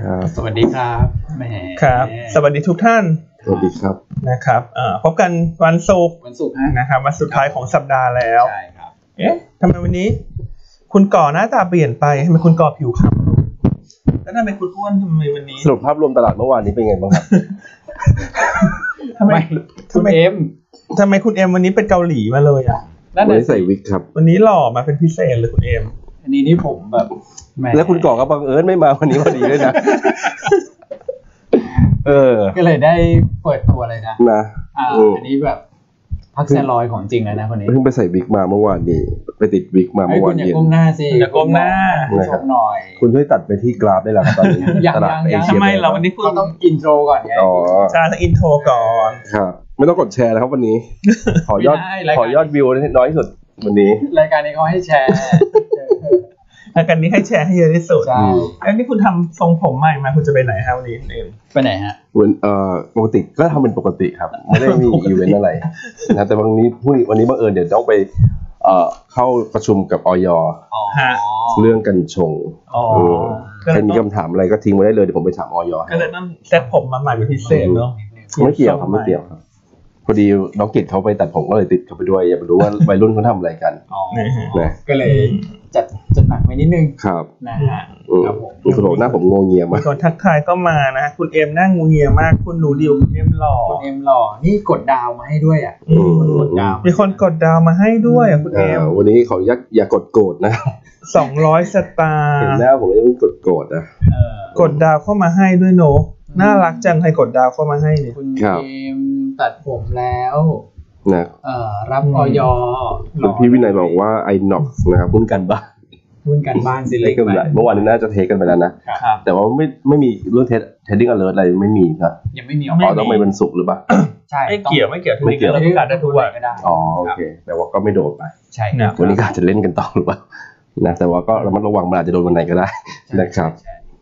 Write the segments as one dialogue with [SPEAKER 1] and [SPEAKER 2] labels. [SPEAKER 1] ครับ
[SPEAKER 2] สวัสดีครับแหม
[SPEAKER 3] ครับ สวัสดีทุกท่าน
[SPEAKER 1] สวัสดีครับ
[SPEAKER 3] นะครับเอ่อพบกันวันศุกร์
[SPEAKER 2] วันศุกร์ฮะ
[SPEAKER 3] นะครับวันสุดท้ายของสัปดาห์แล้ว
[SPEAKER 2] ใช่ครับ
[SPEAKER 3] เอ๊ะทำไมวันนี้ คุณก่อหน้าตาเปลี่ยนไปทำไมคุณก่อผิวคล้ำแล้วทำไมคุณอ้วนทำไมวันนี้
[SPEAKER 1] สรุปภาพรวมตลาดเมื่อวานนี้เป็นไงบ้างครับ
[SPEAKER 3] ทำไม
[SPEAKER 2] ไม่ คุ
[SPEAKER 3] ทำ
[SPEAKER 2] ณ
[SPEAKER 3] ไม
[SPEAKER 2] เอ็ม
[SPEAKER 3] ทำไมคุณเอ็มวันนี้เป็นเกาหลีมาเลยอ่ะ
[SPEAKER 2] นั่น
[SPEAKER 1] วัน
[SPEAKER 2] แหละ
[SPEAKER 1] นี้ใส่วิกครับ
[SPEAKER 3] วันนี้หล่อมาเป็นพิเศษเลยคุณเอ็ม
[SPEAKER 2] อันนี้นี่ผมแบบหม
[SPEAKER 1] แล้วคุณก่อก็บังเอิญไม่มาวันนี้พอดีด้วยนะ เออ
[SPEAKER 2] ก็เลยได้เปิดตัวเลยนะ
[SPEAKER 1] นะ
[SPEAKER 2] อ่า
[SPEAKER 1] เออ
[SPEAKER 2] อันนี้แบบพักแซลอยของจริงแล้วนะคนนี้
[SPEAKER 1] เพิ่งไปใส่วิกมาเมื่อวานนี้ ไปติดวิกมา
[SPEAKER 2] ไอ้
[SPEAKER 1] เมื่อ
[SPEAKER 2] ยคุ
[SPEAKER 1] วา
[SPEAKER 2] ณ
[SPEAKER 1] น
[SPEAKER 2] อย่า
[SPEAKER 1] เย็น
[SPEAKER 2] ก้มหน้าสิ
[SPEAKER 3] อย่าก้มหน้า
[SPEAKER 2] คุณชมหน่อย
[SPEAKER 1] คุณช่วยตัดไปที่กราฟได้หรือครับตอนนี้
[SPEAKER 2] ยัง
[SPEAKER 1] ตลาด
[SPEAKER 2] ยัง
[SPEAKER 1] เอ
[SPEAKER 2] ยัง
[SPEAKER 1] เชีย
[SPEAKER 3] ทำไมเราวันนี้คุณ
[SPEAKER 2] ก็ต้องอินโทรก่อนไง
[SPEAKER 1] อ๋อ
[SPEAKER 3] ชาทั้งอินโทรก่อน
[SPEAKER 1] ครับ ไม่ต้องกดแชร์แล้วครับวันนี้ ขอยอด
[SPEAKER 2] ไม่ได้รายการ
[SPEAKER 1] ขอยอดวิวน้อยที่สุดวันนี้
[SPEAKER 2] รายการนี้เขาให้แชร์
[SPEAKER 3] รายการนี้ให้แชร์ให้เยอะที่สุด
[SPEAKER 2] ใช่
[SPEAKER 3] แล้วนี่คุณทำทรงผมใหม่มาคุณจะไปไหนฮะวันนี้คุณเอ็ม
[SPEAKER 2] ไปไหนฮะ
[SPEAKER 1] วันเอ่อปกติก็ทำเป็นปกติครับ ไม่ได้มี
[SPEAKER 3] ปกติ
[SPEAKER 1] อีเวนต์อะไรนะแต่วันนี้พรุ่งนี้วันนี้บังเอิญเดี๋ยวต้องไปเอ่อเข้าประชุมกับออย
[SPEAKER 2] อ๋อ
[SPEAKER 3] ฮะ
[SPEAKER 1] เรื่องกันชง
[SPEAKER 3] อ๋อ
[SPEAKER 1] เออใครมีคำถามอะไรก็ทิ้งไว้ได้เลยเดี๋ยวผมไปถามออย
[SPEAKER 3] ก็เลยต้องเซตผมมาใหม่เป็นพิเศษเนาะ
[SPEAKER 1] ไม่เกี่ยวครับไม่เกี่ยวครับพอดีน้องกิจเขาไปตัดผมก็เลยติดเขาไปด้วยอยากรู้ว่า วัยรุ่นเขาทำอะไรกัน
[SPEAKER 2] อ๋อ
[SPEAKER 3] นะฮะ
[SPEAKER 1] นะ
[SPEAKER 2] ก็เลยจัดจัดหนักไว้นิดนึง
[SPEAKER 1] ครับ
[SPEAKER 2] นะฮะ
[SPEAKER 1] เออ
[SPEAKER 2] ครับผม
[SPEAKER 1] คุณสโลหน้าผมงงเงีย
[SPEAKER 3] มี
[SPEAKER 1] มาก
[SPEAKER 3] คนทักทายก็มานะ คุณเอ็มหน่างงูเงียมาก คุณหนูดิวคุณเอ็มหล่อ
[SPEAKER 2] คุณเอ็มหล่อ นี่กดดาวมาให้ด้วยอ่ะ
[SPEAKER 3] อืม
[SPEAKER 2] กดดาว
[SPEAKER 3] มีคนกดดาวมาให้ด้วยอ่ะคุณ
[SPEAKER 1] เอ่
[SPEAKER 3] เอ็
[SPEAKER 1] อ
[SPEAKER 3] ม
[SPEAKER 1] วันนี้เขาอยากอย่ากดโกรธนะ
[SPEAKER 3] สองร้อยสตา
[SPEAKER 1] เห็น
[SPEAKER 3] ร์
[SPEAKER 1] หน้าผมแล้วเพิ่งกดโกรธนะ
[SPEAKER 2] เออก
[SPEAKER 3] ดดาวเข้ามาให้ด้วยโนอะน่ารักจังใครกดดาวเข้ามาให้เนี่ย
[SPEAKER 2] คุณ
[SPEAKER 1] ครับ
[SPEAKER 2] เอ็มตัดผมแล้ว
[SPEAKER 1] นะ
[SPEAKER 2] เอ่อ รับ
[SPEAKER 3] อืม
[SPEAKER 2] ออย
[SPEAKER 1] คุณพี่วินัยบอกว่าไอน็อกนะครับหุ้นกันบ้าน
[SPEAKER 2] หุ้นกันบ้านสิ
[SPEAKER 1] ได้
[SPEAKER 2] เล็ก
[SPEAKER 1] กำไรเมื่อวานนี้น่าจะเทคกันไปแล้วนะ
[SPEAKER 2] ครับ
[SPEAKER 1] แต่ว่าไม่ไม่มีเรื่องเทสเทดดิ้งอเลิร์อะไรไม่มีนะ
[SPEAKER 2] ยังไม่มีอ
[SPEAKER 3] ไม่
[SPEAKER 1] อ๋
[SPEAKER 2] อ
[SPEAKER 1] อก ต้องไปวันศุกร์หรือเปล่า
[SPEAKER 2] ใช่
[SPEAKER 3] ไม่เกี่ยวไม่เกี่ยว
[SPEAKER 1] ไม่เกี่ยว
[SPEAKER 3] ทุกการได้ทุกวัน
[SPEAKER 2] ก็ได้
[SPEAKER 1] อ๋อโอเคแต่ว่าก็ไม่โดดไป
[SPEAKER 2] ใช่
[SPEAKER 3] นะ
[SPEAKER 2] นะ
[SPEAKER 1] วันนี้ก็อาจจะเล่นกันต่อหรือเปล่านะแต่ว่าก็ระมัดระวังมันอาจจะโดนวันไหนก็ได้ นะครับ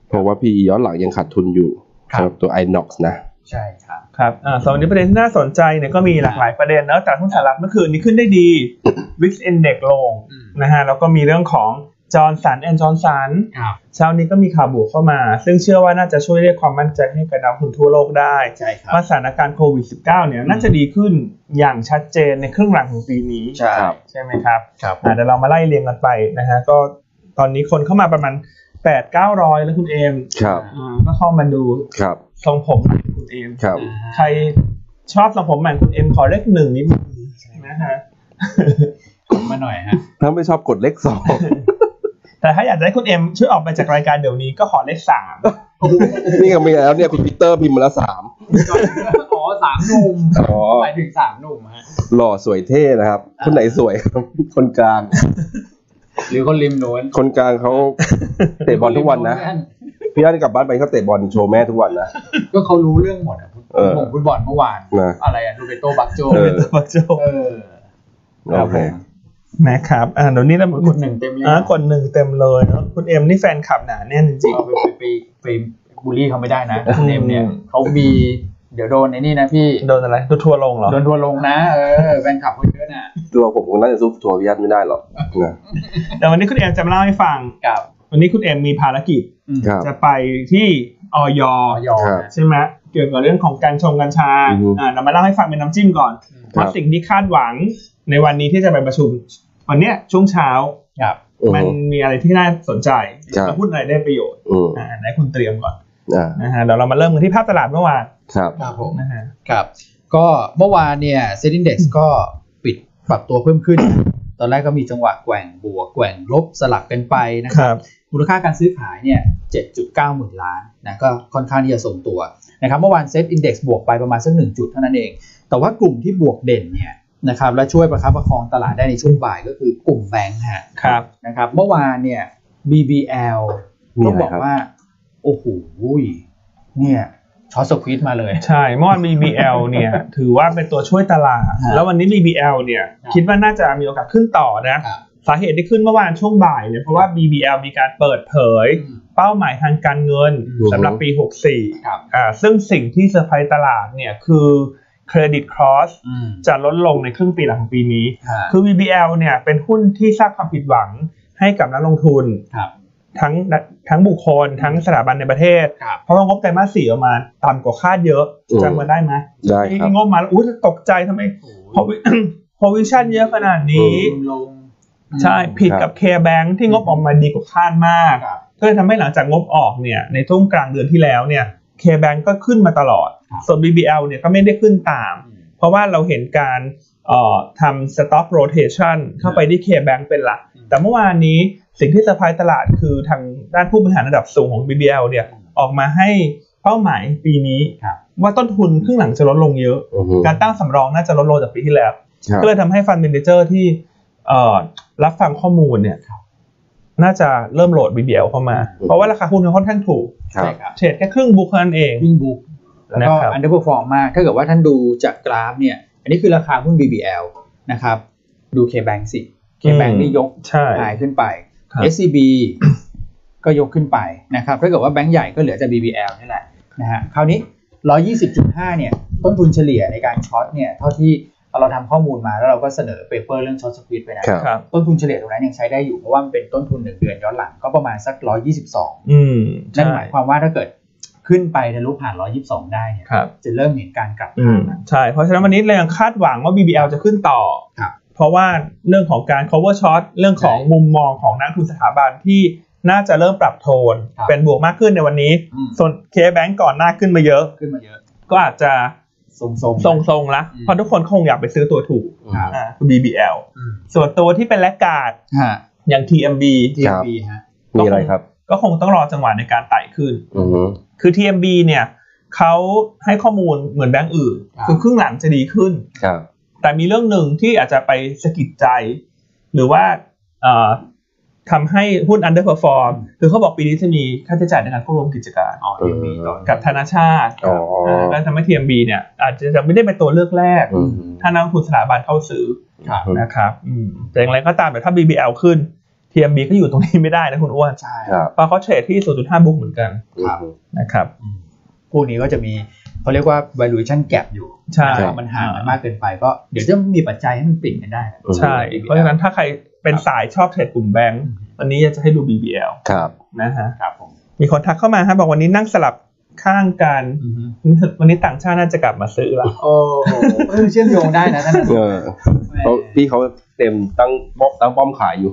[SPEAKER 1] เพราะว่าพี่ย้อนหลังยังขาดทุนอยู่
[SPEAKER 2] ค
[SPEAKER 1] สำ
[SPEAKER 2] รับ
[SPEAKER 1] หรับตัว iNox นะ
[SPEAKER 2] ใช่ครับ
[SPEAKER 3] ครับอ่าสำหรับวันนี้ประเด็นที่น่าสนใจเนี่ยก็มีหลากหลายประเด็นแล้วแต่หุ้นสหรัฐเมื่อคืนนี้ขึ้นได้ดี VIX Index ลง
[SPEAKER 2] อืม
[SPEAKER 3] นะฮะแล้วก็มีเรื่องของจอร์นสันแอนจอร์นสัน
[SPEAKER 2] ครับ
[SPEAKER 3] เช้านี้ก็มีข่าวบวกเข้ามา ซึ่งเชื่อว่าน่าจะช่วยเรียกความมั่นใจให้กับนักลงทุนทั่วโลกได้
[SPEAKER 2] ใช่ครั
[SPEAKER 3] ว่า
[SPEAKER 2] บ
[SPEAKER 3] สถานการณ์โควิด -19 เนี่ยน่าจะดีขึ้นอย่างชัดเจนในครึ่งหลังของปีนี้
[SPEAKER 2] ใช่
[SPEAKER 1] ครับ
[SPEAKER 3] ใช่ไหมครับ
[SPEAKER 2] ครับ
[SPEAKER 3] อ่าเดี๋ยวเรามาไล่เรียงกันไปนะฮะก็ตอนนี้คนเข้ามาประมาณ 8 9 0 0 แล้วคุณเอม
[SPEAKER 1] ครับ
[SPEAKER 3] อ่าก็เข้ามาดู
[SPEAKER 1] ครับ
[SPEAKER 3] ทรงผมใหม่คุณเอม
[SPEAKER 1] ครับ
[SPEAKER 3] ใครชอบทรงผมใหม่คุณเอมขอเลขหนึ่งนิดนึงนะฮะ
[SPEAKER 2] ผมมาหน่อยฮะ
[SPEAKER 1] ถ้าไม่ชอบกดเลขสอง
[SPEAKER 3] แต่ถ้าอยากจะให้คุณเอมช่วยออกไปจากรายการเดี๋ยวนี้ก็ขอเลขสาม
[SPEAKER 1] นี่ก็มีแล้วเนี่ยคุณปีเตอร์พิมพ์มาแล้วสาม
[SPEAKER 2] อ๋อสามหนุ่ม
[SPEAKER 1] อ๋อ
[SPEAKER 2] หมายถึงสามหนุ่มฮะ
[SPEAKER 1] หล่อสวยเท่นะครับ คนไหนสวยครับคนกลาง
[SPEAKER 2] หรือคนริมโน้น
[SPEAKER 1] คนกลางเขา เตะบอลทุกวันนะ พี่อันกลับบ้านไปเขาเตะบอลโชว์แม่ทุกวันนะ
[SPEAKER 2] ก็เขารู้เรื่องหมดอ่ะ
[SPEAKER 1] เออ
[SPEAKER 2] ผมฟุตบอลเมื่อวาน
[SPEAKER 1] นะ
[SPEAKER 2] อะไรอะรูเบโตบักโจ
[SPEAKER 1] เออ
[SPEAKER 3] ตัวโจ
[SPEAKER 2] เออ
[SPEAKER 1] โอเค
[SPEAKER 3] นะครับอ่าเดี๋ยวนี้เรา
[SPEAKER 2] ก
[SPEAKER 3] ก
[SPEAKER 2] ด
[SPEAKER 3] ด
[SPEAKER 2] หนึ่งเต็มเลย
[SPEAKER 3] อ่ากดหนึ่งเต็มเลยเนอะคุณเอ็มนี่แฟนคลับหนาแน่นจริง
[SPEAKER 2] เราไปไปไปไปบูลลี่เขาไม่ได้นะ
[SPEAKER 3] อืม
[SPEAKER 2] เนมเนี่ยเขามีเดี๋ยวโดนในนี่นะพี่
[SPEAKER 3] ๆโดนอะไรโดนทัวร์ลงเหรอ
[SPEAKER 2] โดนทัวร์ลงนะ เออแฟนคลับเขาเยอะน่ะ
[SPEAKER 1] ตัวผมก็น่าจะซุปทัวร์พี่อันไม่ได้หรอกนะ
[SPEAKER 3] แต่วันนี้คุณเอ็มจะมาเล่าให้ฟัง
[SPEAKER 2] กับ
[SPEAKER 3] วันนี้คุณเอ็มมีภารกิจ
[SPEAKER 1] ครับ
[SPEAKER 3] จะไปที่ออย
[SPEAKER 2] ออยอ
[SPEAKER 1] ครับ
[SPEAKER 2] นะ
[SPEAKER 3] ใช่ไหมเกี่ยวกับเรื่องของการชงกัญชา
[SPEAKER 1] อือฮึ
[SPEAKER 3] อ่าเรามาเล่าให้ฟังเป็นน้ำจิ้มก่อน
[SPEAKER 1] ครับ
[SPEAKER 3] ว่าสิ่งที่คาดหวังในวันนี้ที่จะไปประชุม วันเนี้ยช่วงเช้า
[SPEAKER 2] ครับ
[SPEAKER 1] อื
[SPEAKER 3] มัน
[SPEAKER 1] ม
[SPEAKER 3] มีอะไรที่น่าสนใจ
[SPEAKER 1] ครับ
[SPEAKER 3] จะพูดอะไรได้ประโยชน์
[SPEAKER 1] อืม
[SPEAKER 3] อ่าไหนคุณเตรียมก่อน
[SPEAKER 1] อ่า
[SPEAKER 3] นะฮะเดี๋ยวเรามาเริ่มกันที่ภาพตลาดเมื่อวาน
[SPEAKER 1] ครับ
[SPEAKER 2] ครับผม
[SPEAKER 3] นะฮะ
[SPEAKER 2] ครับ ก็เมื่อวานเนี่ยเซ็นดิ้งเด็กก็ปิดปรับตัวเพิ่มขึ้น ตอนแรกก็มีจังหวะแกว่งบวกแกว่งลบสลับกันไปนะค
[SPEAKER 3] ครับ รับ
[SPEAKER 2] มูลค่าการซื้อขายเนี่ย 7.9 หมื่นล้านนะก็ค่อนข้างที่จะทรงตัวนะครับเมื่อวานเซ็ตอินดี x บวกไปประมาณสักหนึ่งจุดเท่านั้นเอง แต่ว่ากลุ่มที่บวกเด่นเนี่ยนะครับและช่วยประคับประคองตลาดได้ในช่วงบ่ายก็คือกลุ่มแบงค์ฮะ
[SPEAKER 3] ครับ
[SPEAKER 2] นะครับเมื่อวานเนี่ย BBL
[SPEAKER 1] มี
[SPEAKER 2] ต้
[SPEAKER 1] อะ
[SPEAKER 2] อง
[SPEAKER 1] ไรครับ
[SPEAKER 2] บอกว่า โอ้โหเนี่ยช็อตสควิตมาเลย
[SPEAKER 3] ใช่เมื่อวาน BBL เนี่ย ถือว่าเป็นตัวช่วยตลาด
[SPEAKER 2] ครับ
[SPEAKER 3] แล้ววันนี้ BBL เนี่ย
[SPEAKER 2] ครับ
[SPEAKER 3] คิดว่าน่าจะมีโอกาสขึ้นต่อนะ
[SPEAKER 2] ครับ
[SPEAKER 3] สาเหตุที่ขึ้นเมื่อวานช่วงบ่ายเนี่ย เพราะว่า BBL มีการเปิดเผย เป้าหมายทางการเงิน
[SPEAKER 1] อืม
[SPEAKER 3] สำหรับปี 64
[SPEAKER 2] ครับ
[SPEAKER 3] อ่าซึ่งสิ่งที่เซอร์ไพรส์ตลาดเนี่ย คือเครดิตครอส
[SPEAKER 2] อืม
[SPEAKER 3] จะลดลงในครึ่งปีหลังของปีนี้
[SPEAKER 2] ครับ
[SPEAKER 3] คือ BBL เนี่ยเป็นหุ้นที่สร้างความผิดหวังให้กับนักลงทุน
[SPEAKER 2] ครับ
[SPEAKER 3] ทั้งทั้งบุคคลทั้งสถาบันในประเทศ
[SPEAKER 2] ครับ
[SPEAKER 3] เพราะว่างบไตรมาสสี่ออกมาต่ำกว่าคาดเยอะ
[SPEAKER 1] อืม
[SPEAKER 3] จำมาได้ไหม
[SPEAKER 1] ได้
[SPEAKER 3] ที่
[SPEAKER 1] ครับ
[SPEAKER 3] งบมาแล้วอู้ตกใจทำไม พอวิ พอวิชั่นเยอะขนาดนี้
[SPEAKER 1] อืม
[SPEAKER 2] ลง
[SPEAKER 3] ใช่ผิด
[SPEAKER 1] ครั
[SPEAKER 3] กับ บ K-Bank ที่งบออกมาดีกว่าคาดมาก
[SPEAKER 2] ครับ
[SPEAKER 3] ก็เลยทำให้หลังจากงบออกเนี่ยในช่วงกลางเดือนที่แล้วเนี่ย K-Bank ก็ขึ้นมาตลอด
[SPEAKER 2] ครับ
[SPEAKER 3] ส่วน BBL เนี่ยก็ไม่ได้ขึ้นตาม เพราะว่าเราเห็นการเอ่อทำ stop rotation เข้าไปที่ K-Bank เป็นหลัก
[SPEAKER 2] อืม
[SPEAKER 3] แต่เมื่อวานนี้สิ่งที่สะพายตลาดคือทางด้านผู้บริหารระดับสูงของ BBL เนี่ยออกมาให้เป้าหมายปีนี้
[SPEAKER 2] ครับ
[SPEAKER 3] ว่าต้นทุนครึ่งหลังจะลดลงเยอะ
[SPEAKER 1] อือฮึ
[SPEAKER 3] การตั้งสำรองน่าจะลดลงจากปีที่แล้ว
[SPEAKER 1] ครับ
[SPEAKER 3] ก็เลยทำให้ฟันเมนเจอร์ที่เอ่อรับฟังข้อมูลเนี่ยน่าจะเริ่มโหลด BBL เข้ามา เพราะว่าราคาหุ้นมันค่อนข้างถูก
[SPEAKER 1] ครั
[SPEAKER 2] ใช่
[SPEAKER 1] บ
[SPEAKER 2] ครับ
[SPEAKER 3] เทรดแค่ครึ่งบุ๊กเท่านั้นเอง
[SPEAKER 2] วิ่งบุกแล้วก็
[SPEAKER 3] นะครับ
[SPEAKER 2] อันดับฟอร์มมาก ถ้าเกิดว่าท่านดูจากกราฟเนี่ย อันนี้คือราคาหุ้น BBL นะครับ ดู KBank สิ KBank นี่ยก
[SPEAKER 3] ใช่
[SPEAKER 2] หายขึ้นไป
[SPEAKER 3] ครับ
[SPEAKER 2] SCB ก็ยกขึ้นไปนะครับถ้าเกิดว่าแบงก์ใหญ่ก็เหลือแต่ BBL นี่แหละนะฮะคราวนี้ 120.5 เนี่ย ต้นทุนเฉลี่ยในการช็อตเนี่ย เท่าที่เราทำข้อมูลมาแล้วเราก็เสนอเปเปอร์เรื่องช็อตสควิตไปนะ
[SPEAKER 1] ครับ
[SPEAKER 3] ครับ
[SPEAKER 2] ต้นทุนเฉลี่ยตรงนั้นยังใช้ได้อยู่ เพราะว่ามันเป็นต้นทุน 1 เดือนย้อนหลังก็ประมาณสัก 122
[SPEAKER 3] อืม
[SPEAKER 2] นั่น
[SPEAKER 3] ใช่
[SPEAKER 2] หมายความว่าถ้าเกิดขึ้นไปทะลุผ่าน 122 ได้เนี่ย
[SPEAKER 3] ครับ
[SPEAKER 2] จะเริ่มเห็นการกลับ
[SPEAKER 3] อื
[SPEAKER 2] มาม นะ
[SPEAKER 3] ใช่ เพราะฉะนั้นวันนี้เรายังคาดหวังว่า BBL จะขึ้นต่อ
[SPEAKER 2] ครับ
[SPEAKER 3] เพราะว่าเรื่องของการ cover short เรื่องของมุมมองของนักทุนสถาบันที่น่าจะเริ่มปรับโทน
[SPEAKER 2] ครับ
[SPEAKER 3] เป็นบวกมากขึ้นในวันนี้
[SPEAKER 2] อืม
[SPEAKER 3] ส่วน K-Bank ก่อนหน้าขึ้นมาเยอะ
[SPEAKER 2] ขึ้นมาเยอะ
[SPEAKER 3] ก็อาจจะ
[SPEAKER 2] ทรงๆ
[SPEAKER 3] ทรงๆละ
[SPEAKER 2] อืม
[SPEAKER 3] เพราะทุกคนคงอยากไปซื้อตัวถูก
[SPEAKER 2] ครับ
[SPEAKER 3] อ่าคือ BBL
[SPEAKER 2] อืม
[SPEAKER 3] ส่วนตัวที่เป็นแลกการ์ด
[SPEAKER 2] ฮะ
[SPEAKER 3] อย่าง TMB
[SPEAKER 2] TMB ฮะ
[SPEAKER 1] มีอะไรครับ
[SPEAKER 3] ก็คงต้องรอจังหวะในการไต่ขึ้น
[SPEAKER 1] อือฮึ
[SPEAKER 3] คือ TMB เนี่ยเขาให้ข้อมูลเหมือนแบงก์อื่น
[SPEAKER 2] ครับ
[SPEAKER 3] คือครึ่งหลังจะดีขึ้น
[SPEAKER 1] ครับ
[SPEAKER 3] แต่มีเรื่องหนึ่งที่อาจจะไปสะกิดใจ หรือว่าเอ่อทำให้หุ้น underperform คือเขาบอกปีนี้จะมีค่าใช้จ่ายในการควบรวมกิจการ
[SPEAKER 2] อ๋อ TMB ต่อ
[SPEAKER 3] กับธนาชาติ
[SPEAKER 1] อ๋อ
[SPEAKER 3] แล้วทำให้ TMB เนี่ยอาจจะยังไม่ได้เป็นตัวเลือกแรก
[SPEAKER 1] อือฮึ
[SPEAKER 3] ถ้านักลงทุนสถาบันเข้าซื้อ
[SPEAKER 2] ครับ
[SPEAKER 3] นะครับอืมแต่อย่างไรก็ตามแต่ถ้า BBL ขึ้น TMB ก็อยู่ตรงนี้ไม่ได้นะคุณอ้วน
[SPEAKER 2] ใช่
[SPEAKER 1] ครับ
[SPEAKER 3] เพราะเขาเทรดที่ 0.5 บุกเหมือนกัน
[SPEAKER 1] อือฮึ
[SPEAKER 3] นะครับ
[SPEAKER 2] อืมพวกนี้ก็จะมีเขาเรียกว่า valuation gap อยู่
[SPEAKER 3] ใช่
[SPEAKER 2] นะครับมันห่างกันมากเกินไปก็เดี๋ยวจะมีปัจจัยให้มันปิ่นกันได้นะ
[SPEAKER 1] อืม
[SPEAKER 3] ใช่ เพราะฉะนั้นถ้าใครเป็นสายชอบเทรดกลุ่มแบงก์
[SPEAKER 2] อืม
[SPEAKER 3] วันนี้จะให้ดู BBL
[SPEAKER 1] ครับ
[SPEAKER 3] นะฮะ
[SPEAKER 2] ครับผม
[SPEAKER 3] มีคนทักเข้ามาฮะบอกวันนี้นั่งสลับข้างกัน
[SPEAKER 2] อือฮึ
[SPEAKER 3] วันนี้ต่างชาติน่าจะกลับมาซื้อละ
[SPEAKER 2] โอ้โหเออเชื่อมโยงได้นะนั่นน่ะ
[SPEAKER 1] เออเพราะพี่เขาเต็มตั้งป้อมตั้งป้อมข ายอยู่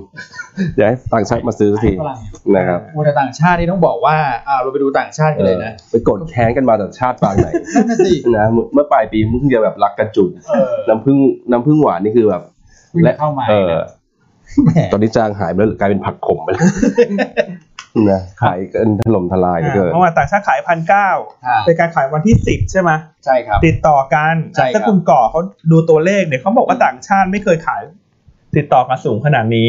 [SPEAKER 1] เดี๋ยวให้ต่างชาติมาซื้อสักที
[SPEAKER 2] ฝรั่ง
[SPEAKER 1] นะครับ
[SPEAKER 2] มูลต่างชาตินี่ต้องบอกว่าอ่าเราไปดูต่างชาติกันเลยนะ
[SPEAKER 1] ไปกดแค้นกันมาจากชาติปางไหน
[SPEAKER 2] นั่นน่ะสิ
[SPEAKER 1] นะเมื่อปลายปีมึงจะแบบรักกันจุด
[SPEAKER 2] เออ
[SPEAKER 1] น้ำพึ่งน้ำพึ่งหวานนี่คือแบบ
[SPEAKER 2] วิ่งเข้ามา
[SPEAKER 1] เออ
[SPEAKER 2] แหม
[SPEAKER 1] ตอนนี้จางหายไปแล้วกลายเป็นผักขมไปแล้ว นะขายกันถล่มทลายเหลือเกิน
[SPEAKER 3] เมื่อวานต่างชาติขายพันเก้า
[SPEAKER 2] ค่ะ
[SPEAKER 3] เป็นการขายวันที่สิบใช่ไหม
[SPEAKER 2] ใช่ครับ
[SPEAKER 3] ติดต่อกัน
[SPEAKER 2] ใช่ครับ
[SPEAKER 3] ถ้ากลุ่มก่อเขาดูตัวเลขเนี่ยเขาบอกว่าต่างชาติไม่เคยขาย ติดต่อกันสูงขนาดนี้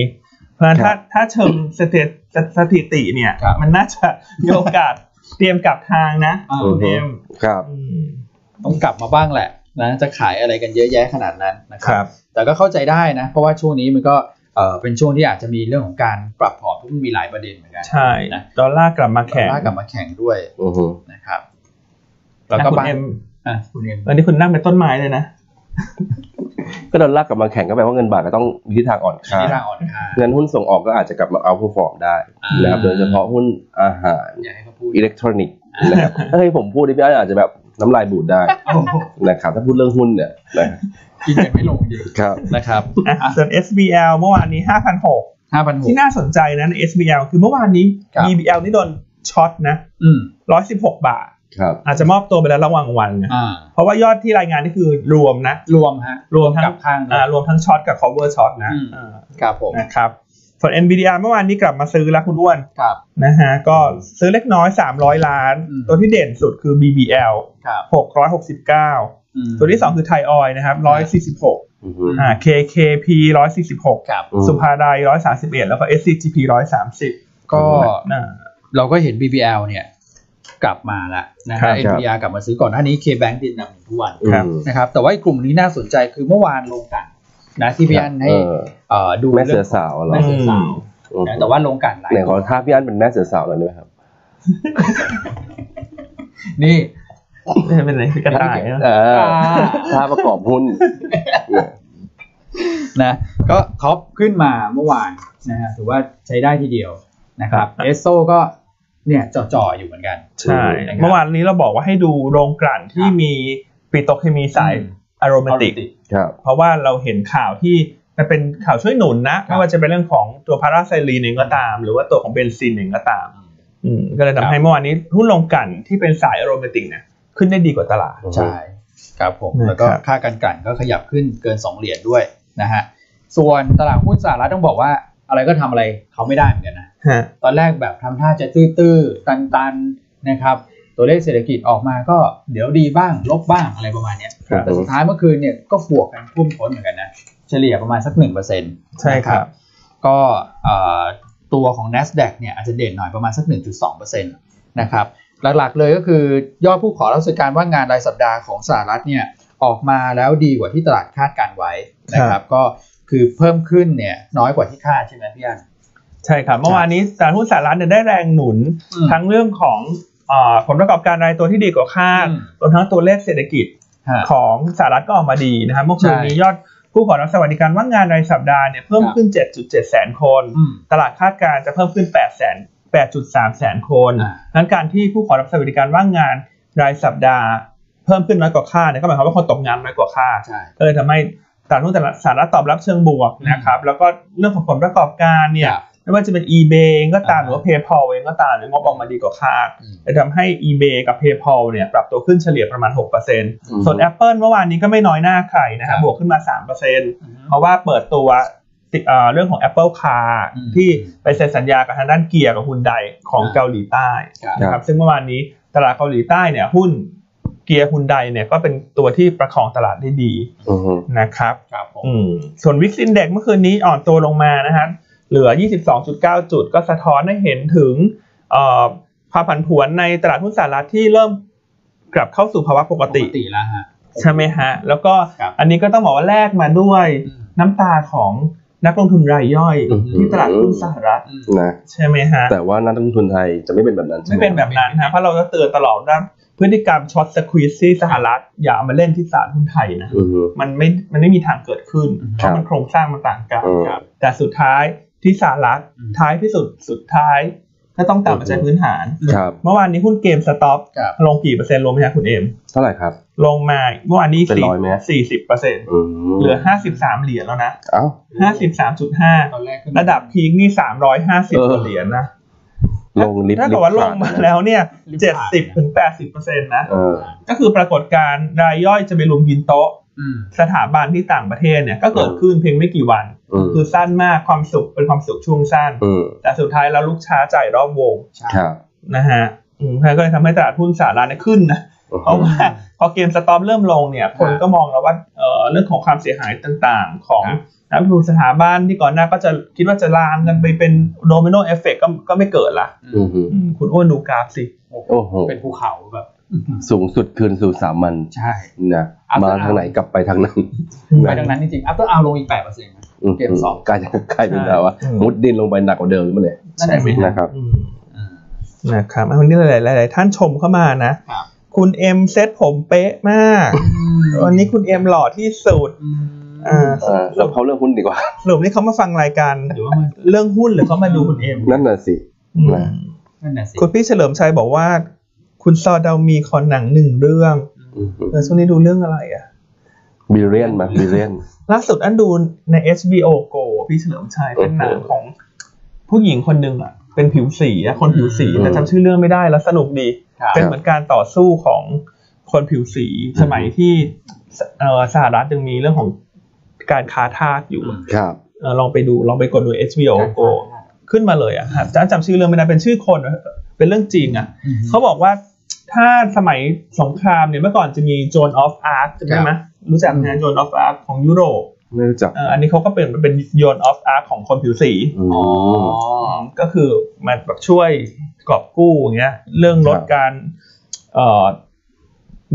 [SPEAKER 3] เพราะฉะนั้นถ้าถ้าเชิงสถิติสถิติเนี่ย
[SPEAKER 2] ครับ
[SPEAKER 3] มันน่าจะมีโอกาสเตรียมกลับทางนะ
[SPEAKER 2] อ่า
[SPEAKER 3] คุณเอ็ม
[SPEAKER 1] ครับ
[SPEAKER 3] อืม
[SPEAKER 2] ต้องกลับมาบ้างแหละนะจะขายอะไรกันเยอะแยะขนาดนั้นนะค
[SPEAKER 3] ครับ รับ
[SPEAKER 2] แต่ก็เข้าใจได้นะ เพราะว่าช่วงนี้มันก็เออเป็นช่วงที่อาจจะมีเรื่องของการปรับพอร์ตเพราะมันมีหลายประเด็นเหมือนกัน
[SPEAKER 3] ใช่ดอลลาร์กลับมา
[SPEAKER 2] แข่
[SPEAKER 3] แข็ง
[SPEAKER 2] งกลับมาแข่งด้วย
[SPEAKER 1] อือฮึ
[SPEAKER 2] นะครับ แล้วก็
[SPEAKER 3] นะคุ
[SPEAKER 2] บ้าง
[SPEAKER 3] ณเอ็ม
[SPEAKER 2] อ่ะคุณเอ็ม
[SPEAKER 3] วันนี้คุณนั่งเป็นต้นไม้เลยนะ
[SPEAKER 1] ก็ดอลลาร์กลับมาแข่งก็แปลว่าเงินบาทก็ต้องมีทิศทางอ่อนค่า
[SPEAKER 2] ที่ทางอ่อนค่า
[SPEAKER 1] เงินหุ้นส่งออกก็อาจจะกลับมาเอาผู้ฟอร์มได้
[SPEAKER 2] อ่าน
[SPEAKER 1] นะครับโดยเฉพาะหุ้นอาหาร
[SPEAKER 2] อย่าให้เขาพูด
[SPEAKER 1] อิเล็กทรอนิกส์นะครับ เฮ้ยผมพูดนี่พี่อ้อยอาจจะแบบน้ำลายบูดได้
[SPEAKER 2] โอ้โห
[SPEAKER 1] นะครับถ้าพูดเรื่องหุ้นเนี่ยนะ
[SPEAKER 2] กินกันไม่ลงจริง
[SPEAKER 1] ครับ
[SPEAKER 2] นะครับ
[SPEAKER 3] อ่ะส่วน SBL เมื่อวานนี้ 5,600
[SPEAKER 2] ห้าพันหก
[SPEAKER 3] ที่น่าสนใจนะใน SBL คือเมื่อวานนี้
[SPEAKER 2] ครับ
[SPEAKER 3] BBL นี่โดนช็อตนะ
[SPEAKER 2] อืม
[SPEAKER 3] 116 บาท
[SPEAKER 1] ครับ
[SPEAKER 3] อาจจะมอบตัวไปแล้วระหว่างวันนะ
[SPEAKER 2] อ่า
[SPEAKER 3] เพราะว่ายอดที่รายงานนี่คือรวมนะ
[SPEAKER 2] รวมฮะ
[SPEAKER 3] รวมทั้ง
[SPEAKER 2] กับข้างนะ
[SPEAKER 3] อ่ารวมทั้งช็อตกับ cover ช็อตนะ
[SPEAKER 2] อืม
[SPEAKER 3] เออ
[SPEAKER 2] ครับผม
[SPEAKER 3] นะครับ ส่วน NVDR เมื่อวานนี้กลับมาซื้อแล้วคุณอ้วน
[SPEAKER 2] ครับ
[SPEAKER 3] นะฮะ ก็ซื้อเล็กน้อย 300 ล้าน
[SPEAKER 2] อืม
[SPEAKER 3] ตัวที่เด่นสุดคือ BBL
[SPEAKER 2] ครับ
[SPEAKER 3] 669
[SPEAKER 2] อืม
[SPEAKER 3] ตัวที่ 2 คือไทยออยนะครับ146
[SPEAKER 1] อือฮึ
[SPEAKER 3] อ่า KKP 146
[SPEAKER 2] ครับ
[SPEAKER 1] อืม
[SPEAKER 3] สุภาดัย131 แล้วก็ SCGP 130
[SPEAKER 2] ก็
[SPEAKER 3] นะ
[SPEAKER 2] เราก็เห็น BBL เนี่ยกลับมาแล้วนะ
[SPEAKER 3] ครั
[SPEAKER 2] ฮะ
[SPEAKER 3] บ
[SPEAKER 2] NPR กลับมาซื้อก่อนหน้านี้ KBank ดินนำทุกวัน
[SPEAKER 3] ครับ
[SPEAKER 1] อืม
[SPEAKER 2] นะครับ แต่ว่าอีกกลุ่มนี้น่าสนใจคือเมื่อวานลงกันนะที่พี่อันให้
[SPEAKER 1] เออ
[SPEAKER 2] เอ่อดู
[SPEAKER 1] แม่เสื
[SPEAKER 2] เรื่
[SPEAKER 1] อ
[SPEAKER 2] อง
[SPEAKER 1] สาวเหรอ
[SPEAKER 2] แม่เสือสาว
[SPEAKER 1] อืม
[SPEAKER 2] นะแต่ว่าลงกันหลาย
[SPEAKER 1] ไหนขอท่าพี่อันเป็นแม่เสือสาวหน่อยได้ไหมครับ
[SPEAKER 2] นี่
[SPEAKER 3] ไม่เป็นไรคือกระต่ายนะ
[SPEAKER 1] เออ
[SPEAKER 2] อ่า
[SPEAKER 1] ท่าประกอบหุ้นเนี่ย
[SPEAKER 2] นะก็ท็อปขึ้นมาเมื่อวานนะฮะถือว่าใช้ได้ทีเดียว นะครับเอสโซก็เนี่ยจ่อๆอยู่เหมือนกัน
[SPEAKER 3] ใช่
[SPEAKER 2] นะครับ
[SPEAKER 3] เมื่อวานนี้เราบอกว่าให้ดูโรงกลั่นที่มีปิโตรเคมีสายอะโรมาติก
[SPEAKER 1] ครับ
[SPEAKER 3] เพราะว่าเราเห็นข่าวที่มันเป็นข่าวช่วยหนุนนะ
[SPEAKER 2] ครั
[SPEAKER 3] ไม่
[SPEAKER 2] บ
[SPEAKER 3] ว่าจะเป็นเรื่องของตัวพาราไซลีนเองก็ตาม หรือว่าตัวของเบนซินเองก็ตาม อืมก็เลย
[SPEAKER 2] ครั
[SPEAKER 3] ทำ
[SPEAKER 2] บ
[SPEAKER 3] ให้เมื่อวานนี้หุ้นลงกลันที่เป็นสายอโรมาติกเนี่ยขึ้นได้ดีกว่าตลาด
[SPEAKER 2] ใช่ครับผม
[SPEAKER 3] นะครับ
[SPEAKER 2] แล้วก็ค่าการกลั่นก็ขยับขึ้นเกิน 2 เหรียญด้วยนะฮะส่วนตลาดหุ้นสหรัฐต้องบอกว่าอะไรก็ทำอะไรเขาไม่ได้เหมือนกันนะ
[SPEAKER 3] ฮะ
[SPEAKER 2] ตอนแรกแบบทำท่าจะตื้อๆ ตันๆ นะครับ ตัวเลขเศรษฐกิจออกมาก็เดี๋ยวดีบ้าง ลบบ้างอะไรประมาณเนี้ย
[SPEAKER 1] ครับ
[SPEAKER 2] แต่สุดท้ายเมื่อคืนเนี่ยก็บวกกันทุ่วมท้นเหมือนกันนะ เฉลี่ยประมาณสัก 1%
[SPEAKER 3] ใช่ครับ
[SPEAKER 2] นะก็เอ่อตัวของ NASDAQ เนี่ยอาจจะเด่นหน่อยประมาณสัก 1.2%นะครับ หลักๆเลยก็คือยอดผู้ขอรับสิทธิการว่างงานรายสัปดาห์ของสหรัฐเนี่ยออกมาแล้วดีกว่าที่ตลาดคาดการไว้นะครับ ก็คือเพิ่มขึ้นเนี่ยน้อยกว่าที่คาดใช่ไหมพี่อัน
[SPEAKER 3] ใช่ครับ เมื่อวานนี้ตลาดหุ้นสหรัฐเนี่ยได้แรงหนุน ทั้งเรื่องของเอ่อผลประกอบการรายตัวที่ดีกว่าคาด
[SPEAKER 2] อืม
[SPEAKER 3] รวมทั้งตัวเลขเศรษฐกิจ
[SPEAKER 2] ฮะ
[SPEAKER 3] ของสหรัฐก็ออกมาดีนะครับเมื่อคืน
[SPEAKER 2] ใช่
[SPEAKER 3] นี้ยอดผู้ขอรับสวัสดิการว่างงานรายสัปดาห์เนี่ยเพิ่ม
[SPEAKER 2] ครับ
[SPEAKER 3] ขึ้น 7.7 แสนคน
[SPEAKER 2] อืม
[SPEAKER 3] ตลาดคาดการณ์จะเพิ่มขึ้น8แสน8.3 แสนคน
[SPEAKER 2] อ่า
[SPEAKER 3] ทั้งการที่ผู้ขอรับสวัสดิการว่างงานรายสัปดาห์ เพิ่มขึ้นน้อยกว่าคาดเนี่ยก็หมายความว่าคนตกงานน้อยกว่าคาด
[SPEAKER 2] ใช่
[SPEAKER 3] ก็เลยทำให้ตลาดหุ้นตลาดสหรัฐตอบรับเชิงบวกนะครับแล้วก็เรื่องของผลประกอบการเนี่ย
[SPEAKER 2] ครับ
[SPEAKER 3] ไม่ว่าจะเป็น eBay เองก็ตาม
[SPEAKER 2] อ่า
[SPEAKER 3] หรือว่า PayPal เองก็ตามเนี่ยงบออกมาดีกว่าคาด
[SPEAKER 2] อืม
[SPEAKER 3] เลยทำให้ eBay กับ PayPal เนี่ยปรับตัวขึ้นเฉลี่ยประมาณ 6%
[SPEAKER 1] อืม
[SPEAKER 3] ส่วน Apple เมื่อวานนี้ก็ไม่น้อยหน้าใครนะครับบวกขึ้นมา 3%เพราะว่าเปิดตัวติเอ่อเรื่องของ Apple Car
[SPEAKER 2] อืม
[SPEAKER 3] ที่ไปเซ็นสัญญากับทางด้านเกียร์กับฮุนไดของ
[SPEAKER 2] อ่า
[SPEAKER 3] เกาหลีใต้
[SPEAKER 2] ครับ
[SPEAKER 3] นะครับซึ่งเมื่อวานนี้ตลาดเกาหลีใต้เนี่ยหุ้นเกียร์ฮุนไดเนี่ยก็เป็นตัวที่ประคองตลาดได้ดี
[SPEAKER 1] อืม
[SPEAKER 3] นะครับ
[SPEAKER 2] ครับผม
[SPEAKER 3] อืมส่วนวิกซินเด็กเมื่อคืนนี้อ่อนตัวลงมานะฮะเหลือ 22.9 จุดก็สะท้อนให้เห็นถึงเอ่อความผันผวนในตลาดหุ้นสหรัฐที่เริ่มกลับเข้าสู่ภาวะปก
[SPEAKER 2] ปก
[SPEAKER 3] ติ
[SPEAKER 2] ติแล้วฮะ
[SPEAKER 3] ใช่ไหมฮะ แล้วก็
[SPEAKER 2] ครับ
[SPEAKER 3] อันนี้ก็ต้องบอกว่าแลกมาด้วยน้ำตาของนักลงทุนรายย่อย
[SPEAKER 1] อืม
[SPEAKER 3] ที่ตลาดหุ้นสหรัฐ
[SPEAKER 2] อืม
[SPEAKER 1] นะ
[SPEAKER 3] ใช่ไหมฮะ
[SPEAKER 1] แต่ว่านักลงทุนไทยจะไม่เป็นแบบนั้นใช่
[SPEAKER 3] ไม่
[SPEAKER 1] ไหม
[SPEAKER 3] เป็นแบบนั้นฮะ เพราะเราก็เตือนตลอดว่าพฤติกรรมช็อตสควีซที่สหรัฐ อย่าเอามาเล่นที่ตลาดหุ้นไทยนะ
[SPEAKER 1] อืม
[SPEAKER 3] มันไม่ มันไม่มีทางเกิดขึ้น เพ
[SPEAKER 1] ครับ
[SPEAKER 3] ราะมันโครงสร้างมันต่างกัน
[SPEAKER 1] อืม
[SPEAKER 3] ครับแต่สุดท้ายที่สหรัฐ
[SPEAKER 2] อืม
[SPEAKER 3] ท้ายที่สุดสุดท้ายก็ต้องตาม
[SPEAKER 1] อืม
[SPEAKER 3] ปัจจัยพื้นฐาน
[SPEAKER 1] ครับ
[SPEAKER 3] เมื่อวานนี้หุ้นเกมสต็อป
[SPEAKER 2] ครับ
[SPEAKER 3] ลงกี่เปอร์เซ็นต์ลงไหมฮะคุณเอ็ม
[SPEAKER 1] เท่าไหร่ครับ
[SPEAKER 3] ลงมาเมื่อวานนี้
[SPEAKER 1] เป็นร้อยไหม
[SPEAKER 3] สี่สิบเปอร์เซ็นต์
[SPEAKER 1] อืม
[SPEAKER 3] เหลือ 53 เหรียญแล้วนะ
[SPEAKER 1] เอ้า
[SPEAKER 2] ตอ
[SPEAKER 3] 53.5
[SPEAKER 2] นแรกขึ้น
[SPEAKER 3] ระดับพีคนี่ 350
[SPEAKER 1] เออ
[SPEAKER 3] กว่าเหรียญนะ
[SPEAKER 1] ลงลิฟต์
[SPEAKER 3] ถ้าเกิดว่าลงมาแล้วเนี่ย 70ถึง80เนะ
[SPEAKER 1] เออ
[SPEAKER 3] ก็คือปรากฏการณ์รายย่อยจะไปลุมกินโต๊ะ
[SPEAKER 2] อืม
[SPEAKER 3] สถาบันที่ต่างประเทศเนี่ย ก็เกิดขึ้นเพียงไม่กี่วัน
[SPEAKER 1] อืม
[SPEAKER 3] คือสั้นมากความสุขเป็นความสุขช่วงสั้น
[SPEAKER 1] อืม
[SPEAKER 3] แต่สุดท้ายแล้วลูกช้าจ่ายรอบวง
[SPEAKER 2] ใช่
[SPEAKER 1] ครับ
[SPEAKER 3] นะฮะอืมก็เลยทำให้ตลาดหุ้นสหรัฐเนี่ยขึ้นนะ
[SPEAKER 1] อืม
[SPEAKER 3] เพราะว่าพอเกมสตอมเริ่มลงเนี่ย คนก็มองแล้วว่าเอ่อเรื่องของความเสียหายต่างๆ ของนักลงทุนสถาบันที่ก่อนหน้าก็จะคิดว่าจะลามกันไปเป็นโดมิโนเอฟเฟกก็ก็ไม่เกิดละ
[SPEAKER 1] อืม
[SPEAKER 3] อืมคุณอ้วนดูกราฟสิ
[SPEAKER 1] โอ้โห
[SPEAKER 2] เป็นภูเขาแบบ
[SPEAKER 1] สูงสุดคืนสู่สามัญ
[SPEAKER 2] ใช่
[SPEAKER 1] นะ
[SPEAKER 2] อัพ
[SPEAKER 1] มา
[SPEAKER 2] แล้ว
[SPEAKER 1] ทางไหนกลับไปทางนั้น
[SPEAKER 2] ไปดังนั้นจริงๆ after hour ลงอีก8%นะ
[SPEAKER 1] อื
[SPEAKER 2] เกมสอง
[SPEAKER 1] กลายจะ กลายเป็นแบบว่า
[SPEAKER 3] อืม
[SPEAKER 1] มุดดินลงไปหนักกว่าเดิมหรือเปล่าเนี่ย
[SPEAKER 2] นั่นแหละสิ
[SPEAKER 1] ใช่ไหม นะครับ
[SPEAKER 3] อืม
[SPEAKER 2] อืม
[SPEAKER 3] นะครับอ่ะวันนี้หลายๆหลายๆท่านชมเข้ามานะ
[SPEAKER 2] ครับ
[SPEAKER 3] คุณเอ็มเซ็ตผมเป๊ะมาก วันนี้คุณเอ็มหล่อที่สุด
[SPEAKER 2] อืม
[SPEAKER 3] อ่า
[SPEAKER 1] เออเราเข้าเรื่องหุ้นดีกว่า
[SPEAKER 3] สรุปนี่เขามาฟังรายการ
[SPEAKER 2] หรือว่ามัน
[SPEAKER 3] เรื่องหุ้นหรือเขามาดูคุณเอ็ม
[SPEAKER 1] นั่นน่ะสิ
[SPEAKER 3] อืม
[SPEAKER 1] นะ
[SPEAKER 2] นั่นแหละสิ
[SPEAKER 3] คุณพี่เฉลิมชัยบอกว่า คุณซอดาวมีคอนหนังหนึ่งเรื่องเออช่วงนี้ดูเรื่องอะไรอ่ะ
[SPEAKER 1] บิเลียนมาบิเลียน
[SPEAKER 3] ล่าสุดอันดูใน HBO Go พี่เฉลิมชัยเป็นหนังของ ผู้หญิงคนหนึ่งอ่ะ เป็นผิวสีอะคนผิวสี
[SPEAKER 1] อืม
[SPEAKER 3] แต่จำชื่อเรื่องไม่ได้แล้วสนุกดี
[SPEAKER 2] ครับ
[SPEAKER 3] เป็นเหมือนการต่อสู้ของคนผิวสี
[SPEAKER 1] อืม
[SPEAKER 3] สมัยที่สเอ่อสหรัฐยังมีเรื่องของการค้าทาสอยู่
[SPEAKER 1] ครับ
[SPEAKER 3] เออลองไปดูลองไปกดดู HBO Go ขึ้นมาเลยอ่ะจำจำชื่อเรื่องไม่ได้เป็นชื่อคนอะเป็นเรื่องจริงอ่ะ
[SPEAKER 2] อืม
[SPEAKER 3] เขาบอกว่าถ้าสมัยสงครามเนี่ยเมื่อก่อนจะมีโจนออฟอาร์คใช่ไหมรู้จัก
[SPEAKER 2] อื
[SPEAKER 3] นะ
[SPEAKER 2] ม
[SPEAKER 3] โจนออฟอาร์คของยุโรป
[SPEAKER 1] ไม่รู้จัก
[SPEAKER 3] เอ่ออันนี้เขาก็เปลี่ยนมาเป็นโยนออฟอาร์คของคนผิวสี
[SPEAKER 1] ม
[SPEAKER 2] อ๋อ
[SPEAKER 3] ก็คือมันแบบช่วยกอบกู้อย่างเงี้ยเรื่องลด
[SPEAKER 1] ครับ
[SPEAKER 3] การเอ่อ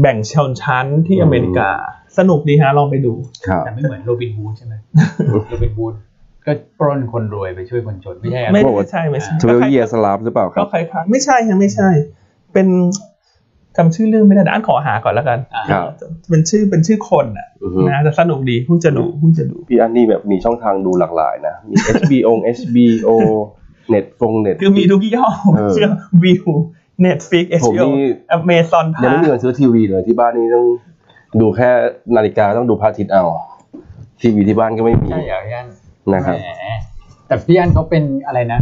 [SPEAKER 3] แบ่งชนชั้นที่
[SPEAKER 1] อืม
[SPEAKER 3] อเมริกา สนุกดีฮะลองไปดู
[SPEAKER 1] ครับ
[SPEAKER 2] แต่ไม่เหมือนโรบินฮูดใช่ไหมโรบินฮูดก็ปล้นคนรวยไปช่วยคนจนไม่ใช่อะ
[SPEAKER 3] ไม่
[SPEAKER 1] บอกว่า
[SPEAKER 3] ใช่ไม่ใช่
[SPEAKER 1] ทเวลเยียสลาฟหรือเปล่าค
[SPEAKER 3] ก็
[SPEAKER 1] รับ
[SPEAKER 3] ใครพักไม่ใช่ฮะไม่ใช่ เป็นจำชื่อเรื่องไม่ได้นะอันขอหาก่อนแล้วกัน
[SPEAKER 2] อ่า
[SPEAKER 1] ครับ
[SPEAKER 3] เป็นชื่อเป็นชื่อคนอ่ะ
[SPEAKER 1] อือฮึ
[SPEAKER 3] นะแต่สนุกดีเพิ่งจะดูเพิ่งจะดู
[SPEAKER 1] พี่อันนี่แบบมีช่องทางดูหลากหลายนะ มี HBO HBO เน็ตฟงเน็ต
[SPEAKER 3] คือมีทุกยี่ห้อ
[SPEAKER 1] เออ
[SPEAKER 3] เชื่อวิวเน็ตฟิกเอช
[SPEAKER 1] ผม
[SPEAKER 3] โอ
[SPEAKER 1] นี่
[SPEAKER 3] อเมซอนพา
[SPEAKER 1] ยังไม่มีเงินซื้อทีวีเลยที่บ้านนี่ต้องดูแค่นาฬิกาต้องดูพระอาทิตย์เอา ทีวีที่บ้านก็ไม่มี
[SPEAKER 2] ใช่เหรอพี่อัน
[SPEAKER 1] นะครับ
[SPEAKER 2] แหมแต่พี่อันเขาเป็นอะไรนะ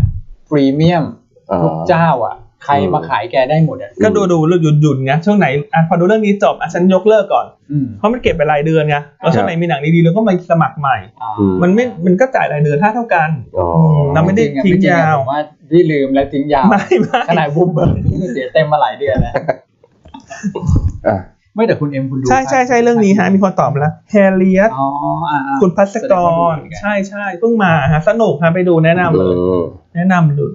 [SPEAKER 2] พรีเมียม
[SPEAKER 1] อ่า
[SPEAKER 2] ทุกเจ้าอ่ะ ใครมาขายแกได้หมดอ่ะ
[SPEAKER 3] ก็ดูดูๆแล้วหยุดหยุดไงช่วงไหนอ่ะพอดูเรื่องนี้จบอ่ะฉันยกเลิกก่อน
[SPEAKER 2] อืม
[SPEAKER 3] เพราะมันเก็บไปรายเดือนไงแล้วช่วงไหนมีหนังดีๆแล้วก็มาสมัครใหม่
[SPEAKER 2] อ่า
[SPEAKER 1] อืม
[SPEAKER 3] มันไม่มันก็จ่ายรายเดือนเท่าเท่ากัน
[SPEAKER 1] อ๋อ
[SPEAKER 3] เราไม่ได้
[SPEAKER 2] จริอะ
[SPEAKER 3] ทิ้ง
[SPEAKER 2] ไม่จริอะ
[SPEAKER 3] ยาว
[SPEAKER 2] ผมว่าที่ลืมและทิ้งยาว
[SPEAKER 3] ไม่ไม่
[SPEAKER 2] ขนาดบูมเบิร์กเสียเต็มมาหลายเดือนแล้ว
[SPEAKER 1] อ่ะ
[SPEAKER 2] ไม่แต่คุณเอ็มคุณดู
[SPEAKER 3] ใช่ใช่ใช่เรื่องนี้ฮะมีคนตอบมาแล้วแฮเลียต
[SPEAKER 2] อ๋ออ่าๆ
[SPEAKER 3] คุณพัส
[SPEAKER 2] แส
[SPEAKER 3] กร
[SPEAKER 2] ดงว่าดูเหมือนกัน
[SPEAKER 3] ใช่ใช่เพิ่งมาฮะสนุกฮะไปดูแนะนำเลย แนะนำเลย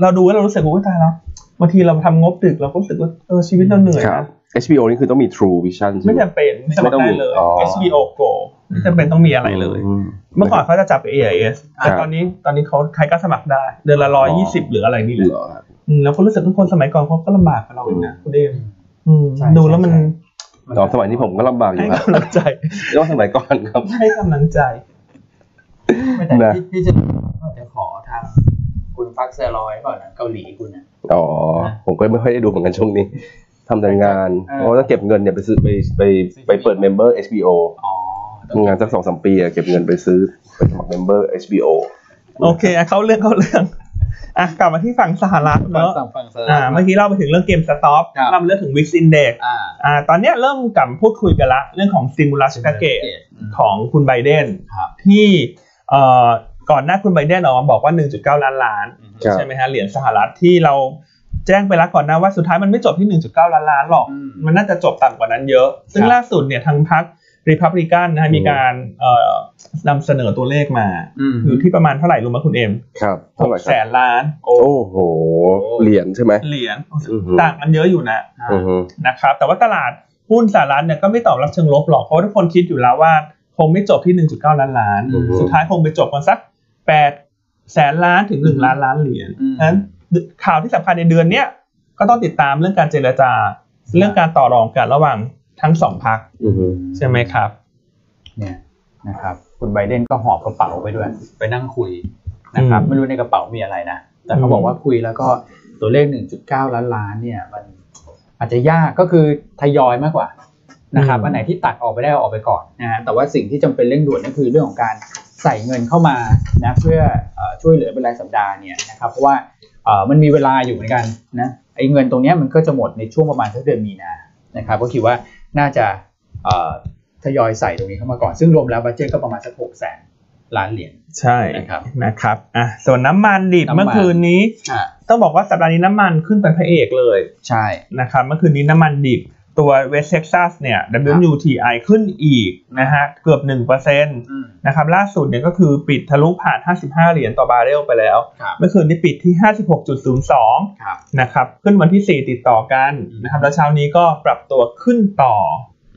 [SPEAKER 3] เราดูแล้วเรารู้สึกว่าอุ๊ยตายแล้วบางทีเราทำงบดึกเราก็รู้สึกว่าเออชีวิตเราเหนื่อย
[SPEAKER 1] ครับ
[SPEAKER 3] นะ
[SPEAKER 1] HBO นี่คือต้องมี True Vision ใช่
[SPEAKER 3] ไม่
[SPEAKER 1] ไหม
[SPEAKER 3] จำเป็นสมัครได้เลย
[SPEAKER 1] อ๋อ
[SPEAKER 3] HBO Go ไม่จำเป็นต้องมีอะไรเลย
[SPEAKER 1] อืม
[SPEAKER 3] เมื่อก่อนเขาจะจับ AIS แต่
[SPEAKER 1] ครับ
[SPEAKER 3] ตอนนี้ตอนนี้เขาใครก็สมัครได้ เดือนละร้อยยี่สิบ
[SPEAKER 1] อ๋อ
[SPEAKER 3] หรืออะไรนี่แหละ
[SPEAKER 1] เหรอครับ
[SPEAKER 3] อืมแล้วก็รู้สึกว่าคนสมัยก่อนเขาก็ลำบากกับเราอีกนะคุณเดมอืม
[SPEAKER 2] ใช่
[SPEAKER 3] ดูแล้วมัน
[SPEAKER 2] ใช่
[SPEAKER 1] ตอนสมัยนี้ผมก็ลำบากอ
[SPEAKER 3] ให้
[SPEAKER 1] ยู่นะ
[SPEAKER 3] กำลังใจ
[SPEAKER 1] ย้อนสมัยก่อนครับ
[SPEAKER 3] ให้กำลังใจ
[SPEAKER 2] ไม่แต่
[SPEAKER 1] นะ
[SPEAKER 2] พี่พี่จะจะขอทางคุณพักเซรอยก่อนนะเกาหลีคุณนะ
[SPEAKER 1] อ๋อ ผมก็ไม่ค่อยได้ดูเหมือนกันช่วงนี้ทำแต่งาน
[SPEAKER 2] เออ
[SPEAKER 1] เพราะว่าต้องเก็บเงินเนี่ยไปซื้อไปไปไปเปิดเมมเบอร์ HBO
[SPEAKER 2] อ๋อ
[SPEAKER 1] ทำงานสักสองสามปีอะเก็บเงินไปซื้อไปสมัครเมมเบอร์ HBO
[SPEAKER 3] โอเคอ่ะเข้าเรื่องเข้าเรื่องอ่ะกลับมาที่ฝั่งสหรัฐ
[SPEAKER 2] ฟัง
[SPEAKER 3] เนาะ
[SPEAKER 2] สั่งฟังเซรอย
[SPEAKER 3] อ่าเมื่อกี้เล่าไปถึงเรื่องเกมสต็อป
[SPEAKER 2] ครับ
[SPEAKER 3] เล่าเรื่องถึงวิกซินเด็ก
[SPEAKER 2] อ่า
[SPEAKER 3] อ่าตอนเนี้ยเริ่มกลับพูดคุยกันละ เรื่องของซิมูลัสแพ c เกจ
[SPEAKER 2] ข
[SPEAKER 3] ข
[SPEAKER 2] อ
[SPEAKER 3] องคุณไบเดน
[SPEAKER 2] ครับ
[SPEAKER 3] ที่เอ่อก่อนหน้าคุณไบเดนออกมาบอกว่า 1.9 ล้านล้าน
[SPEAKER 1] ครับ
[SPEAKER 3] ใช่ไหมฮะ เหรียญสหรัฐที่เราแจ้งไปแล้วก่อนหน้าว่าสุดท้ายมันไม่จบที่ 1.9 ล้านล้านหรอก
[SPEAKER 2] อืม
[SPEAKER 3] มันน่าจะจบต่ำกว่านั้นเยอะ ซึ่งล่าสุดเนี่ยทางพรรครีพับลิกันนะฮะมีการเอ่อนำเสนอตัวเลขมา
[SPEAKER 2] อืม
[SPEAKER 3] อยู่ที่ประมาณเท่าไหร่รู้ไหมคุณเอ็ม
[SPEAKER 1] ครับ
[SPEAKER 3] ห
[SPEAKER 1] เท่าไห
[SPEAKER 3] ก
[SPEAKER 1] ร่ค
[SPEAKER 3] แส
[SPEAKER 1] รับ
[SPEAKER 3] นล้าน
[SPEAKER 1] โอ้โห เหรียญใช่ไหม
[SPEAKER 3] เหรียญ
[SPEAKER 1] อือฮึ
[SPEAKER 3] ต่างกันเยอะอยู่นะ
[SPEAKER 2] อ่า
[SPEAKER 1] อือฮึ
[SPEAKER 3] นะครับแต่ว่าตลาดหุ้นสหรัฐเนี่ยก็ไม่ตอบรับเชิงลบหรอกเพราะว่าทุกคนคิดอยู่แล้วว่าคงไม่จบที่ 1.9 ล้านล้าน
[SPEAKER 1] อือฮึ
[SPEAKER 3] สุดท้ายคงไปจบกันสัก 8 แสนล้านถึง 1 ล้านล้านเหรียญนั้นข่าวที่สำคัญในเดือนเนี้ยก็ต้องติดตามเรื่องการเจรจา เรื่องการต่อรองกันระหว่างทั้งสองพัก
[SPEAKER 1] อือฮึ
[SPEAKER 3] ใช่ไหมครับ
[SPEAKER 2] เนี่ยนะครับ คุณไบเดนก็หอบกระเป๋าไปด้วย ไปนั่งคุยนะครับ
[SPEAKER 3] อืม
[SPEAKER 2] ไม่รู้ในกระเป๋ามีอะไรนะ แต่เขา
[SPEAKER 3] อืม
[SPEAKER 2] บอกว่าคุยแล้วก็ตัวเลข 1.9 ล้านล้านเนี่ย มันอาจจะยากก็คือทยอยมากกว่านะครับอันไหนที่ตัดออกไปได้เอาออกไปก่อนนะฮะแต่ว่าสิ่งที่จำเป็นเร่งด่วนก็คือเรื่องของการใส่เงินเข้ามานะเพื่อเอ่อช่วยเหลือเป็นรายสัปดาห์เนี่ยนะครับเพราะว่าเอ่อมันมีเวลาอยู่เหมือนกันนะไอ้เงินตรงเนี้ยมันก็จะหมดในช่วงประมาณสักเดือนมีนานะครับก็คิดว่าน่าจะเอ่อทยอยใส่ตรงนี้เข้ามาก่อน ซึ่งรวมแล้วบัตเจตก็ประมาณสักหกแสนล้านเหรียญ
[SPEAKER 3] ใช่
[SPEAKER 2] นะครับ
[SPEAKER 3] นะครับอ่ะส่วนน้ำมันดิบ
[SPEAKER 2] น้ำมัน
[SPEAKER 3] เมื่อคืนนี้
[SPEAKER 2] อ่า
[SPEAKER 3] ต้องบอกว่าสัปดาห์นี้น้ำมันขึ้นเป็นพระเอกเลย
[SPEAKER 2] ใช่
[SPEAKER 3] นะครับเมื่อคืนนี้น้ำมันดิบตัวเวสเท็กซัสเนี่ย WTI ขึ้นอีกนะฮะเกือบ 1%นะครับล่าสุดเนี่ยก็คือปิดทะลุผ่าน 55 เหรียญต่อบาร์เรลไปแล้ว
[SPEAKER 2] ครับ
[SPEAKER 3] เมื่อคืนนี้ปิดที่ 56.02
[SPEAKER 2] ครับ
[SPEAKER 3] นะครับขึ้นวันที่ 4 ติดต่อกันนะครับแล้วเช้านี้ก็ปรับตัวขึ้นต่อ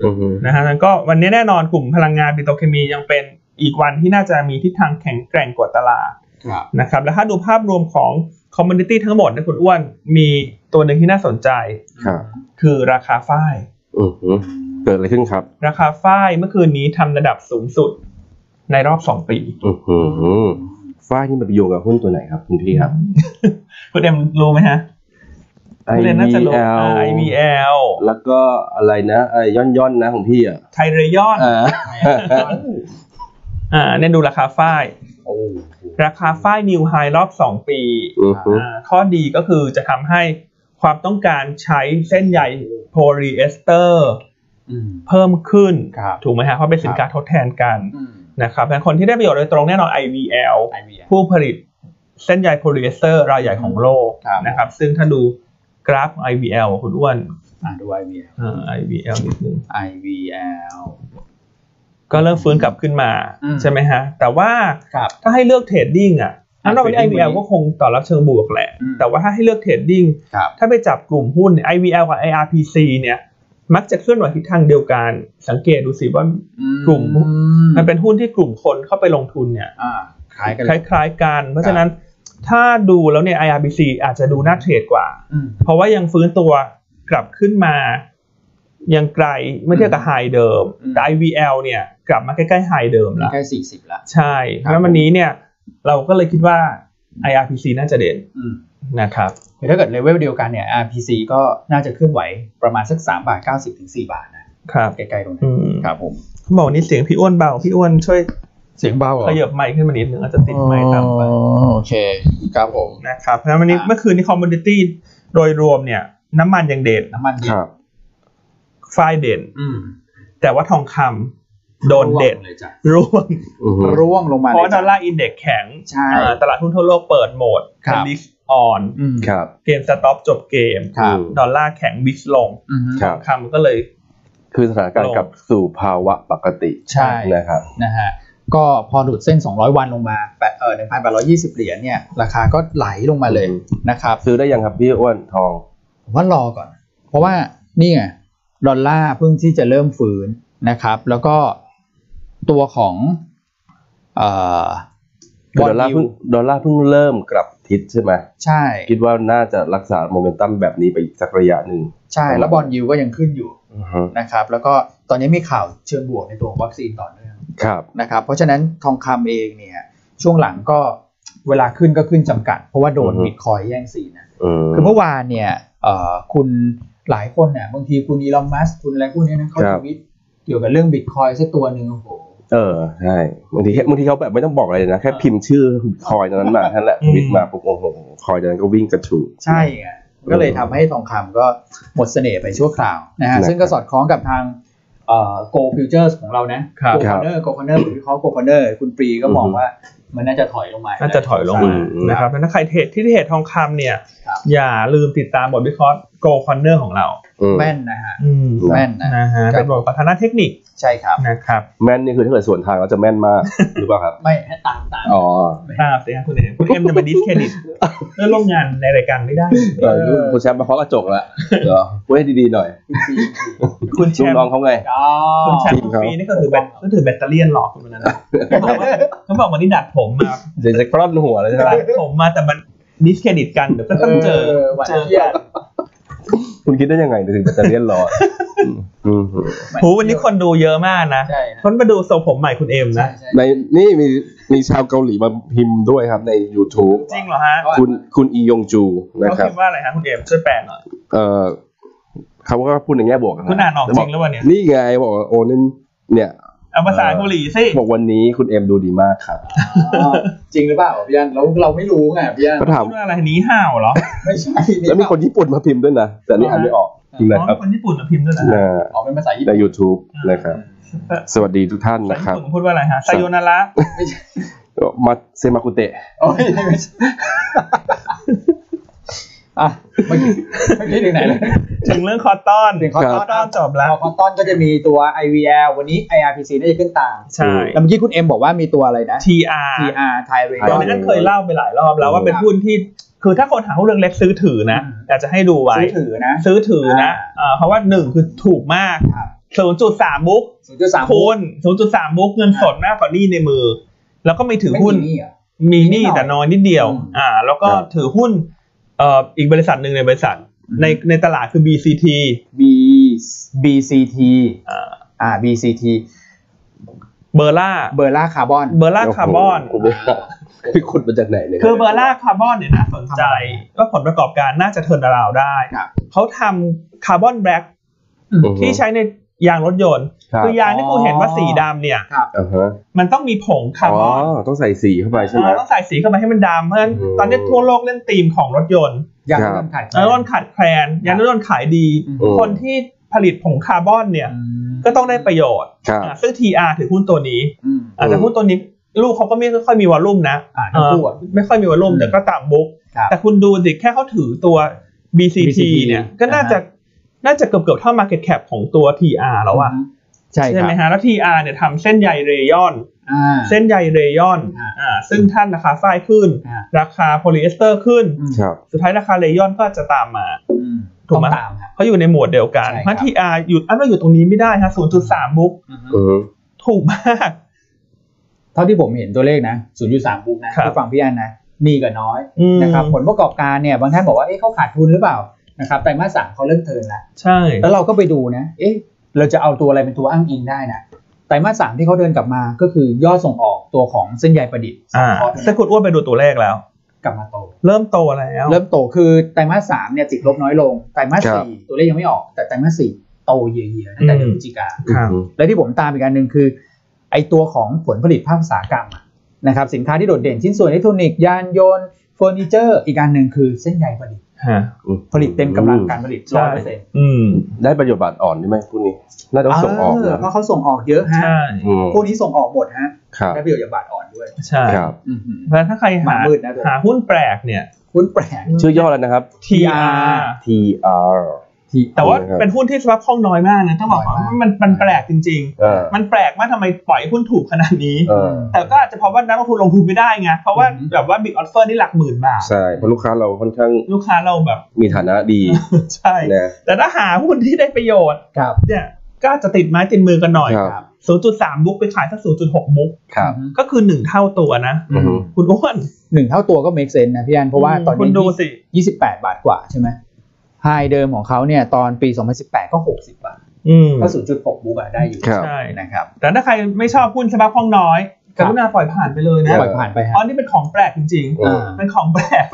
[SPEAKER 1] อือฮึ
[SPEAKER 3] นะฮะแล้วก็วันนี้แน่นอนกลุ่มพลังงานปิโตรเคมียังเป็นอีกวันที่น่าจะมีทิศทางแข็งแกร่งกว่าตลาด
[SPEAKER 2] ครับ
[SPEAKER 3] นะครับแล้วถ้าดูภาพรวมของคอมมูนิตี้ทั้งหมดนะคุณอ้วนมีตัวหนึ่งที่น่าสนใจ
[SPEAKER 1] ครับ
[SPEAKER 3] คือราคาฝ้าย
[SPEAKER 1] อือฮึเกิดอะไรขึ้นครับ
[SPEAKER 3] ราคาฝ้ายเมื่อคืนนี้ทำระดับสูงสุดในรอบ 2 ปี
[SPEAKER 1] อือฮึฝ้ายนี่มันไปโยงกับหุ้นตัวไหนครับคุณพี่ครับ
[SPEAKER 3] คุณเอ็มรู้ไหมฮะคุณเอ็มน่าจะรู้
[SPEAKER 1] IVL
[SPEAKER 3] อ่า IVL
[SPEAKER 1] แล้วก็อะไรนะไอ้ย่อนๆนะของพี่อ่ะ
[SPEAKER 3] ไทเรยอน
[SPEAKER 1] เออ
[SPEAKER 3] อ่าเนี่ยดูราคาฝ้าย
[SPEAKER 2] โอ้โห
[SPEAKER 3] ราคาฝ้ายนิวไฮรอบ 2 ปี
[SPEAKER 1] อือฮึ
[SPEAKER 3] อ่าข้อดีก็คือจะทำให้ความต้องการใช้เส้นใยโพลีเอสเตอร์
[SPEAKER 2] อืม
[SPEAKER 3] เพิ่มขึ้น
[SPEAKER 2] ครับ
[SPEAKER 3] ถูกไหมฮะเพราะเป็นสินค้าทดแทนกัน
[SPEAKER 2] อืม
[SPEAKER 3] นะครับแต่คนที่ได้ประโยชน์โดยตรงแน่นอน IVL
[SPEAKER 2] IV อ่ะ
[SPEAKER 3] ผู้ผลิตเส้นใยโพลีเอสเตอร์รายใหญ่ของโลก
[SPEAKER 2] ครับ
[SPEAKER 3] นะครับ ซึ่งถ้าดูกราฟ IVL คุณอ้วน
[SPEAKER 2] อ่าดู IVL
[SPEAKER 3] เอ่อ IVL นิดนึง
[SPEAKER 2] IVL
[SPEAKER 3] ก็เริ่มฟื้นกลับขึ้นมา
[SPEAKER 2] อืม
[SPEAKER 3] ใช่ไหมฮะ แต่ว่า
[SPEAKER 2] ครับ
[SPEAKER 3] ถ้าให้เลือกเทรดดิ้งอ่ะน้ำหนักไปที่
[SPEAKER 2] trading
[SPEAKER 3] IVL ก็คงตอบรับเชิงบวกแหละ
[SPEAKER 2] อืม
[SPEAKER 3] แต่ว่าถ้าให้เลือกเทรดดิ้ง
[SPEAKER 2] ครับ
[SPEAKER 3] ถ้าไปจับกลุ่มหุ้น IVL กับ IRPC เนี่ยมักจะเคลื่อนไหวทิศทางเดียวกัน สังเกตดูสิว่า กลุ่ม มันเป็นหุ้นที่กลุ่มคนเข้าไปลงทุนเนี่ย
[SPEAKER 2] อ่าขายกัน
[SPEAKER 3] ค
[SPEAKER 2] เลย
[SPEAKER 3] ล้ายๆกัน เพราะ
[SPEAKER 2] ค
[SPEAKER 3] ฉะ
[SPEAKER 2] รับ
[SPEAKER 3] นั้นถ้าดูแล้วเนี่ย IRBC อาจจะดูน่าเทรดกว่า
[SPEAKER 2] อืม
[SPEAKER 3] เพราะว่ายังฟื้นตัวกลับขึ้นมา ยังไกลเมื่อเทียบกับไฮเดิม
[SPEAKER 2] อืม
[SPEAKER 3] แต่ IVL เนี่ยกลับมาใกล้ๆไฮเดิมแล้ว
[SPEAKER 2] ใกล้สี่สิบละ
[SPEAKER 3] ใช่
[SPEAKER 2] ค
[SPEAKER 3] เพ
[SPEAKER 2] รับ
[SPEAKER 3] ราะวันนี้เนี่ยเราก็เลยคิดว่า IRPC น่าจะเด่น
[SPEAKER 2] อืม
[SPEAKER 3] นะครับ
[SPEAKER 2] คือถ้าเกิดเลเวลเดียวกันเนี่ย RPC ก็น่าจะเคลื่อนไหวประมาณสัก3บาท90ถึง4บาทนะครับ ใกล้ๆตรงนั้
[SPEAKER 3] อื
[SPEAKER 2] น
[SPEAKER 3] ม
[SPEAKER 2] ครับผม
[SPEAKER 3] เขาบอกวันนี้เสียงพี่อ้วนเบา พี่อ้วนช่วย
[SPEAKER 2] เสียงเบาเหรอ
[SPEAKER 3] ขยับไมค์ขึ้นมานิดนึงอาจจะติดไมค์ต่ำไป
[SPEAKER 2] อ๋อโอเคครับผม
[SPEAKER 3] นะครับแล้ววันนี้
[SPEAKER 2] อ่า
[SPEAKER 3] เมื่อคืนนี้คอมมูนิตี้โดยรวมเนี่ย น้ำมันยังเด่น
[SPEAKER 2] น้ำมันดิ
[SPEAKER 1] ค
[SPEAKER 2] บ
[SPEAKER 1] รับ
[SPEAKER 3] ฝ้ายเด่น
[SPEAKER 2] อืม
[SPEAKER 3] แต่ว่าทองคำโดนเด่น
[SPEAKER 2] ร่วงเลยจ้ะ
[SPEAKER 3] ร่วง
[SPEAKER 1] อือฮึ
[SPEAKER 2] ร่วงลงมา
[SPEAKER 3] เพราะว่า
[SPEAKER 2] เลยจ้ะ
[SPEAKER 3] ดอลลาร์อินเด็กซ์แข็ง
[SPEAKER 2] ใช่
[SPEAKER 3] อ่าตลาดหุ้นทั่วโลกเปิดโหมด
[SPEAKER 2] ครับ
[SPEAKER 3] ลิสออน
[SPEAKER 2] อืม
[SPEAKER 1] ครับ
[SPEAKER 3] เกมสต็อปจบเกม
[SPEAKER 2] ครับ
[SPEAKER 3] ดอลลาร์แข็งบิชลง
[SPEAKER 2] อืม
[SPEAKER 1] ครับ
[SPEAKER 3] คำก็เลย
[SPEAKER 1] คือสถานการณ์กลับสู่ภาวะปกติ
[SPEAKER 2] ใช่
[SPEAKER 1] นะครับ
[SPEAKER 2] นะฮะก็พอหลุดเส้น 200 วันลงมาแปดเออ1,820 เหรียญเนี่ยราคาก็ไหลลงมาเลย
[SPEAKER 1] อืม
[SPEAKER 2] นะครับ
[SPEAKER 1] ซื้อได้ยังครับพี่อ้วนทอง
[SPEAKER 2] ผมว่ารอก่อน เพราะว่านี่ไงดอลลาร์เพิ่งที่จะเริ่มฟื้นนะครับ แล้วก็ตัวของเอ่อ
[SPEAKER 1] คือดอลลาร์เพิ่งดอลลาร์เพิ่งเริ่มกลับทิศใช่ไหม
[SPEAKER 2] ใช่
[SPEAKER 1] คิดว่าน่าจะรักษาโมเมนตัมแบบนี้ไปอีกสักระยะหนึ่ง
[SPEAKER 2] ใช่ แล้วบอลยูก็ยังขึ้นอยู่
[SPEAKER 1] อือฮึ
[SPEAKER 2] นะครับ แล้วก็ตอนนี้มีข่าวเชิงบวกในตัวของวัคซีนต่อเนื่อง
[SPEAKER 1] ครับ
[SPEAKER 2] นะครับเพราะฉะนั้นทองคำเองเนี่ยช่วงหลังก็เวลาขึ้นก็ขึ้นจำกัด เพราะว่าโดน
[SPEAKER 1] อือฮึ
[SPEAKER 2] บิตคอยแย่งซีนนะ
[SPEAKER 1] อืม
[SPEAKER 2] คือเมื่อวานเนี่ยเอ่อคุณหลายคนเนี่ยบางทีคุณอีลอนมัสคุณอะไรพวกเนี้ยนะเขา
[SPEAKER 1] ครั
[SPEAKER 2] ท
[SPEAKER 1] บ
[SPEAKER 2] วิตเกี่ยวกับเรื่องบิตคอยสักตัวหนึ่งโอ้โห
[SPEAKER 1] เออใช่บางทีแค่บางทีเขาแบบไม่ต้องบอกอะไรเลยนะ แค่พิมพ์ชื่อคอยน์ตอนนั้นมาแค่นั้นแหละ
[SPEAKER 3] อืม
[SPEAKER 1] วิดมาปุ๊บโอ้โหคอยน์ตอนนั้นก็วิ่งกระฉูด
[SPEAKER 2] ใช่ไงก็เลยทำให้ทองคำก็หมดเสน่ห์ไปชั่วคราวนะ
[SPEAKER 1] นะค
[SPEAKER 2] ฮะ
[SPEAKER 1] รับ
[SPEAKER 2] ซึ่งก็สอดคล้องกับทางเอ่อ Go Futures ของเรานะครับ โกคอนเนอร์โกคอนเนอร์หรือเขาโกคอนเนอร์คุณปรีก็มอง
[SPEAKER 1] อือฮึ
[SPEAKER 2] ว่ามันน่าจะถอยลงมา
[SPEAKER 3] น่าจะถอยลงมา
[SPEAKER 1] อืม
[SPEAKER 3] นะครับแล้วถ้าใครเทรดที่เทรดทองคำเนี่ย
[SPEAKER 2] ครับ
[SPEAKER 3] อย่าลืมติดตามบทวิเคราะห์โกลคอนเนอร์ของเรา
[SPEAKER 1] อืม
[SPEAKER 2] แม่นนะฮะ
[SPEAKER 3] อืม
[SPEAKER 1] ครับ
[SPEAKER 2] แม่นนะ
[SPEAKER 3] นะฮะเป็นบทประธานาเทคนิค
[SPEAKER 2] ใช่ครับ
[SPEAKER 3] นะครับ
[SPEAKER 1] แม่นนี่คือถ้าเกิดส่วนทางแล้วจะแม่น มาก หรือเปล่าครับ
[SPEAKER 2] ไม่ให้ตามตาม
[SPEAKER 1] อ๋อ
[SPEAKER 3] ทราบสิครับคุณเอกคุณเอ็มจะมาดิสเครดิตเพื่อนร่วมงานในรายการไม่ได้
[SPEAKER 1] เออคุณแชมป์มาเคาะกระจกแล้วเหรอพูดให้ดีๆหน่อย
[SPEAKER 3] คุณแช
[SPEAKER 1] ลูก
[SPEAKER 3] มป์
[SPEAKER 1] น้องเขาไง
[SPEAKER 3] คุณแชมป์
[SPEAKER 1] ที
[SPEAKER 3] ทุ
[SPEAKER 1] ม
[SPEAKER 3] ก
[SPEAKER 1] เขา
[SPEAKER 3] ปีนี่ก็ถือแบตก็ถือแบตเตอรี่หลอกคุณวันนั้นเขาบอกวันนี้ดัดผมมา
[SPEAKER 1] เดี๋ยวจะกล้อนหัวเลยใช่ไหม
[SPEAKER 3] ดัดผมมาแต่มันดิสเครดิตกันเดี๋ยวก็ต้องเจอ
[SPEAKER 2] หวาน
[SPEAKER 3] เจอ
[SPEAKER 2] เทียด
[SPEAKER 1] คุณคิดได้ยังไงถึงจะเรียนรออืม
[SPEAKER 3] โหวันนี้คนดูเยอะมากนะ
[SPEAKER 2] ใช่
[SPEAKER 3] คนมาดูทรงผมใหม่คุณเอ็มนะ
[SPEAKER 1] ในนี่มีมีชาวเกาหลีมาพิมพ์ด้วยครับใน YouTube
[SPEAKER 3] จริงเหรอฮะ
[SPEAKER 1] คุณคุณอียงจูนะ
[SPEAKER 3] เขา
[SPEAKER 1] ครับ
[SPEAKER 3] คิดว่าอะไรฮะคุณเอ็มช่วยแปลหน่อย
[SPEAKER 1] เออเขาก็พูดในแง่บวกะรับ
[SPEAKER 3] คุณอ่านออกจริงหรือเปล่าเนี่ย
[SPEAKER 1] นี่ไงบอกว่าโอ้นั่นเนี่ย
[SPEAKER 3] เอาภาษาเกาหลีสิ
[SPEAKER 1] บอกวันนี้คุณเอ็มดูดีมากครับ
[SPEAKER 2] จริงหรือเปล่าพี่ยันเราเราไม่รู้ไงพี่ยัน
[SPEAKER 1] ก็ถาม
[SPEAKER 3] พูดว่าอะไรหนีห่าวเหรอ
[SPEAKER 2] ไม่ใช่
[SPEAKER 1] แล้วมีคนญี่ปุ่นมาพิมพ์ด้วยนะ แต่นี่อ่านไม่ออกจริง
[SPEAKER 3] อ๋
[SPEAKER 1] นะ
[SPEAKER 3] อ
[SPEAKER 1] ครับ
[SPEAKER 3] คนญี่ปุ่นนะพิมพ์ด้วยนะ
[SPEAKER 1] ใน
[SPEAKER 2] ออกเป็นภาษาญี่
[SPEAKER 1] ใน
[SPEAKER 2] ปุ่น
[SPEAKER 1] YouTube นะครับ สวัสดีทุกท่านนะค
[SPEAKER 3] ญี่
[SPEAKER 1] รับ
[SPEAKER 3] ปุ่นพูดว่าอะไรฮะไซโยนา ระ
[SPEAKER 2] ไม่ใช่
[SPEAKER 1] มาเซมากุเตะ
[SPEAKER 2] โอ้ยไม่ ใช่อ่ะเมื่อกี้เมื่อกี้ถึงไหนเลย
[SPEAKER 3] ถึงเรื่องคอตตอน
[SPEAKER 2] ถึงคอ
[SPEAKER 1] ค
[SPEAKER 2] ต
[SPEAKER 1] รับ
[SPEAKER 3] คอ
[SPEAKER 2] อ
[SPEAKER 3] ตตอน
[SPEAKER 2] น
[SPEAKER 3] จบแล้ว
[SPEAKER 2] คอตอนก็จะมีตัว IVL วันนี้ IRPC น่าจะขึ้นตาม
[SPEAKER 3] ใช่
[SPEAKER 2] แล้วเมื่อกี้คุณเอ็มบอกว่ามีตัวอะไรนะ
[SPEAKER 3] TR
[SPEAKER 2] TR Thai
[SPEAKER 3] ตอน
[SPEAKER 2] Rayon
[SPEAKER 3] นั้นเคยเล่าไปหลายรอบแล้วว่าเป็นหุ้นที่คือถ้าคนหาหุ้นเรื่องเล็กซื้อถือนะอยากจะให้ดูไว้
[SPEAKER 2] ซื้อถือนะ
[SPEAKER 3] ซื้อถือนะ
[SPEAKER 2] อ่า
[SPEAKER 3] เอ่อเพราะว่าหนึ่งคือถูกมาก
[SPEAKER 2] ครับ
[SPEAKER 3] 0.3 บุ๊ก
[SPEAKER 2] ศูนย์จุดสาม
[SPEAKER 3] คูณ0.3 บุ๊กเงินสดมากกว่าหนี้ในมือ แล้วก็ไม่ถือ
[SPEAKER 2] ไม่
[SPEAKER 3] หุ้น
[SPEAKER 2] มีหนี่เหรอ
[SPEAKER 3] มีหนี้แต่น้อยนิดเดียว
[SPEAKER 2] อืม
[SPEAKER 3] อ่า แล้วก็
[SPEAKER 1] ครับ
[SPEAKER 3] ถือหุ้นเอ่ออีกบริษัทหนึ่งในบริษัท
[SPEAKER 2] อืม
[SPEAKER 3] ในในตลาดคือ BCT
[SPEAKER 2] B BCT
[SPEAKER 3] อ่า
[SPEAKER 2] อ่า BCT
[SPEAKER 3] เบอร์ล่า
[SPEAKER 2] เบอร์ล่าคาร์บอน
[SPEAKER 3] เบอร์ล่าคาร์บอน
[SPEAKER 1] โโหคุณไปพี่คุณมาจากไหนเนี่ย
[SPEAKER 3] คือเบอร์ล่าคาร์บอนเนี่ยน่าสนใจว่าผลประกอบการน่าจะเทิร์นราวได้
[SPEAKER 2] ครับ
[SPEAKER 3] เขาทำคาร์บอนแบล็ก
[SPEAKER 1] อือฮึ
[SPEAKER 3] ที่ใช้ในยางรถยนต์
[SPEAKER 1] ครับ
[SPEAKER 3] คือยางที่กูเห็นว่าสีดำเนี่ย
[SPEAKER 1] อ่าฮะ
[SPEAKER 3] มันต้องมีผงคาร์บอน
[SPEAKER 1] อ๋อต้องใส่สีเข้าไปใช่ไหม
[SPEAKER 3] เออต้องใส่สีเข้าไปให้มันดำเพราะฉะนั้น
[SPEAKER 1] อืม
[SPEAKER 3] ตอนนี้ทั่วโลกเล่นธีมของรถยนต์
[SPEAKER 2] อยาก
[SPEAKER 1] ครับ
[SPEAKER 2] เริ่มขาย
[SPEAKER 3] รถยนต์ขาดแคลนยางรถยนต์ขายดี
[SPEAKER 1] อืม
[SPEAKER 3] คนที่ผลิตผงคาร์บอนเนี่ย ก็ต้องได้ประโยชน์
[SPEAKER 1] ครับ
[SPEAKER 3] อ่ะซึ่ง TR ถือหุ้นตัวนี้
[SPEAKER 2] อืม
[SPEAKER 3] อ่ะแต่หุ้นตัวนี้ลูกเขาก็ไม่ค่อยมีวอลลุ่มนะ
[SPEAKER 2] อ่ะทั้งคู่อ่ะ
[SPEAKER 3] เออไม่ค่อยมีวอลลุ่ม
[SPEAKER 2] อืม
[SPEAKER 3] แต่ก็ตามบุ๊ก
[SPEAKER 2] ครับ
[SPEAKER 3] แต่คุณดูสิแค่เขาถือตัว BCT
[SPEAKER 2] BCT
[SPEAKER 3] เนี่ย ก็น่าจะน่าจะเกือบเกือบๆเท่า Market Cap ของตัว TR แล้วอะ
[SPEAKER 2] ใช่ค
[SPEAKER 3] ใช่
[SPEAKER 2] รับ
[SPEAKER 3] ไหมฮะ แล้ว TR เนี่ยทำเส้นใยเรยอน
[SPEAKER 2] อ่า
[SPEAKER 3] เส้นใยเรยอน
[SPEAKER 2] อ่า
[SPEAKER 3] อ่าซึ่งท่านราคาฝ้ายขึ้น
[SPEAKER 2] อ่า
[SPEAKER 3] ราคาโพลีเอสเตอร์ขึ้น
[SPEAKER 2] อืม
[SPEAKER 1] ครับ
[SPEAKER 3] สุดท้ายราคาเรยอนก็จะตามมา
[SPEAKER 2] อืม
[SPEAKER 3] ถูกไหม
[SPEAKER 2] ต้องตามฮะ
[SPEAKER 3] เขาอยู่ในหมวดเดียวกัน
[SPEAKER 2] ใช่ครับ
[SPEAKER 3] เพราะ TR อยู่อันว่าอยู่ตรงนี้ไม่ได้ฮะ0.3 บุ๊ก
[SPEAKER 1] อือฮึ
[SPEAKER 3] ถูกมาก
[SPEAKER 2] เท่าที่ผมเห็นตัวเลขนะ 0.3บุ๊กนะครับ ที่ฟังพี่อันนะนี่ก็น้อย
[SPEAKER 3] อืม
[SPEAKER 2] นะครับ ผลประกอบการเนี่ยบางท่านบอกว่าเอ๊ะเขาขาดทุนหรือเปล่านะครับไตรมาสสามเขาเริ่มเทิร์นแล้ว
[SPEAKER 3] ใช่
[SPEAKER 2] แล้วเราก็ไปดูนะ เอ๊ะ เราจะเอาตัวอะไรเป็นตัวอ้างอิงได้นะ ไตรมาสสามที่เขาเดินกลับมาก็คือยอดส่งออกตัวของเส้นใยประดิษฐ์สัง
[SPEAKER 3] อ่า
[SPEAKER 2] เคราะห์เนี่ย
[SPEAKER 3] แต่คุณอ้วนไปดูตัวเลขแล้ว
[SPEAKER 2] กลับมาโต
[SPEAKER 3] เริ่มโตแล้ว
[SPEAKER 2] เริ่มโตคือไตรมาสสามเนี่ยติดลบน้อยลงไตรมาส
[SPEAKER 1] ครับ
[SPEAKER 2] สี่ตัวเลขยังไม่ออก แต่ไตรมาสสี่โตเยียๆตั้งแต่เดือนพฤศจิกา
[SPEAKER 3] ครับ
[SPEAKER 1] อืม
[SPEAKER 2] และที่ผมตามอีกอันหนึ่งคือ ไอตัวของผลผลิตภาคอุตสาหกรรมอะนะครับสินค้าที่โดดเด่นชิ้นส่วนอิเล็กทรอนิกส์ยานยนต์เฟอร์นิเจอร์ อีกอันหนึ่งคือเส้นใยประดิษฐ์
[SPEAKER 3] ฮะ
[SPEAKER 2] ผลิตเต็มกำลังการผลิต
[SPEAKER 3] ใช่
[SPEAKER 2] ร้อยเปอร์เซ็นต์
[SPEAKER 3] อืม
[SPEAKER 1] ได้ประโยชน์บาทอ่อนใช่ไหมพวกนี้ น่าจะต้องส่งออกนะ
[SPEAKER 2] เพราะเขาส่งออกเยอะฮะ
[SPEAKER 3] ใช่
[SPEAKER 1] อืม
[SPEAKER 2] พวกนี้ส่งออกหมดฮะ
[SPEAKER 1] ครับ
[SPEAKER 2] ได้ประโยชน์จากบาทอ่อนด้วย
[SPEAKER 3] ใช่
[SPEAKER 1] ครับ
[SPEAKER 2] อือหือ
[SPEAKER 3] เพราะฉะนั้นถ้าใครหา
[SPEAKER 2] หมามืดนะตัว
[SPEAKER 3] หาหุ้นแปลกเนี่ย
[SPEAKER 2] คุณแปลก
[SPEAKER 1] ชื่อย่อแล้วนะครับ
[SPEAKER 3] TR
[SPEAKER 1] TR
[SPEAKER 3] แต่ว่า
[SPEAKER 1] ครับ
[SPEAKER 3] เป็นหุ้นที่สภาพคล่องน้อยมากนะต้องบอกว่า
[SPEAKER 2] น้อยมาก
[SPEAKER 3] มันมันแปลกจริง
[SPEAKER 1] เออ
[SPEAKER 3] ๆ มันแปลกมากทำไมปล่อยให้หุ้นถูกขนาดนี้
[SPEAKER 1] เออ
[SPEAKER 3] แต่ก็อาจจะเพราะว่านักลงทุนลงทุนไม่ได้ไงเพราะว่า
[SPEAKER 2] อืม
[SPEAKER 3] แบบว่าบิ๊กออฟเฟอร์นี่หลักหมื่นบาท
[SPEAKER 1] ใช่เพราะลูกค้าเราค่อนข้าง
[SPEAKER 3] ลูกค้าเราแบบ
[SPEAKER 1] มีฐานะดี
[SPEAKER 3] ใช่
[SPEAKER 1] นะ
[SPEAKER 3] แต่ถ้าหาหุ้นที่ได้ประโยชน์
[SPEAKER 2] ครับ
[SPEAKER 3] เนี่ยก็อาจจะติดไม้ติดมือกันหน่อย
[SPEAKER 1] ครับ
[SPEAKER 3] 0.3 บุ๊กไปขายสัก 0.6 บุ๊ก
[SPEAKER 1] ครับ
[SPEAKER 3] ก็คือ 1 เท่าตัวนะ
[SPEAKER 1] อือฮึ
[SPEAKER 3] คุณอ้วน
[SPEAKER 2] หนึ่งเท่าตัวก็ make sense นะพี่อันเพราะว่าตอน
[SPEAKER 3] คุณ
[SPEAKER 2] นี้
[SPEAKER 3] ดูสิ
[SPEAKER 2] ยี่สิบแปดบาทกว่าใช่ไหมไฮเดิมของเขาเนี่ยตอนปี 2018 ก็ 60 บาท
[SPEAKER 3] อืม
[SPEAKER 2] ก็ 0.6 บุกอะได้อยู่
[SPEAKER 1] ครับ
[SPEAKER 3] ใช่
[SPEAKER 2] นะครับ
[SPEAKER 3] แต่ถ้าใครไม่ชอบหุ้นสภาพคล่องน้อย
[SPEAKER 2] ค
[SPEAKER 3] ก
[SPEAKER 2] รับ
[SPEAKER 3] รุณาปล่อยผ่านไปเลยนะ
[SPEAKER 2] ปล่อยผ่านไปฮะ
[SPEAKER 3] เพราะนี่เป็นของแปลกจริง
[SPEAKER 1] เออ
[SPEAKER 3] ๆเป็นของแปลก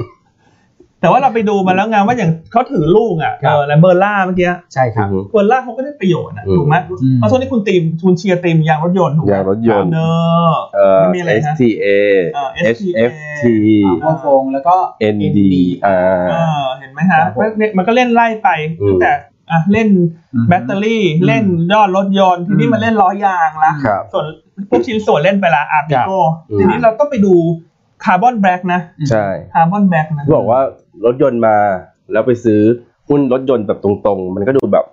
[SPEAKER 3] แต่ว่าเราไปดูมาแล้วไงว่าอย่างเขาถือลูกอ่ะ
[SPEAKER 2] ครับ
[SPEAKER 3] เออและเบอร์ล่าเมื่อกี้
[SPEAKER 2] ใช่ครับ
[SPEAKER 1] อือฮึ
[SPEAKER 3] เบอร์ล่าเขาก็ได้ประโยชน์นะ
[SPEAKER 1] อืม
[SPEAKER 3] ถูกไหม
[SPEAKER 2] อืม
[SPEAKER 3] เพราะช่วงนี้คุณตีมคุณเชียร์ตีมยางรถยนต์ถูกไหม
[SPEAKER 1] ยางรถยนต์
[SPEAKER 3] เนอะ
[SPEAKER 1] เอ่อ
[SPEAKER 3] มันมีอะไรนะ
[SPEAKER 1] STA
[SPEAKER 3] เอ่อ STA
[SPEAKER 1] SFT
[SPEAKER 2] หัวโฟงแล้วก็
[SPEAKER 1] ND อ่า
[SPEAKER 3] เออเห็นไหมฮะ
[SPEAKER 2] ครับผม
[SPEAKER 3] เนี่ยมันก็เล่นไล่ไป
[SPEAKER 1] อืม
[SPEAKER 3] ตั้งแต่อ่ะเล่น
[SPEAKER 2] อืม
[SPEAKER 3] แบตเตอรี่
[SPEAKER 2] อืม
[SPEAKER 3] เล่นยอดรถยนต์ทีนี้
[SPEAKER 2] อืม
[SPEAKER 3] มันเล่นล้อยางละ
[SPEAKER 1] ครับ
[SPEAKER 3] ส่วนพวกชิ้นส่วนเล่นไปละอาร์ติโก
[SPEAKER 1] อืม
[SPEAKER 3] ทีนี้เราต้องไปดูคาร์บอนแบล็กนะ
[SPEAKER 1] ใช่
[SPEAKER 3] คาร์บอนแบล็กนะ
[SPEAKER 1] ที่บอกว่ารถยนต์มาแล้วไปซื้อหุ้นรถยนต์แบบตรงๆ มันก็ดูแบบ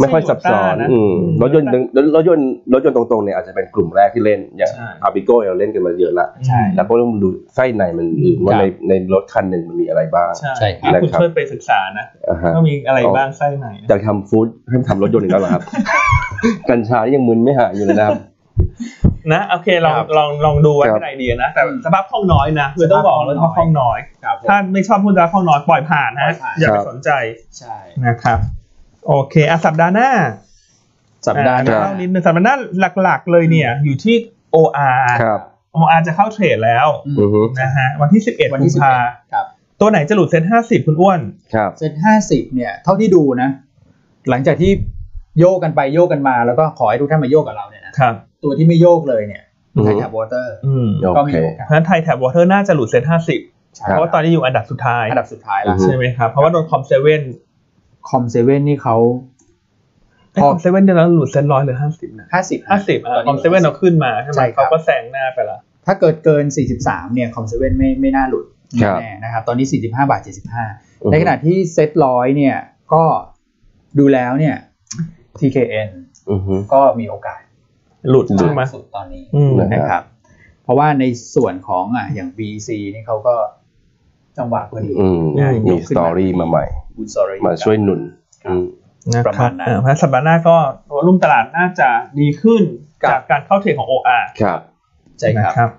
[SPEAKER 1] ไม่ค่อย
[SPEAKER 3] ใช่
[SPEAKER 1] ซับซ้อน
[SPEAKER 3] โยต้าะ
[SPEAKER 1] อืมรถยนต์
[SPEAKER 3] โ
[SPEAKER 1] รถยนต์รถยนต์ตรงๆเนี่ยอาจจะเป็นกลุ่มแรกที่เล่นอย่าง
[SPEAKER 3] ใช่
[SPEAKER 1] อาบิโก้เราเล่นกันมาเยอะละ
[SPEAKER 2] ใช่
[SPEAKER 1] แล้วก็ต้องดูไส้ในมันอื่นว่า
[SPEAKER 2] ครับ
[SPEAKER 1] ในในรถคันหนึ่งมันมีอะไรบ้าง
[SPEAKER 2] ใช่
[SPEAKER 3] ใช่
[SPEAKER 2] ครับ
[SPEAKER 3] อ่ะคุณ
[SPEAKER 1] นะครับ
[SPEAKER 3] ช่วยไปศึกษานะ
[SPEAKER 1] อ่าฮะ
[SPEAKER 3] ว่ามีอะไรบ้างไส้ไหน
[SPEAKER 1] จากทำฟู้ดให้ทำรถยนต์อีกแล้วเหรอครับ กัญชานี่ยังมึนไม่หายอยู่เลยนะครับ
[SPEAKER 3] นะโอเคลอง
[SPEAKER 2] ครับ
[SPEAKER 3] ลองลองดูไว้
[SPEAKER 1] ครับ
[SPEAKER 3] เป็นไอเดียนะ แต่
[SPEAKER 2] อืม
[SPEAKER 3] สภาพคล่องน้อยนะคือต้องบอกเลย
[SPEAKER 2] ส
[SPEAKER 3] ส
[SPEAKER 2] ภา
[SPEAKER 3] ภา
[SPEAKER 2] พ
[SPEAKER 3] พ
[SPEAKER 2] ค
[SPEAKER 3] ค
[SPEAKER 2] ล่
[SPEAKER 3] ล่
[SPEAKER 2] อ
[SPEAKER 3] อง ง
[SPEAKER 2] น้
[SPEAKER 3] น้
[SPEAKER 2] อ
[SPEAKER 3] อย ย
[SPEAKER 2] ครับ
[SPEAKER 3] ถ้าไม่ชอบพูดสภาพคล่องน้อยปล่อยผ่าน
[SPEAKER 2] ปล่อ
[SPEAKER 3] นะ
[SPEAKER 2] ยผ่าน
[SPEAKER 3] อย่าไป
[SPEAKER 1] ครับ
[SPEAKER 3] สนใจ
[SPEAKER 2] ใช่
[SPEAKER 3] นะครับโอเคอ่ะสัปดาห์หน้า
[SPEAKER 2] สัปดาห์ห
[SPEAKER 3] อ่ะ
[SPEAKER 2] น้า
[SPEAKER 3] เล่านิดนึงสัปดาห์หน้าหลักๆเลยเนี่ย อยู่ที่ OR
[SPEAKER 1] ครับ
[SPEAKER 3] OR จะเข้าเทรดแล้ว
[SPEAKER 1] อือฮึ
[SPEAKER 3] นะฮะวันที่ 11
[SPEAKER 2] วัน
[SPEAKER 3] กุ
[SPEAKER 2] ที่
[SPEAKER 3] ม
[SPEAKER 2] สิบ
[SPEAKER 3] ภา
[SPEAKER 2] ครับ
[SPEAKER 3] ตัวไหนจะหลุดเซ็น50 คุณอ้วน
[SPEAKER 1] ครับ
[SPEAKER 2] เซตห้าสิบเนี่ย เท่าที่ดูนะ หลังจากที่โยกกันไปโยกกันมาแล้วก็ขอให้ทุกท่านมาโยกกับเราเนี่ยนะครับ ตัวที่ไม่โยกเลยเนี่ย
[SPEAKER 1] อือฮึ
[SPEAKER 2] ไทยแถบวอเตอร์
[SPEAKER 3] อืม
[SPEAKER 1] โอ
[SPEAKER 2] ก็มี
[SPEAKER 1] เค
[SPEAKER 2] โอกาส
[SPEAKER 3] เพราะฉะนั้นไทยแถบวอเตอร์น่าจะหลุดเซ็น50
[SPEAKER 2] ใช่
[SPEAKER 3] เพราะว่าตอนนี้อยู่อันดับสุดท้าย
[SPEAKER 2] อันดับสุดท้าย
[SPEAKER 1] อื
[SPEAKER 2] ละ
[SPEAKER 1] อฮึ
[SPEAKER 3] ใช่ไหมครับ เพราะว่าโดนคอมเซเว่น
[SPEAKER 2] คอมเซเว่นนี่เขา
[SPEAKER 3] คอมเซเว่นเดี๋ยวเราหลุดเซ็นร้อยหรือ50นะ
[SPEAKER 2] ห้าสิบ
[SPEAKER 3] 50อ่ะคอมเซเว่นเราขึ้นมาใช่ไห
[SPEAKER 2] ใช่
[SPEAKER 3] ม
[SPEAKER 2] ครับ
[SPEAKER 3] เขาก็แซงหน้าไปละ
[SPEAKER 2] ถ้าเกิดเกิน 43 เนี่ย คอมเซเว่นไม่ไม่น่าหลุด
[SPEAKER 1] ครับ
[SPEAKER 2] แน่ๆนะครับ ตอนนี้ 45 บาท
[SPEAKER 1] อือฮึ
[SPEAKER 2] 75 ในขณะที่เซ็ตร้อยเนี่ย ก็ดูแล้วเนี่ย TKN
[SPEAKER 1] อือฮึ
[SPEAKER 2] ก็มีโอกาส
[SPEAKER 3] หลุดใช่ไหม
[SPEAKER 2] สุดตอนนี้
[SPEAKER 3] อืม
[SPEAKER 2] นะครับ เพราะว่าในส่วนของอ่ะอย่าง BC นี่เขาก็จังหวะพอดี
[SPEAKER 1] อืม
[SPEAKER 2] นะย
[SPEAKER 1] มี
[SPEAKER 2] ก
[SPEAKER 1] ส
[SPEAKER 2] ขึ้น
[SPEAKER 1] ตอรี่มาใหม่
[SPEAKER 2] บุญสอรี่
[SPEAKER 1] มาช่วยหนุน
[SPEAKER 2] ค
[SPEAKER 1] อื
[SPEAKER 2] รับ
[SPEAKER 1] ม
[SPEAKER 3] นะ
[SPEAKER 2] ประ
[SPEAKER 3] ค
[SPEAKER 2] มา
[SPEAKER 3] รั
[SPEAKER 2] ณ
[SPEAKER 3] บ
[SPEAKER 2] นั้น
[SPEAKER 3] เอ่อเพราะฉะนั้นสัปดาห์หน้าก็วอลุ่มตลาดน่าจะดีขึ้นจากการเข้าเทรดของ OR
[SPEAKER 1] ครับ
[SPEAKER 2] ใช่ครับ
[SPEAKER 3] นะครับ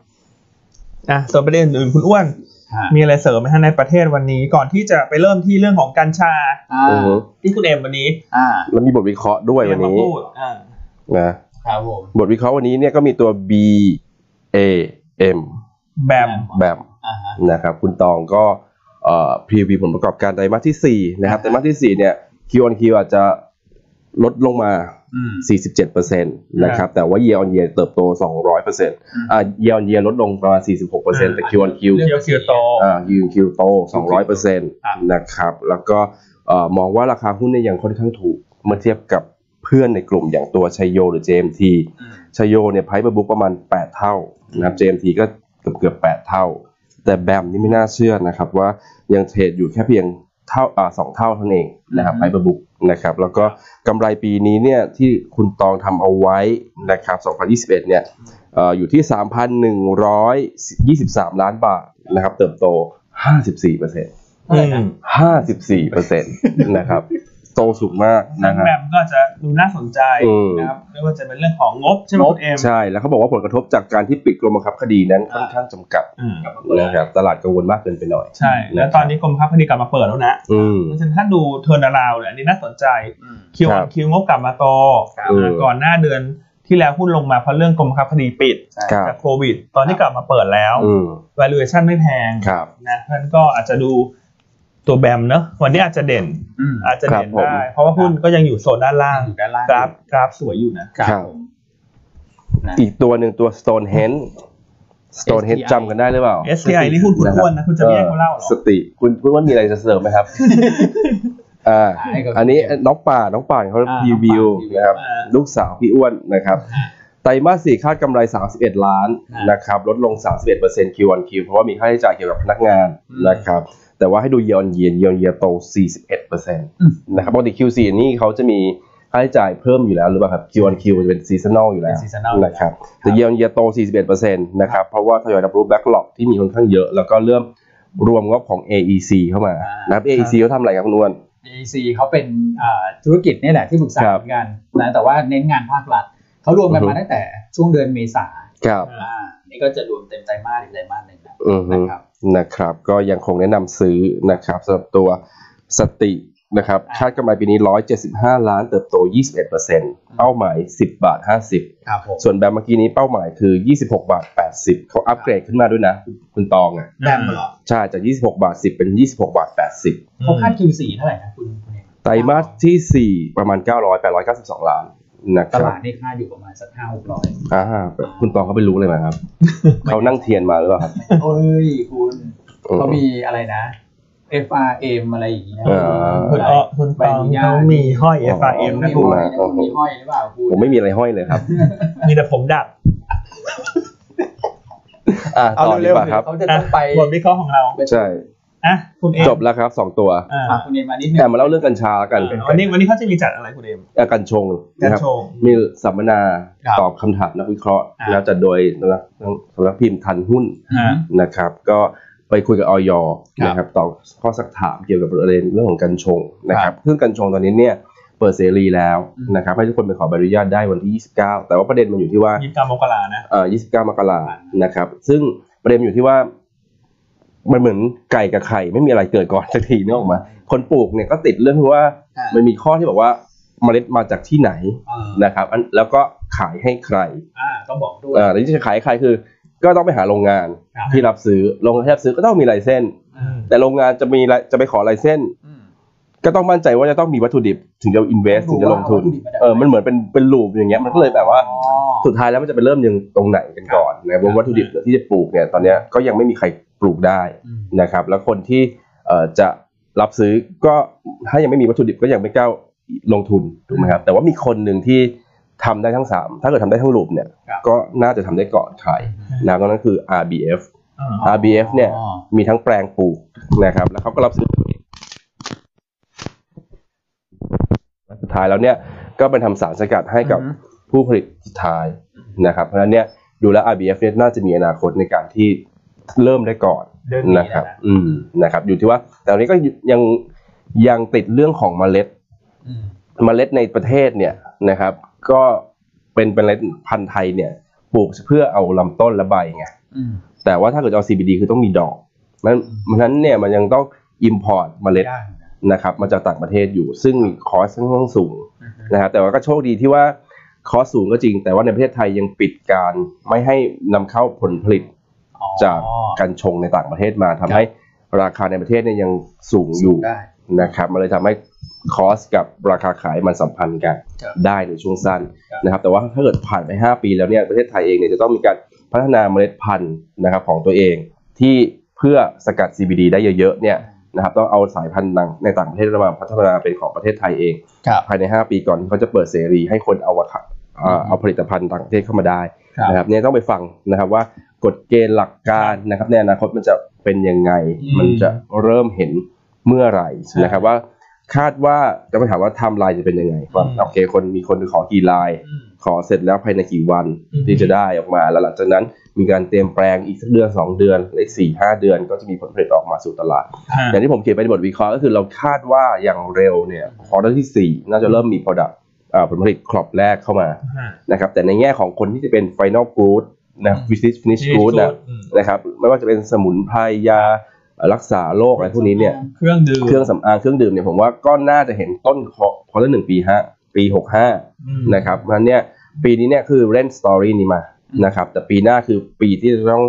[SPEAKER 3] อ่ะส่วนประเด็นอื่นคุณอ้วน
[SPEAKER 2] ฮะ
[SPEAKER 3] มีอะไรเสริมไหมฮะในประเทศวันนี้ ก่อนที่จะไปเริ่มที่เรื่องของกัญชา
[SPEAKER 2] อ่า
[SPEAKER 1] อือฮึ
[SPEAKER 3] ที่คุณเอ็มวันนี้
[SPEAKER 2] อ่า
[SPEAKER 1] แล้วมีบทวิเคราะห์ด้วยวัน
[SPEAKER 3] มา
[SPEAKER 1] นี้
[SPEAKER 3] พูดอ่า
[SPEAKER 1] นะ
[SPEAKER 2] ครับผม
[SPEAKER 1] บทวิเคราะห์วันนี้เนี่ยก็มีตัว B A M
[SPEAKER 3] แบบ
[SPEAKER 1] แบบ
[SPEAKER 2] อ่าฮะ
[SPEAKER 1] นะครับ คุณตองก็เอ่อพรีวิวผลประกอบการไตรมาสที่ 4 นะครับ ไตรมาสที่ 4 เนี่ย Q on Q อาจจะลดลงมา
[SPEAKER 2] อืม
[SPEAKER 1] 47%นะครับ แต่ว่า Year on Year เติบโต 200%อ่า Year on Year ลดลงประมาณ 46%แต่ Q on Q
[SPEAKER 3] เคียวเคียวโต
[SPEAKER 1] อ่า Q on Q โต 200%นะครับ แล้วก็เอ่อมองว่าราคาหุ้นเนี่ยยังค่อนข้างถูกเมื่อเทียบกับเพื่อนในกลุ่มอย่างตัวชัยโยหรือ JMT
[SPEAKER 2] อืม
[SPEAKER 1] ชยโยเนี่ยไพ่ประบุกประมาณ 8 เท่านะครับ JMT ก็เกือบเกือบ8เท่า แต่แบมนี่ไม่น่าเชื่อนะครับว่ายังเทรดอยู่แค่เพียงเท่าอ่าสองเท่าเท่านั้นเองนะครับ
[SPEAKER 2] อืม
[SPEAKER 1] ไพ่ประบุกนะครับแล้วก็กำไรปีนี้เนี่ยที่คุณตองทำเอาไว้นะครับ 2021 เนี่ยเอ่ออยู่ที่ 3,123 ล้านบาทนะครับ เติบโต 54เปอร์เซ็นต์
[SPEAKER 2] เท่าไหร่นะ
[SPEAKER 1] 54เปอร์เซ็นต์ นะครับโตสูงมาก
[SPEAKER 3] ทั้
[SPEAKER 1] นะ
[SPEAKER 3] ง
[SPEAKER 1] ครับ
[SPEAKER 3] แบบก็จะดูน่าสนใจ
[SPEAKER 1] อืม
[SPEAKER 3] นะครับไม่ว่าจะเป็นเรื่องของงบใช่ไหมคุณเอ็ม
[SPEAKER 1] ใช่แล้วเขาบอกว่าผลกระทบจากการที่ปิดกรมบังคับคดีนั้นค่อนข้างจำกัด
[SPEAKER 3] อืม
[SPEAKER 1] นะครับตลาดกังวลมากเกินไปหน่อย
[SPEAKER 3] ใช่ แล้วตอนนี้กรมค้าพนิกกลับมาเปิดแล้วนะ
[SPEAKER 1] อืม
[SPEAKER 3] เพราะฉะนั้นถ้าดูเทอร์นาราวเนี่ยอันนี้น่าสนใจ
[SPEAKER 2] อืม
[SPEAKER 3] คิว
[SPEAKER 1] ครั
[SPEAKER 3] อั
[SPEAKER 1] บ
[SPEAKER 3] นคิวงบกลับมาโต
[SPEAKER 2] ครับ
[SPEAKER 3] อ่าก่อนหน้าเดือน ที่แล้วหุ้นลงมาเพราะเรื่องกรมค้าคดีปิด
[SPEAKER 2] ใช่
[SPEAKER 1] ครับ
[SPEAKER 3] จากโควิด ตอนนี้กลับมาเปิดแล้ว
[SPEAKER 1] อืม
[SPEAKER 3] valuation ไม่แพง
[SPEAKER 1] ครับ
[SPEAKER 3] นะท่านก็อาจจะดูตัวแบมเนอะวันนี้อาจจะเด่น
[SPEAKER 2] อืม
[SPEAKER 3] อาจจะเด่
[SPEAKER 1] ครั
[SPEAKER 3] น
[SPEAKER 1] บผม
[SPEAKER 3] ได้ เพราะว่าหุ้นก็ยังอยู่โซนด้านล่าง
[SPEAKER 2] อยู่ด้านล่าง
[SPEAKER 3] กราฟกราฟสวยอยู่นะ
[SPEAKER 2] ครับผม
[SPEAKER 1] อีกตัวหนึ่งตัว Stonehenge Stonehenge
[SPEAKER 2] STI
[SPEAKER 1] จำกันได้หรือเปล่า
[SPEAKER 3] STI นี่หุ้นคุณอ้วนนะคุณจะไม่ให้เขาเล่าหรอ
[SPEAKER 1] สติคุณคุณว่ามีอะไรจะเสริมไหม ครับ อ่า
[SPEAKER 2] ให้กับ
[SPEAKER 1] อันนี้น้องป่าน้องป่านเขา
[SPEAKER 2] อ่า
[SPEAKER 1] รีวิว
[SPEAKER 2] น้องป่าน
[SPEAKER 1] นะครับ
[SPEAKER 3] อ่า
[SPEAKER 1] ลูกสาวพี่อ้วนนะครับ ไตรมาสสี่คาดกำไร 31 ล้าน
[SPEAKER 2] อ่าน
[SPEAKER 1] นะครับ ลดลง 31% Q on Q เพราะว่ามีค่าใช้จ่ายเกี่ยวกับพนักงานนะครับ แต่ว่าให้ดูเย r นเยียนเย r นเยียโต 41%นะครับปกติ Q4 นี่เขาจะมีค่าใช้จ่ายเพิ่มอยู่แล้วหรือเปล่าครับ Q on Q จะเป็นซีซันอลอยู่แล้ว
[SPEAKER 2] เป็น seasonal
[SPEAKER 1] นะครับ แต่เย r นเยียโต 41%นะครับ เพราะว่าทยอยรับรู้แบ็กหลอกที่มีค่อนข้างเยอะ แล้วก็เริ่มรวมงบของ AEC เข้ามา
[SPEAKER 2] อ่าน
[SPEAKER 1] นะครับ AEC เขาทำอะไรครับคุณอ้วน
[SPEAKER 2] AEC เขาเป็นอ่าธุรกิจนี่แหละที่ปรึกษา
[SPEAKER 1] ครับ
[SPEAKER 2] เหมือนกันนะแต่ว่าเน้นงานภาครัฐเขารวมกัน
[SPEAKER 1] อือฮึ
[SPEAKER 2] มาตั้งแต่ช่วงเดือนเมษา
[SPEAKER 1] ครับ
[SPEAKER 2] อ่านี่ก็จะรวมเต็มไตรมาสอีกไตรมาสหนึ่งนะ
[SPEAKER 1] อือฮึ
[SPEAKER 2] นะครับ
[SPEAKER 1] นะครับก็ยังคงแนะนำซื้อนะครับสำหรับตัวสตินะครับ
[SPEAKER 2] อ่า
[SPEAKER 1] คาดกำไรปีนี้ 175 ล้านเติบโต 21%เป้าหมาย 10 บาท 50
[SPEAKER 2] ครับผม
[SPEAKER 1] ส่วนแบบเมื่อกี้นี้เป้าหมายคือ 26 บาท 80 เขาอัปเกรดขึ้นมาด้วยนะ คุณตองอ่ะ
[SPEAKER 2] แบมเหรอ
[SPEAKER 1] ใช่จาก 26 บาท 10 เป็น 26 บาท 80
[SPEAKER 2] เขาคาด Q4 เท่าไหร่นะคุณคุณเอก
[SPEAKER 1] ไตรมาสทีสี่ 4 ประมาณ 900 892 ล้านนะค
[SPEAKER 2] ต
[SPEAKER 1] รับ
[SPEAKER 2] ลาดนี่คาดอยู่ประมาณสักห้าหกร้อย
[SPEAKER 1] อ่าคุณตองเขาไปรู้เลยไหม ครับ เขานั่งเทียนมาหรือเปล่าครับ
[SPEAKER 2] โอ้ยคุณ
[SPEAKER 1] อืม
[SPEAKER 2] เขามีอะไรนะ FRM อะไรอย่างเงี้ย
[SPEAKER 1] อ่า
[SPEAKER 3] คุณอ้อคุณตองเขามีห้อย FRM
[SPEAKER 2] ไม่
[SPEAKER 3] นะคุ
[SPEAKER 2] รู้
[SPEAKER 3] ณ
[SPEAKER 2] นะคุณมีห้อยหรือเปล่าคุณ
[SPEAKER 1] ผมไม่มีอะไรห้อยเลย ครับ
[SPEAKER 3] มีแต่ผมดับ
[SPEAKER 1] อ่ะ
[SPEAKER 2] เอา
[SPEAKER 1] ต่อดี
[SPEAKER 2] เร็ว
[SPEAKER 1] ก
[SPEAKER 2] ๆ
[SPEAKER 1] ว่าครับ
[SPEAKER 2] เขาจะต้องไป
[SPEAKER 3] บทวิเคราะห์ของเรา
[SPEAKER 1] ใช่
[SPEAKER 3] อ่ะคุณเอม
[SPEAKER 1] จบแล้วครับสองตัว
[SPEAKER 3] อ่า
[SPEAKER 2] อ่ะคุณเอมานิดนึง
[SPEAKER 1] แอบมาเล่าเรื่องกัญชาแล้วกัน
[SPEAKER 3] วันนี้วันนี้เขาจะมีจัดอะไรคุณเอม
[SPEAKER 1] เอ่อกัญชง
[SPEAKER 3] การ
[SPEAKER 1] นะครับ
[SPEAKER 3] โชว์
[SPEAKER 1] มีสัมมนา
[SPEAKER 2] ครับ
[SPEAKER 1] ตอบคำถามนักวิเคราะห์
[SPEAKER 3] อ่า
[SPEAKER 1] แล้วจะโดยนะสำนักพิมพ์ทันหุ้น
[SPEAKER 3] อ่า
[SPEAKER 1] นะครับ ก็ไปคุยกับออยนะครับตอบข้อสักถามเกี่ยวกับประเด็นเรื่องของกัญชงนะครับซึ่งกัญชงตอนนี้เนี่ยเปิดเสรีแล้วนะครับให้ทุกคนไปขอใบอนุญาตได้วันที่ 29 แต่ว่าประเด็นมันอยู่ที่ว่า
[SPEAKER 3] ยี่สิบเก้ามกรานะ
[SPEAKER 1] เอ่อ29 มกรานะครับ ซึ่งประเด็นอยู่ที่ว่า มันเหมือนไก่กับไข่ไม่มีอะไรเกิดก่อนสักทีนึกออกมาคนปลูกเนี่ยก็ติดเรื่องที่ว่า
[SPEAKER 2] อ่ะ
[SPEAKER 1] มันมีข้อที่บอกว่าเมล็ดมาจากที่ไหน
[SPEAKER 2] อ่า
[SPEAKER 1] นะครับอันแล้วก็ขายให้ใคร
[SPEAKER 2] อ่าต้องบอกด้วย
[SPEAKER 1] เอ่อแล้วที่จะขายให้ใครคือ ก็ต้องไปหาโรงงาน
[SPEAKER 2] ครับ
[SPEAKER 1] ที่รับซื้อโรงงานที่รับซื้อก็ต้องมีลายเส้น
[SPEAKER 2] อืม
[SPEAKER 1] แต่โรงงานจะมีลายจะไปขอลายเส้น
[SPEAKER 2] อืม
[SPEAKER 1] ก็ต้องมั่นใจว่าจะต้องมีวัตถุดิบถึงจะอินเวส
[SPEAKER 2] ต้
[SPEAKER 1] ถึ
[SPEAKER 2] อง
[SPEAKER 1] ง
[SPEAKER 2] ดู
[SPEAKER 1] จะลงทุน
[SPEAKER 2] ว่าวัตถุดิบมาจากไหน
[SPEAKER 1] เออมันเหมือนเป็นเป็นลูปอย่างเงี้ยมันก็เลยแบบว่า
[SPEAKER 2] อ๋อ
[SPEAKER 1] สุดท้ายแล้วมันจะไปเริ่มยังตรงไหนกันก่อนนะครับ
[SPEAKER 2] ครับ
[SPEAKER 1] วัตถุดิบที่จะปลูกเนี่ยตอนเนี้ยก็ยังไม่มีใครปลูกได้
[SPEAKER 2] อืม
[SPEAKER 1] นะครับ แล้วคนที่เอ่อจะรับซื้อก็ถ้ายังไม่มีวัตถุดิบก็ยังไม่กล้าลงทุนถูกไหมครับแต่ว่ามีคนหนึ่งที่ทำได้ทั้งสามถ้าเกิดทำได้ทั้งรูปเนี่ยก็น่าจะทำได้ก่อนใครนะครับนั่นคือ RBF
[SPEAKER 3] อ่า
[SPEAKER 1] RBF เนี่ย
[SPEAKER 2] อ๋อ
[SPEAKER 1] มีทั้งแปลงปลูกนะครับ แล้วเขาก็รับซื้อสุดท้ายแล้วเนี่ยก็เป็นทำสารสกัดให้กับผู้ผลิตสุดท้ายนะครับ เพราะฉะนั้นเนี่ยดูแล้ว RBF เนี่ยน่าจะมีอนาคตในการที่เริ่มได้ก่อน
[SPEAKER 2] เดินหนี
[SPEAKER 1] นะ
[SPEAKER 2] นะ
[SPEAKER 1] ค
[SPEAKER 2] ค
[SPEAKER 1] รั
[SPEAKER 2] รั
[SPEAKER 1] บบ อืมนะครับ อยู่ที่ว่าแต่วันนี้ก็ยังยังติดเรื่องของเมล็ด
[SPEAKER 2] อืม
[SPEAKER 1] เมล็ดในประเทศเนี่ยนะครับ ก็เป็นเป็นเมล็ดพันธุ์ไทยเนี่ยปลูกเพื่อเอาลำต้นและใบไง
[SPEAKER 2] อืม
[SPEAKER 1] แต่ว่าถ้าเกิดเอา CBD คือต้องมีดอกมันเพราะฉะนั้นเนี่ยมันยังต้อง import เมล็ด
[SPEAKER 2] ได้
[SPEAKER 1] นะครับมาจากต่างประเทศอยู่ ซึ่งคอสค่อนข้างสูงนะครับแต่ว่าก็โชคดีที่ว่าคอสสูงก็จริง แต่ว่าในประเทศไทยยังปิดการไม่ให้นำเข้าผลผลิตจาก
[SPEAKER 2] อ๋อ
[SPEAKER 1] การชงในต่างประเทศมาทำให้ราคาในประเทศเนี่ยยังสูงอยู่
[SPEAKER 2] ได้
[SPEAKER 1] นะครับมันเลยทำให้คอสกับราคาขายมันสัมพันธ์กัน
[SPEAKER 2] ครับ
[SPEAKER 1] ได้ในช่วงสั้น
[SPEAKER 2] ครับ
[SPEAKER 1] นะครับแต่ว่าถ้าเกิดผ่านไป 5 ปีแล้วเนี่ยประเทศไทยเองเนี่ยจะต้องมีการ พัฒนาเมล็ดพันธุ์นะครับของตัวเองที่เพื่อสกัด CBD ได้เยอะๆเนี่ยนะครับต้องเอาสายพันธุ์ต่างในต่างประเทศมาพัฒนาเป็นของประเทศไทยเอง
[SPEAKER 2] ครับ
[SPEAKER 1] ภายใน 5 ปีก่อนที่เขาจะเปิดเสรีให้คนเอาอะค่ะเอ่อเอาผลิตภัณฑ์ต่างประเทศเข้ามาได้
[SPEAKER 2] ครับ
[SPEAKER 1] นะครับเนี่ยต้องไปฟังนะครับว่ากฎเกณฑ์หลักการนะครับในอนาคตมันจะเป็นยังไง
[SPEAKER 2] อืม
[SPEAKER 1] มันจะเริ่มเห็นเมื่อไหร่
[SPEAKER 2] ใช่
[SPEAKER 1] นะครับว่าคาดว่าจะไปถามว่าไทม์ไลน์จะเป็นยังไงว่า
[SPEAKER 3] อืม
[SPEAKER 1] โอเคคนมีคนขอกี่ลาย
[SPEAKER 2] อืม
[SPEAKER 1] ขอเสร็จแล้วภายในกี่วัน
[SPEAKER 3] อืม
[SPEAKER 1] ที่จะได้ออกมาแล้วหลังจากนั้นมีการเตรียมแปลงอีกสักเดือนสองเดือนและอีกสี่ห้าเดือนก็จะมีผลผลิตออกมาสู่ตลาด
[SPEAKER 3] อ่า
[SPEAKER 1] อย่างที่ผมเขียนไปในบทวิเคราะห์ก็คือเราคาดว่าอย่างเร็วเนี่ยควอเตอร์ที่สี่น่าจะเริ่มมี product อ่าผลผลิตครอบแรกเข้ามา
[SPEAKER 3] อ่า
[SPEAKER 1] นะครับแต่ในแง่ของคนที่จะเป็น final good นะ
[SPEAKER 3] อืม
[SPEAKER 1] finish finish good นะนะครับไม่ว่าจะเป็นสมุนไพรยาเอ่อรักษาโรคอะไรพวกนี้เนี่ย
[SPEAKER 3] เครื่องดื่ม
[SPEAKER 1] เครื่องสำอางเครื่องดื่มเนี่ยผมว่าก็น่าจะเห็นต้นควอเตอร์หนึ่งปีห้าปีหกห้า
[SPEAKER 3] อืม
[SPEAKER 1] นะครับเพราะฉะนั้นเนี่ย ปีนี้เนี่ยคือเล่นสตอรี่นี้มานะครับ แต่ปีหน้าคือปีที่จะต้อง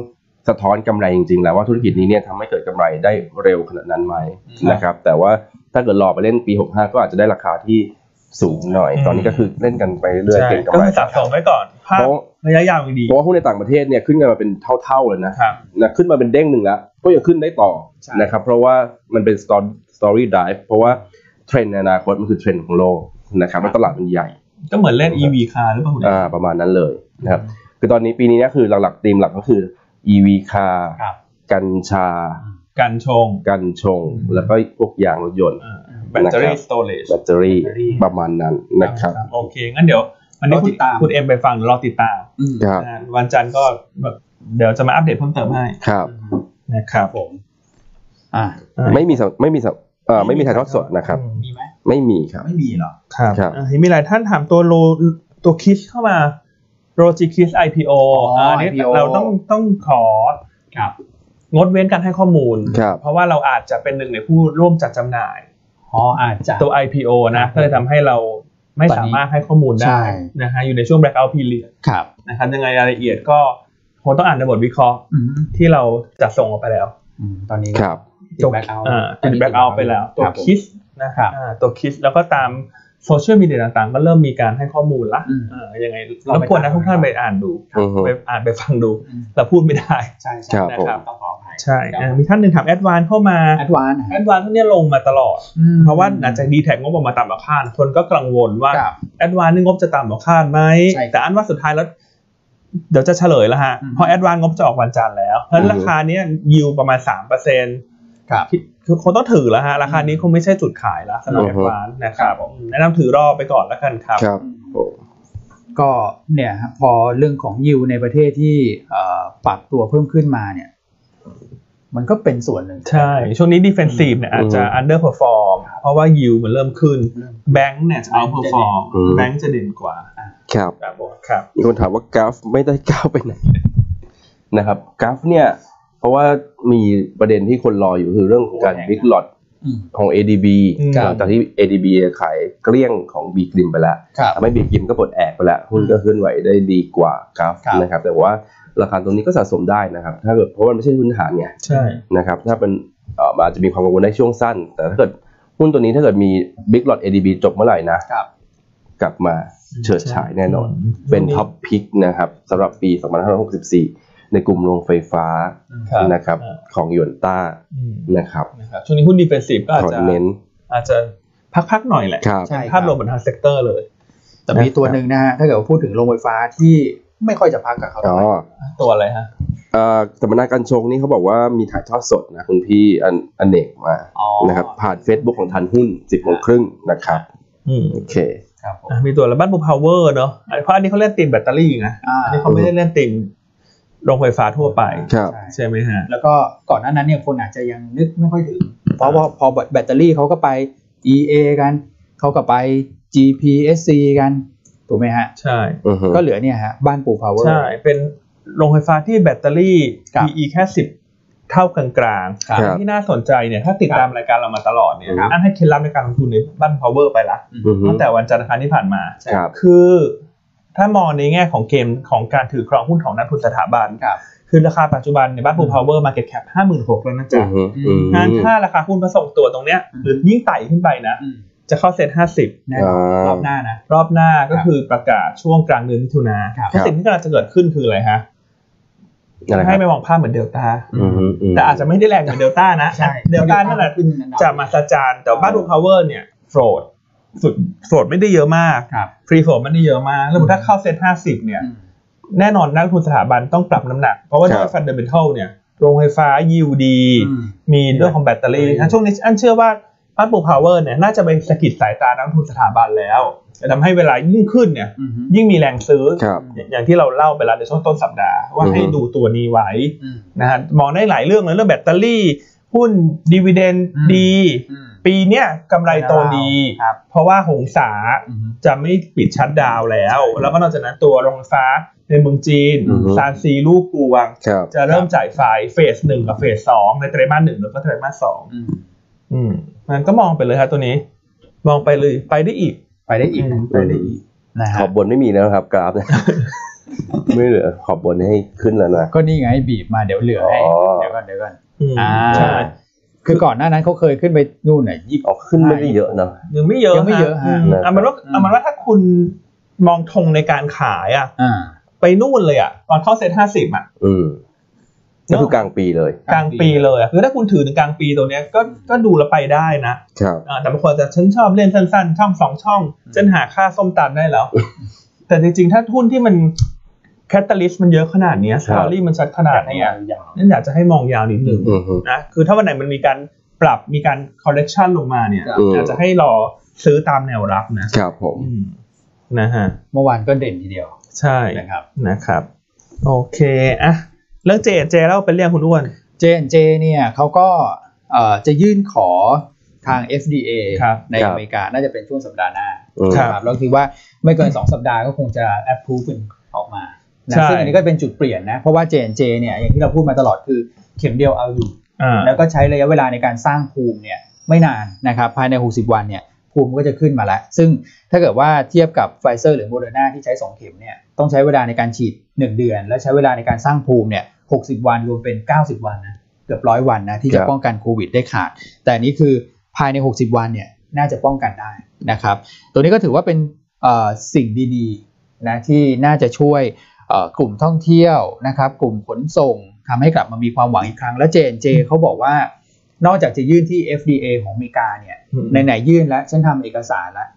[SPEAKER 1] สะท้อนกำไรจริงๆ แล้วว่าธุรกิจนี้เนี่ยทำให้เกิดกำไรได้เร็วขนาดนั้นไหม
[SPEAKER 2] ครับ
[SPEAKER 1] นะครับ แต่ว่าถ้าเกิดรอไปเล่นปี 65 ก็อาจจะได้ราคาที่สูงหน่อย ตอนนี้ก็คือเล่นกันไปเรื่อยๆ
[SPEAKER 3] ใช่
[SPEAKER 1] เก่งกำ
[SPEAKER 3] ก็
[SPEAKER 1] ไร
[SPEAKER 3] คือสะสมไว้ก่อนภาพ
[SPEAKER 1] เพราะ
[SPEAKER 3] ระยะยาวยังดี
[SPEAKER 1] เพราะว่าหุ้นในต่างประเทศเนี่ยขึ้นกันมาเป็นเท่าๆเลยนะ
[SPEAKER 3] ครับ
[SPEAKER 1] นะขึ้นมาเป็นเด้งหนึ่งแล้วก็ยังขึ้นได้ต่อ
[SPEAKER 2] ใช่
[SPEAKER 1] นะครับเพราะว่ามันเป็นสตอรี่ไดฟ์เพราะว่าเทรนด์ในอนาคตมันคือเทรนด์ของโลกนะครับแล้วตลาดมันใหญ่
[SPEAKER 3] ก็เหมือนเล่น EV car หรือเปล่าคุณเอก
[SPEAKER 1] อ่าประมาณนั้นเลยนะครับคือตอนนี้ปีนี้เนี่ยคือหลักๆธีมหลักก็คือ EV คาร์
[SPEAKER 2] ครับ
[SPEAKER 1] กัญชา
[SPEAKER 3] การชง
[SPEAKER 1] กัญชง
[SPEAKER 3] อืม
[SPEAKER 1] แล้วก็พวกยางรถยนต์
[SPEAKER 3] แบตเตอ
[SPEAKER 1] นะครั
[SPEAKER 3] รี่
[SPEAKER 1] บ
[SPEAKER 3] สโตรเจ
[SPEAKER 1] แบตเตอรี่
[SPEAKER 2] แบตเตอรี่
[SPEAKER 1] ประมาณนั้นนะครับ
[SPEAKER 3] โอเค งั้นเดี๋ยววันนี้
[SPEAKER 2] รอติดตาม
[SPEAKER 3] คุณเอ็มไปฟังเดี๋ยวรอติดตาม
[SPEAKER 2] อืม
[SPEAKER 1] ครับ
[SPEAKER 3] นะฮะวันจันทร์ก็แบบเดี๋ยวจะมาอัปเดตเพิ่มเติมให้
[SPEAKER 1] ครับ
[SPEAKER 3] นะครับ
[SPEAKER 2] ผมอ่า
[SPEAKER 1] ไม่มีสัมไม่มีสัมเอ่อไม่มีถ่ายทอดสดนะครับ
[SPEAKER 2] มีไหม
[SPEAKER 1] ไม่มีครับ
[SPEAKER 2] ไม่มีเหรอ
[SPEAKER 3] ครับ
[SPEAKER 1] ครับ
[SPEAKER 3] อ่ะเห็นมีหลายท่านถามตัวโลตัวคิสเข้ามาโรจิคิส IPO
[SPEAKER 2] อ๋อ
[SPEAKER 3] อั
[SPEAKER 2] อั
[SPEAKER 3] นนี้
[SPEAKER 2] IPO
[SPEAKER 3] เราต้องต้องขอ
[SPEAKER 2] ครับ
[SPEAKER 3] งดเว้นการให้ข้อมูล
[SPEAKER 1] ครับ
[SPEAKER 3] เพราะว่าเราอาจจะเป็นหนึ่งในผู้ร่วมจัดจำหน่าย
[SPEAKER 2] อ๋ออาจจะ
[SPEAKER 3] ตัว IPO นะก็เลยทำให้เราไม่สามารถให้ข้อมูล
[SPEAKER 2] ใช่
[SPEAKER 3] ได้นะฮะอยู่ในช่วง blackout period
[SPEAKER 2] ครับ
[SPEAKER 3] นะครับยังไงรายละเอียดก็คงต้องอ่านในบทวิเคราะห์
[SPEAKER 2] อืม
[SPEAKER 3] ที่เราจัดส่งออกไปแล้ว
[SPEAKER 2] อืมตอนนี้
[SPEAKER 1] ครับ
[SPEAKER 2] ติดแบ็คเอาท์
[SPEAKER 3] อ่าเป็น blackout ไปแล้ว ตัว
[SPEAKER 2] รับผม
[SPEAKER 3] คิสนะครับอ่าตัวคิสแล้วก็ตามโซเชียลมีเดียต่างๆ ก็เริ่มมีการให้ข้อมูลละ
[SPEAKER 2] อืม
[SPEAKER 3] เอ่อยังไงรบกวนนะทุกท่านไปอ่านดู
[SPEAKER 1] อือฮึ
[SPEAKER 3] ไปอ่านไปฟังดู
[SPEAKER 2] อืม
[SPEAKER 3] เราพูดไม่ได้
[SPEAKER 2] ใช่
[SPEAKER 1] ค
[SPEAKER 2] ใช่
[SPEAKER 1] รับ
[SPEAKER 2] นะครับ
[SPEAKER 3] ผม
[SPEAKER 2] ต้องขออภัย
[SPEAKER 3] ใช่อ่ะมีท่านหนึ่งถามแอดวานเข้ามา
[SPEAKER 2] แอดวาน
[SPEAKER 3] แอดวานท่านเนี้ยลงมาตลอด เพราะว่าหลังจากดีแท็งบออกมาต่ำกว่าคาดคนก็กังวลว่า
[SPEAKER 2] ครับ
[SPEAKER 3] แอดวานนี่งบจะต่ำกว่าคาดไหม
[SPEAKER 2] ใช่ครับ
[SPEAKER 3] แต่อันว่าสุดท้ายแล้ว เดี๋ยวจะเฉลยแล้วฮะ
[SPEAKER 2] อืม
[SPEAKER 3] เพราะแอดวานงบจะออกวันจันทร์แล้วเพราะฉะนั้นราคาเนี้ยยิวประมาณสามเปอร์เซ็นต์
[SPEAKER 2] ครับ
[SPEAKER 3] คือคนต้องถือแล้วฮะราคานี้คงไม่ใช่จุดขายแล้วสำหรับ
[SPEAKER 1] อื
[SPEAKER 3] แอ
[SPEAKER 1] อ
[SPEAKER 3] ด
[SPEAKER 1] ฮึ
[SPEAKER 3] วานนะครับอืมแนะนำถือรอบไปก่อนแล้วกันครับ
[SPEAKER 1] ครับโอ้
[SPEAKER 2] ก็เนี่ยฮะพอเรื่องของยิวในประเทศที่เอ่อปรับตัวเพิ่มขึ้นมาเนี่ย มันก็เป็นส่วนหนึ่ง
[SPEAKER 3] ใช่ ช่วงนี้ดิเฟนซีฟเนี่ยอาจจะ underperform เพราะว่ายิวมันเริ่มขึ้น แบงก์เนี่ยจะ outperform แบงก์จะเด่นกว่า
[SPEAKER 1] ครับ
[SPEAKER 3] ครับผมครับ
[SPEAKER 1] มีคนถามว่ากราฟไม่ได้ ก้าวไปไหน นะครับกราฟเนี่ย เพราะว่ามีประเด็นที่คนรออยู่คือเรื่องของการ
[SPEAKER 2] โอ้ย
[SPEAKER 1] บิ๊กหลอด
[SPEAKER 2] อืม
[SPEAKER 1] ของ ADB
[SPEAKER 3] อืม
[SPEAKER 1] หลังจากที่ ADB ขายเกลี้ยงของบีกริมไปแล้ว
[SPEAKER 2] ครับ
[SPEAKER 1] ทำให้บีกริมก็ปลดแอกไปแล้วหุ้นก็เคลื่อนไหวได้ดีกว่ากราฟ
[SPEAKER 2] ครับ
[SPEAKER 1] นะครับ แต่ว่าราคาตัวนี้ก็สะสมได้นะครับ ถ้าเกิดเพราะว่ามันไม่ใช่พื้นฐานไง
[SPEAKER 3] ใช่
[SPEAKER 1] นะครับ ถ้าเป็นเอ่อมันอาจจะมีความกังวลในช่วงสั้น แต่ถ้าเกิดหุ้นตัวนี้ถ้าเกิดมีบิ๊กหลอด ADB จบเมื่อไหร่นะ
[SPEAKER 2] ครับ
[SPEAKER 1] กลับมาเฉิดฉายแน่นอน
[SPEAKER 3] ม
[SPEAKER 1] เป็นท็อปพิกนะครับสำหรับปี 2564 ในกลุ่มโรงไฟฟ้า
[SPEAKER 3] ครับ
[SPEAKER 1] นะครับของหยวนต้า
[SPEAKER 3] อืม
[SPEAKER 1] นะครับ
[SPEAKER 3] นะครับช่วงนี้หุ้นดิเฟนซีฟก็อาจ
[SPEAKER 1] ขอ
[SPEAKER 3] จะ
[SPEAKER 1] เน้น
[SPEAKER 3] อาจจะพักๆหน่อยแหละ
[SPEAKER 1] ครับ
[SPEAKER 2] ใช่
[SPEAKER 3] ภาพรวมเหมือนทางเซกเตอร์เลย
[SPEAKER 2] แต่มีตัวหนึ่งนะฮะ ถ้าเกิดว่าพูดถึงโรงไฟฟ้าที่ไม่ค่อยจะพักกับเขา
[SPEAKER 1] อ๋อ
[SPEAKER 2] เท่าไหร่
[SPEAKER 3] ตัวอะไรฮะ
[SPEAKER 1] เอ่อสัมมนาการชงนี่เขาบอกว่ามีถ่ายทอดสดนะคุณพี่อันอเนกมา
[SPEAKER 2] อ๋อ
[SPEAKER 1] นะครับผ่าน Facebook ของทันหุ้น 10โมงครึ่งนะครับ
[SPEAKER 3] อืม
[SPEAKER 1] โอเค
[SPEAKER 2] ครับผม
[SPEAKER 3] อ่ะมีตัวอะไรบ้านบูพาวเวอร์เนอะอันนี้เพราะอันนี้เขาเล่นตีมแบตเตอรี่นะ
[SPEAKER 2] อ่า
[SPEAKER 3] อันนี้เขาไม่ได้เล่นตีมโรงไฟฟ้าทั่วไป
[SPEAKER 1] ครับ
[SPEAKER 2] ใช่
[SPEAKER 3] ใช่ไหมฮะ
[SPEAKER 2] แล้วก็ก่อนหน้านั้นเนี่ยคนอาจจะยังนึกไม่ค่อยถึง เพราะว่าพอแบตเตอรี่เขาก็ไป EA กันเขาก็ไป GPSC กันถูกไหมฮะ
[SPEAKER 3] ใช่
[SPEAKER 1] อือฮึ
[SPEAKER 2] ก็เหลือเนี่ยฮะ บ้านปู่พาวเวอร์
[SPEAKER 3] ใช่ เป็นโรงไฟฟ้าที่แบตเตอรี่
[SPEAKER 2] ครับ
[SPEAKER 3] PE แค่สิบเท่ากลาง
[SPEAKER 2] ครับ
[SPEAKER 3] ๆที่น่าสนใจเนี่ยถ้าติดตามรายการเรามาตลอดเนี่ยอันให้เคล็ดลับในการลงทุนในบ้านพาวเวอร์ไปละ
[SPEAKER 1] อือฮึ
[SPEAKER 3] ตั้งแต่วันจันทร์อังคารที่ผ่านมา
[SPEAKER 1] ครับ
[SPEAKER 3] คือถ้ามองในแง่ของเกมของการถือครองหุ้นของนักทุนสถาบัน
[SPEAKER 2] ครับ
[SPEAKER 3] คือราคาปัจจุบันในยบ้านปูพาวเวอร์มาเก็ตแคปห้าหมื่นหกแล้วนะ
[SPEAKER 1] อือ
[SPEAKER 3] จ๊ะ
[SPEAKER 1] ฮึอืม
[SPEAKER 3] งั้นถ้าราคาหุ้นผสมตัวตรงเนี้ย
[SPEAKER 2] อืม
[SPEAKER 3] หรือยิ่งไต่ขึ้นไปนะ
[SPEAKER 2] อืม
[SPEAKER 3] จะเข้าเซ็ตห้าสิบ
[SPEAKER 2] แน่น
[SPEAKER 1] อ่า
[SPEAKER 2] อนรอบหน้านะ
[SPEAKER 3] รอบหน้าก็คือประกาศช่วงกลางเดือนมิถุนา
[SPEAKER 2] ครับ
[SPEAKER 3] เพราะสิ่งที่กำลังจะเกิดขึ้นคืออะไรฮะ
[SPEAKER 1] อะไรครับ
[SPEAKER 3] ให้ไม่มองภาพเหมือนเดลต้า
[SPEAKER 1] อือฮึม
[SPEAKER 3] แต่อาจจะไม่ได้แรงเหมือนเดลต้านะเดลต้านั่นแหละ
[SPEAKER 2] ขึ้อันดับ
[SPEAKER 3] จะมาสจานแต่บ้านดูพาวเวอร์เนี่ยโฟลดสุดโฟลดไม่ได้เยอะมาก
[SPEAKER 2] ครับ
[SPEAKER 3] ฟรีโฟลดไม่ได้เยอะมาก แล้ว
[SPEAKER 2] อืม
[SPEAKER 3] ถ้าเข้าเซ็ตห้าสิบเนี่ย
[SPEAKER 2] อืม
[SPEAKER 3] แน่นอนนักลงทุนสถาบันต้องปรับน้ำหนัก เพราะว่าด้วยฟันเดอร์เมนทัลเนี่ยโรงไฟฟ้ายิวดี มีเรื่องของแบตเตอรี่
[SPEAKER 2] อืม
[SPEAKER 3] อันช่วงนี้อันเชื่อว่าบ้านปูพาวเวอร์เนี่ยน่าจะไปสะกิดสายตานักลงทุนสถาบันแล้วจะทำให้เวลายิ่งขึ้นเนี่ย
[SPEAKER 2] อืม
[SPEAKER 3] ยิ่งมีแรงซื้อ
[SPEAKER 1] ครับ
[SPEAKER 3] อย่างที่เราเล่าไปแล้วในช่วงต้นสัปดาห์ว่าให้
[SPEAKER 1] อืม
[SPEAKER 3] ดูตัวนี้ไว้
[SPEAKER 2] อืม
[SPEAKER 3] นะฮะมองได้หลายเรื่องเลยเรื่องแบตเตอรี่ หุ้นดีเวเดน
[SPEAKER 2] อืม
[SPEAKER 3] ดี
[SPEAKER 2] อืม
[SPEAKER 3] ปีเนี้ยกำไรโตดี
[SPEAKER 2] ครับ
[SPEAKER 3] เพราะว่าหงสาจะไม่ปิดชัดดาวน์แล้ว แล้วก็นอกจากนั้นตัวโรงไฟฟ้าในเมืองจีน
[SPEAKER 1] อือฮึ
[SPEAKER 3] ซานซีลูกกวาง
[SPEAKER 1] ครับ
[SPEAKER 3] จะเริ่มจ่ายไฟเฟสหนึ่งกับเฟสสองในไตรมาสหนึ่งแล้วก็ไตรมาสสอง
[SPEAKER 2] อืม
[SPEAKER 3] อืมมันก็มองไปเลยครับตัวนี้ มองไปเลยไปได้อีก
[SPEAKER 2] ไปได้อีกนะ
[SPEAKER 1] ไปได้อีก
[SPEAKER 2] นะ
[SPEAKER 1] ข
[SPEAKER 2] ฮะ
[SPEAKER 1] อบบนไม่มีแล้วครับกราฟเนี่ย ไม่เหลือขอบบนให้ขึ้นแล้วนะ
[SPEAKER 2] ก็นี่ไงบีบมาเดี๋ยวเหลือให้
[SPEAKER 1] อ๋อ
[SPEAKER 2] เดี๋ยวก่อนเดี๋ยวก่อน
[SPEAKER 3] อืม
[SPEAKER 2] อ่า
[SPEAKER 3] ใช่
[SPEAKER 2] คือก่อนหน้านั้นเขาเคยขึ้นไปนู่นน่ะยี่
[SPEAKER 1] ออกขึ้นไม่ได้เยอะเนาะ
[SPEAKER 3] ยังไม่เยอะ
[SPEAKER 2] ยังไม่เยอะฮะ
[SPEAKER 3] ม
[SPEAKER 1] นะครับ
[SPEAKER 3] เอามันว่าเอามันว่าถ้าคุณมองธงในการขายอ่ะ
[SPEAKER 2] อ่า
[SPEAKER 3] ไปนู่นเลยอ่ะตอนเข้าเซตห้าสิบอ่ะ
[SPEAKER 1] อืม
[SPEAKER 3] เน
[SPEAKER 1] ก็
[SPEAKER 3] อะ
[SPEAKER 1] คือกลางปีเลย
[SPEAKER 3] กลางปีเลยอะคือถ้าคุณถือถึงกลางปีตัวเนี้ยก็ก็ดูแลวไปได้นะครับ อ่าแต่บางคนจะฉันชอบเล่นสั้นๆ ช่องสองช่อง
[SPEAKER 2] อืม
[SPEAKER 3] ฉันหาค่าส้มตำได้แล้ว แต่จริงๆ ถ้าหุ้นที่มันแคตตาลิสต์มันเยอะขนาดเนี้ย
[SPEAKER 1] ค
[SPEAKER 3] ส
[SPEAKER 1] รับ
[SPEAKER 3] ตอรี่มันชัดขนาดเนี้ยนั่นอยากจะให้มองยาวนิดหนึ่ง
[SPEAKER 1] อือฮึ
[SPEAKER 3] นะคือถ้าวันไหนมันมีการปรับมีการคอ r เ e คชันลงมาเนี่ย
[SPEAKER 2] ครับ
[SPEAKER 1] อืม
[SPEAKER 3] อยากจะให้รอซื้อตามแนวรับนะครับ
[SPEAKER 1] ผม
[SPEAKER 3] อืมนะฮะ
[SPEAKER 2] เมื่อวานก็เด่นทีเดียว
[SPEAKER 3] ใช่
[SPEAKER 2] นะครับ
[SPEAKER 3] นะครับ โอเคอ่ะเรื่องเจเจเล่าไปเรื่องคุณอ้วน
[SPEAKER 2] J&J เนี่ยเขาก็เอ่อจะยื่นขอทาง FDA
[SPEAKER 3] ครับ
[SPEAKER 2] ใน
[SPEAKER 1] ครับ
[SPEAKER 2] อเมริกาน่าจะเป็นช่วงสัปดาห์หน้า
[SPEAKER 1] อืม
[SPEAKER 3] ครับ
[SPEAKER 2] แล้วคิดว่าไม่เกิน 2 สัปดาห์ก็คงจะ approve เป็นออกมานะ
[SPEAKER 3] ใช่
[SPEAKER 2] ซึ่งอันนี้ก็เป็นจุดเปลี่ยนนะ เพราะว่า J&J เนี่ยอย่างที่เราพูดมาตลอดคือเข็มเดียวเอาอยู่
[SPEAKER 3] อ่า
[SPEAKER 2] แล้วก็ใช้ระยะเวลาในการสร้างภูมิเนี่ยไม่นานนะครับภายใน 60 วันเนี่ยภูมิก็จะขึ้นมาแล้ว ซึ่งถ้าเกิดว่าเทียบกับไฟเซอร์หรือโมเดอร์นาที่ใช้ 2 เข็มเนี่ยต้องใช้เวลาในการฉีด 1 เดือน และใช้เวลาในการสร้างภูมิเนี่ย60 วันรวมเป็น 90 วันนะเกือบร้อยวันนะที่จะ
[SPEAKER 1] ครับ
[SPEAKER 2] ป้องกันโควิดได้ขาด แต่อันนี้คือภายใน 60 วันเนี่ยน่าจะป้องกันได้นะครับ ตัวนี้ก็ถือว่าเป็นเอ่อสิ่งดีๆนะที่น่าจะช่วยเอ่อกลุ่มท่องเที่ยวนะครับกลุ่มขนส่งทำให้กลับมามีความหวังอีกครั้ง และ J&J เขาบอกว่านอกจากจะยื่นที่ FDA ของอเมริกาเนี่ย
[SPEAKER 3] อืม
[SPEAKER 2] ไหนๆยื่นแล้ว ฉันทำเอกสารแล้ว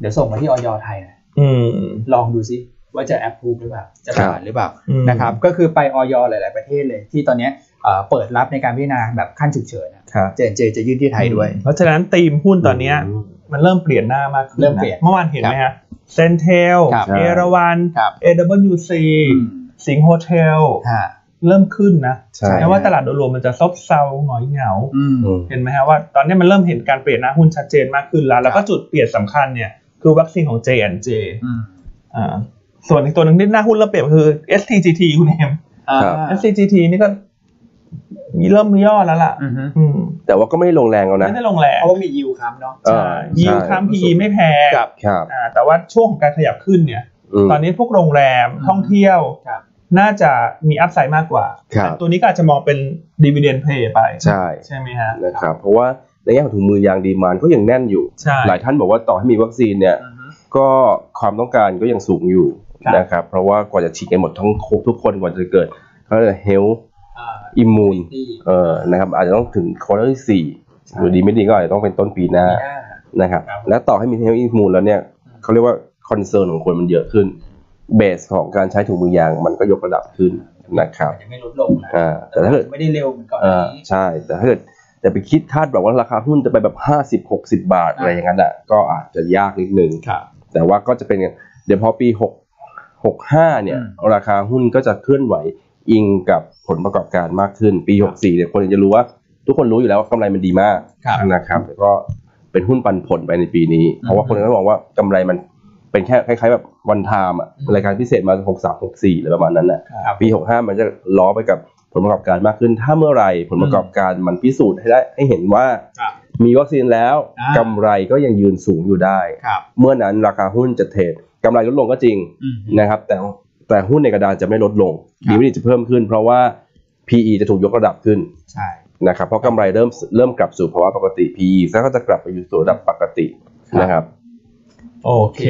[SPEAKER 2] เดี๋ยวส่งมาที่ออยไทยนะ
[SPEAKER 3] อืม
[SPEAKER 2] ลองดูซิว่าจะแอปพูหรือเปล่าจะผ่านหรือเปล่า
[SPEAKER 3] อืม
[SPEAKER 2] นะครับก็คือไปออยหลาย ๆ ประเทศเลยที่ตอนเนี้ยเอ่อเปิดรับในการพิจารณาแบบขั้นฉุกเฉินนะ
[SPEAKER 3] ครับ
[SPEAKER 2] J&J จะยื่นที่ไทยด้วย
[SPEAKER 3] เพราะฉะนั้นธีมหุ้นตอนเนี้ยมันเริ่มเปลี่ยนหน้ามากขึ้นะ
[SPEAKER 2] เริ่มเปลี่ยน
[SPEAKER 3] เมื่อวานเห็นไหมฮะเซนเทล
[SPEAKER 2] ครับ
[SPEAKER 3] เอราวัน
[SPEAKER 2] ครับ
[SPEAKER 3] AWC สิงห์โฮเทล
[SPEAKER 2] ฮะ
[SPEAKER 3] เริ่มขึ้นนะ
[SPEAKER 1] ใช่
[SPEAKER 3] แม้ว่าตลาดโดยรวมมันจะซบเซาหงอยเหงา
[SPEAKER 2] อืม
[SPEAKER 1] อืม
[SPEAKER 3] เห็นไหมฮะว่าตอนนี้มันเริ่มเห็นการเปลี่ยนหน้าหุ้นชัดเจนมากขึ้นแล้ว แล้ว
[SPEAKER 2] ค
[SPEAKER 3] ก็
[SPEAKER 2] รับ
[SPEAKER 3] จุดเปลี่ยนสำคัญเนี่ยคือวัคซีนของ J&J
[SPEAKER 2] อืม
[SPEAKER 3] อ่าส่วนอีกตัวหนึ่งที่หน้าหุ้นเริ่มเปลี่ยนคือ STGT คุณเอ็ม
[SPEAKER 2] อ่า
[SPEAKER 1] ครับ
[SPEAKER 3] STGT นี่ก็เริ่มย่อแล้วล่ะ
[SPEAKER 2] อือฮึ
[SPEAKER 3] อืม
[SPEAKER 1] แต่ว่าก็ไม่ได้ลงแรงเอานะ
[SPEAKER 3] ไม่ได้ลงแรง
[SPEAKER 2] เพราะว่ามียิวครับเนาะ
[SPEAKER 1] เออ
[SPEAKER 3] ยิว
[SPEAKER 1] ใช่
[SPEAKER 3] ค้าม PE ไม่แพง
[SPEAKER 2] ครับ
[SPEAKER 1] ครับ
[SPEAKER 3] อ่าแต่ว่าช่วงของการขยับขึ้นเนี่ย
[SPEAKER 1] ม
[SPEAKER 3] ตอนนี้พวกโรงแรม
[SPEAKER 2] อืม
[SPEAKER 3] ท่องเที่ยว
[SPEAKER 2] ครับ
[SPEAKER 3] น่าจะมีอัพไซด์มากกว่า
[SPEAKER 1] ครับ
[SPEAKER 3] ตัวนี้ก็อาจจะมองเป็นดีเวเดนเพย์ไป
[SPEAKER 1] ใช่
[SPEAKER 3] ใช่ไหมฮะ
[SPEAKER 1] นะครับ เพราะว่าในแง่ของถุงมือยางดีมานก็ยังแน่นอยู่
[SPEAKER 3] ใช่
[SPEAKER 1] หลายท่านบอกว่าต่อให้มีวัคซีนเนี่ย
[SPEAKER 2] อือฮึ
[SPEAKER 1] ก็ความต้องการก็ยังสูงอยู่
[SPEAKER 2] ครับ
[SPEAKER 1] นะครับ เพราะว่ากว่าจะฉีดกันหมดทั้งทุกคนกว่าจะเกิดเขาเรียกเฮล
[SPEAKER 2] อ่า
[SPEAKER 1] อิมมูน
[SPEAKER 2] ที่
[SPEAKER 1] เออนะครับอาจจะต้องถึงควอเตอร์ที่สี่หรือดีไม่ดีก็อาจจะต้องเป็นต้นปีหน้า
[SPEAKER 2] ปีหน้า
[SPEAKER 1] นะครับ
[SPEAKER 2] ครับ
[SPEAKER 1] และต่อให้มีเฮลอิมมูนแล้วเนี่ยเขาเรียกว่าคอนเซิร์นของคนมันเยอะขึ้นเบสของการใช้ถุงมือยางมันก็ยกระดับขึ้นนะครับ
[SPEAKER 2] มันจะไม่ลดลงนะ
[SPEAKER 1] อ่าแต่ถ้าเกิด
[SPEAKER 2] ไม่ได้เร็วเหมือนก่อน
[SPEAKER 1] เออ
[SPEAKER 2] นี้
[SPEAKER 1] ใช่ แต่ถ้าเกิดแต่ไปคิดคาดแบบว่าราคาหุ้นจะไปแบบห้าสิบหกสิบาท อะไรอย่างนั้นอ่ะก็อาจจะยากนิดนึง
[SPEAKER 2] ครับ
[SPEAKER 1] แต่ว่าก็จะเป็นเดี๋ยวพอปีหกหกห้าเนี่ย
[SPEAKER 2] อืม
[SPEAKER 1] ราคาหุ้นก็จะเคลื่อนไหวอิงกับผลประกอบการมากขึ้น ปีหกสี่เนี่ยคนจะรู้ว่า ทุกคนรู้อยู่แล้วว่ากำไรมันดีมาก
[SPEAKER 2] ครับ
[SPEAKER 1] นะครับแต่ก็เป็นหุ้นปันผลไปในปีนี้
[SPEAKER 2] อืม
[SPEAKER 1] เพราะว่าคนก็มองว่ากำไรมันเป็นแค่คล้ายๆแบบวันไทม์อะ
[SPEAKER 2] อืม
[SPEAKER 1] รายการพิเศษมาหกสามหกสี่อะไรประมาณนั้นแหละ
[SPEAKER 2] ครับ
[SPEAKER 1] ปี 65 มันจะล้อไปกับผลประกอบการมากขึ้น ถ้าเมื่อไหร่ผลประกอบการมันพิสูจน์ให้ได้ให้เห็นว่า
[SPEAKER 2] ครับ
[SPEAKER 1] มีวัคซีนแล้ว
[SPEAKER 2] อ่าก
[SPEAKER 1] กำไรก็ยังยืนสูงอยู่ได้
[SPEAKER 2] ครับ
[SPEAKER 1] เมื่อนั้นราคาหุ้นจะเทรดกำไรลดลงก็จริง
[SPEAKER 2] อืม
[SPEAKER 1] นะครับ แต่แต่หุ้นในกระดานจะไม่ลดลง
[SPEAKER 2] ครับ
[SPEAKER 1] ดีวิดีจะเพิ่มขึ้น เพราะว่า PE จะถูกยกระดับขึ้น
[SPEAKER 2] ใช่
[SPEAKER 1] นะครับเพราะกำไรเริ่มเริ่มกลับสู่ภาวะปกติ PE ซะก็จะกลับไปอยู่สู่ระดับปกตินะครับ
[SPEAKER 3] โอเค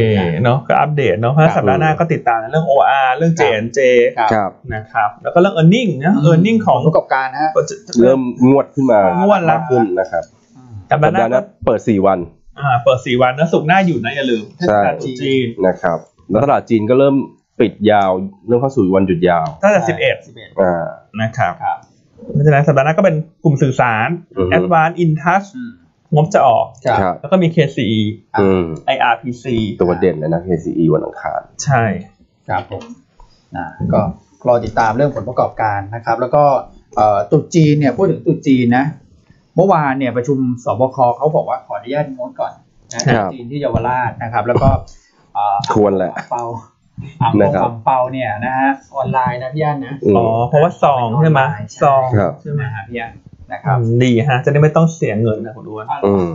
[SPEAKER 3] เนาะก็อัปเดตเนาะเพราะสัปดาห์หน้าก็ติดตามเรื่อง OR เรื่อง J&J
[SPEAKER 2] ครับ
[SPEAKER 1] ครับ
[SPEAKER 3] นะครับแล้วก็เรื่อง earning นะ earning ของ
[SPEAKER 2] ผลประกอบการนะฮะ
[SPEAKER 1] เริ่มงวดขึ้นมาง
[SPEAKER 3] วดละ
[SPEAKER 1] มากขึ้นนะครับ
[SPEAKER 3] สัป
[SPEAKER 1] สั
[SPEAKER 3] ดา
[SPEAKER 1] ป
[SPEAKER 3] ห์หน้า
[SPEAKER 1] ดาห์ห
[SPEAKER 3] ก็
[SPEAKER 1] น้าเปิด 4 วัน
[SPEAKER 3] อ่าเปิดสี่วันนะสุกร์หน้าหยุดนะอย่าลืม
[SPEAKER 1] ใช่
[SPEAKER 3] ตลาดจีน
[SPEAKER 1] นะครับแล้วตลาดจีนก็เริ่มปิดยาวเริ่มเข้าสู่วันหยุดยาว
[SPEAKER 3] ตั้งแต่สิบเอ็ด
[SPEAKER 2] 11
[SPEAKER 1] อ่า
[SPEAKER 3] นะครับ
[SPEAKER 2] ครับ
[SPEAKER 3] เพราะฉะนั้นสัปดาห์หน้าก็เป็นกลุ่มสื่อสาร
[SPEAKER 1] อือฮึ
[SPEAKER 3] Advanced InTouch
[SPEAKER 2] อืม
[SPEAKER 3] งบจะออก
[SPEAKER 2] ครับ
[SPEAKER 1] ครับ
[SPEAKER 3] แล้วก็มี KCE
[SPEAKER 1] อืม
[SPEAKER 3] IRPC
[SPEAKER 1] ตัวเด่นเลยนะ KCE วันอังคาร
[SPEAKER 3] ใช่
[SPEAKER 2] ครับผมนะก็รอติดตามเรื่องผลประกอบการนะครับ แล้วก็เอ่อตรุษจีนเนี่ยพูดถึงตรุษจีนนะ เมื่อวานเนี่ยประชุมสบคเขาบอกว่าขออนุญาตงดก่อนนะ
[SPEAKER 1] ครั
[SPEAKER 2] ตรุ
[SPEAKER 1] บ
[SPEAKER 2] ษจีนที่เยาวราชนะครับ แล้วก็เอ่อ
[SPEAKER 1] ควรแหละ
[SPEAKER 2] เปาอ่าง
[SPEAKER 1] นะครับ
[SPEAKER 2] ทองเปาเนี่ยนะฮะออนไลน์นะพี่อันนะ
[SPEAKER 1] อืม
[SPEAKER 3] อ๋อเพราะว่าซองใช่ไหมซอง
[SPEAKER 1] ครับ
[SPEAKER 3] ใช่ไหม
[SPEAKER 2] นะฮะพี่อันนะครับ
[SPEAKER 3] อืมดีฮะ จะได้ไม่ต้องเสียเงินนะคุณด้วน
[SPEAKER 1] อืม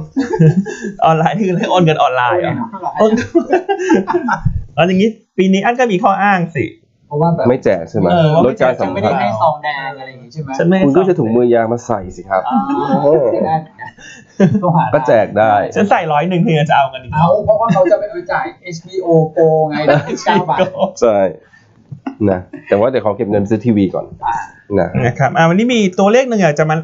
[SPEAKER 3] ออนไลน์ที่เรียกโอนเงินออนไลน์เหรอ
[SPEAKER 2] เท่าไหร่
[SPEAKER 3] โอน แล้วอย่างนี้ปีนี้อันก็มีข้ออ้างสิ
[SPEAKER 2] เพราะว่าแบบ
[SPEAKER 1] ไม่แจกใช่ไหม
[SPEAKER 3] เออว่าไม่
[SPEAKER 1] ลดการสัม
[SPEAKER 4] ไม่
[SPEAKER 1] ผั
[SPEAKER 4] ได้
[SPEAKER 1] ส
[SPEAKER 4] ให้ซองแดงอะไรอย่างงี้ใช่ไหม
[SPEAKER 3] ฉันไม่ให้
[SPEAKER 1] คุณก็จะถุงมื
[SPEAKER 3] อ
[SPEAKER 1] อยางมาใส่สิครับ
[SPEAKER 4] อ๋อได้เหมือนกันต้องหา
[SPEAKER 1] ก็แจกได้
[SPEAKER 3] ฉันใส่ร้อยหนึ่งเพื่อจะเอากันอีก
[SPEAKER 2] เอา
[SPEAKER 4] เพราะว่าเขาจะไปเอาไปจ่าย HBO Go ไงได้เก้าบาท
[SPEAKER 1] ใช่นะแต่ว่าเดี๋ยวขอเก็บเงินซื้อทีวีก่อนนะ
[SPEAKER 3] นะครับอ่าวันนี้มีตัวเลขหนึ่งอยากจะมา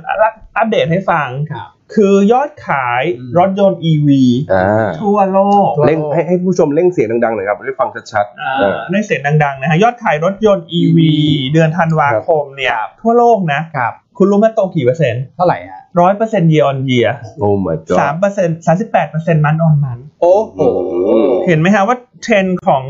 [SPEAKER 3] อัปเดตให้ฟัง
[SPEAKER 2] ครับ
[SPEAKER 3] คือยอดขาย
[SPEAKER 2] อืม
[SPEAKER 3] รถยนต์ EV
[SPEAKER 1] อ่า
[SPEAKER 3] ทั่วโลก
[SPEAKER 1] เล่งให้ให้ผู้ชมเล่งเสียงดังๆหน่อยครับได้ฟังชัด
[SPEAKER 3] อ่า
[SPEAKER 1] ๆเออ
[SPEAKER 3] ได้เสียงดังๆนะฮะยอดขายรถยนต์ EV เดือนธันวาคมเนี่ย ทั่วโลกนะ
[SPEAKER 2] ครับ
[SPEAKER 3] คุณรู้ไหมโตกี่เปอร์เซ็นต์
[SPEAKER 2] เท่าไหร่ฮะ
[SPEAKER 3] ร้อยเปอร์เซ็นต์เยียร์ออนเยียร์
[SPEAKER 1] Oh my god
[SPEAKER 3] สามเปอร์เซ็นต์สามสิบแปดเปอร์เซ็นต์มันออนมัน
[SPEAKER 2] โอ้โห
[SPEAKER 3] เห็นไหมฮะว่าเทรนด์ของ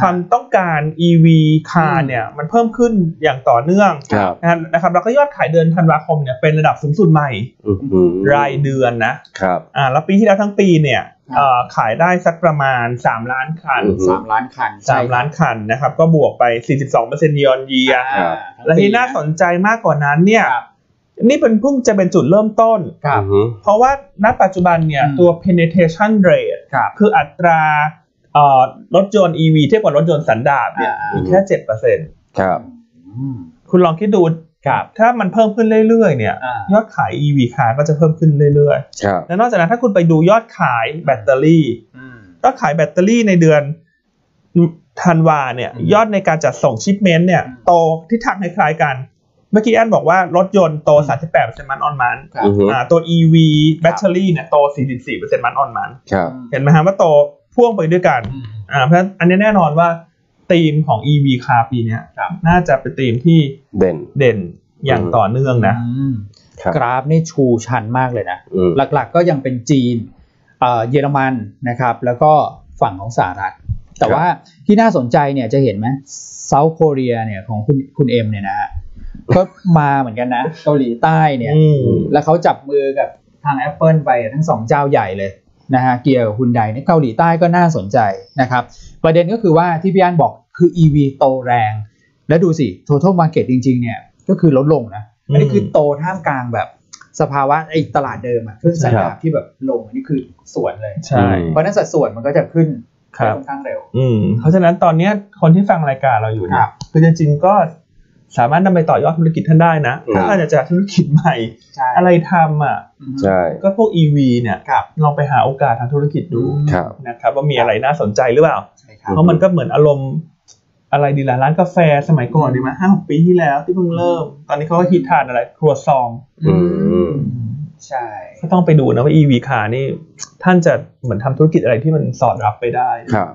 [SPEAKER 3] ความต้องการ EV คาร์เนี่ยมันเพิ่มขึ้นอย่างต่อเนื่อง
[SPEAKER 1] ครับ
[SPEAKER 3] นะครับนะครับแล้วก็ยอดขายเดือนธันวาคมเนี่ยเป็นระดับสูงสุดใหม่
[SPEAKER 1] อื้อหือ
[SPEAKER 3] รายเดือนนะครับ อ่าแล้วปีที่แล้วทั้งปีเนี่ย
[SPEAKER 2] ครับ
[SPEAKER 3] เอ่อขายได้สักประมาณ 3 ล้านคัน
[SPEAKER 1] อือฮึ
[SPEAKER 2] สามล้านคัน
[SPEAKER 3] สามล้านคันนะครับก็บวกไป 42%เยียร์ออนเยียร์
[SPEAKER 1] ครับ
[SPEAKER 3] และที่น่าสนใจมากกว่านั้นเนี่ย
[SPEAKER 2] ครับ
[SPEAKER 3] นี่เป็นเพิ่งจะเป็นจุดเริ่มต้น
[SPEAKER 2] ครับ
[SPEAKER 1] อื้อหือ
[SPEAKER 3] เพราะว่าณปัจจุบันเนี่ย
[SPEAKER 2] อืม
[SPEAKER 3] ตัว penetration rate
[SPEAKER 2] ครับ
[SPEAKER 3] คืออัตราเอ่อรถยนต์ EV เทียบกับรถยนต์สันดาปเนี่ย
[SPEAKER 2] อ่า
[SPEAKER 3] มีแค่เจ็ดเปอร์เซ็น
[SPEAKER 1] ครับ
[SPEAKER 2] อืม
[SPEAKER 3] คุณลองคิดดู
[SPEAKER 2] ครับ
[SPEAKER 3] ถ้ามันเพิ่มขึ้นเรื่อยๆเนี่ย
[SPEAKER 2] อ่าย
[SPEAKER 3] อดขาย EV คาร์ก็จะเพิ่มขึ้นเรื่อย
[SPEAKER 1] ครับ
[SPEAKER 3] ๆ และนอกจากนั้นถ้าคุณไปดูยอดขายแบตเตอรี่
[SPEAKER 2] อืม
[SPEAKER 3] ยอดขายแบตเตอรี่ในเดือนธันวาเนี่ย
[SPEAKER 2] อืม
[SPEAKER 3] ยอดในการจัดส่งชิปเมนต์เนี่ย
[SPEAKER 2] อืม
[SPEAKER 3] โตทิศทางคล้ายๆกัน เมื่อกี้แอนบอกว่ารถยนต์โต 38%มันออนมัน
[SPEAKER 2] ครับ
[SPEAKER 1] อือหือ
[SPEAKER 3] อ่าตัว EV แบตเตอรี่เนี่ยโต 44%มันออนมัน
[SPEAKER 1] ครับ
[SPEAKER 3] เห็นไหมฮะว่าโตพ่วงไปด้วยกัน
[SPEAKER 2] อืม
[SPEAKER 3] อ่าเพราะฉะนั้นอันนี้แน่นอนว่าธีมของ EV คาร์ปีเนี้ย
[SPEAKER 2] ครับ
[SPEAKER 3] น่าจะเป็นธีมที่
[SPEAKER 1] เด่น
[SPEAKER 3] เด่นอย่าง
[SPEAKER 1] อืม
[SPEAKER 3] ต่อเนื่องนะ
[SPEAKER 2] อืม
[SPEAKER 1] ครับ
[SPEAKER 2] กราฟนี่ชูชันมากเลยนะ
[SPEAKER 1] อืม
[SPEAKER 2] หลักๆก็ยังเป็นจีนเอ่อเยอรมันนะครับ แล้วก็ฝั่งของสหรัฐ แต่ว่าที่น่าสนใจเนี่ยจะเห็นไหมเซาท์โคเรียเนี่ยของคุณคุณเอ็มเนี่ยนะฮะก็มาเหมือนกันนะ เกาหลีใต้เนี่ย
[SPEAKER 3] อืม
[SPEAKER 2] แล้วเขาจับมือกับทาง Apple ไปทั้งสองเจ้าใหญ่เลยนะฮะเกี่ยวกับคุณใดเนี่ยเกาหลีใต้ก็น่าสนใจนะครับ ประเด็นก็คือว่าที่พี่อันบอกคือ EV โตแรง และดูสิ total market จริง ๆ เนี่ยก็คือลดลงนะอันนี้คือโตท่ามกลางแบบสภาวะไอ้ตลาดเดิมอะเครื่องสันดาปที่แบบลงอันนี้คือสวนเลย
[SPEAKER 3] ใช่
[SPEAKER 2] เพราะฉะนั้นสัดส่วนมันก็จะขึ้น
[SPEAKER 3] ครั
[SPEAKER 2] ได้
[SPEAKER 3] บ
[SPEAKER 2] ค่อนข้างเร็ว
[SPEAKER 3] อืมเพราะฉะนั้นตอนเนี้ยคนที่ฟังรายการเราอยู่เนี่
[SPEAKER 2] ครั
[SPEAKER 3] ย
[SPEAKER 2] บ
[SPEAKER 3] คือจริงๆก็สามารถนำไปต่อยอดธุรกิจท่านได้นะ
[SPEAKER 1] อืม
[SPEAKER 3] ถ้าอาจจะจากธุรกิจใหม่
[SPEAKER 2] ใช่
[SPEAKER 3] อะไรทำอ่ะ
[SPEAKER 2] อืม
[SPEAKER 1] ใช่
[SPEAKER 3] ก็พวก EV เนี่ย
[SPEAKER 2] ครับ
[SPEAKER 3] ลองไปหาโอกาสทางธุรกิจดู
[SPEAKER 1] ครับ
[SPEAKER 3] นะครับว่ามีอะไรน่าสนใจหรือเปล่า
[SPEAKER 2] ใช่ครับ
[SPEAKER 3] เพราะมันก็เหมือนอารมณ์อะไรดีล่ะร้านกาแฟสมัยก่อนดีไหมห้าหกปีที่แล้วที่เพิ่งเริ่ม ตอนนี้เขาก็ฮิตทานอะไร ครัวซอง
[SPEAKER 1] อืม
[SPEAKER 2] ใช่
[SPEAKER 3] ก็ต้องไปดูนะว่า EV คานี่ ท่านจะเหมือนทำธุรกิจอะไรที่มันสอดรับไปได้
[SPEAKER 1] ครับ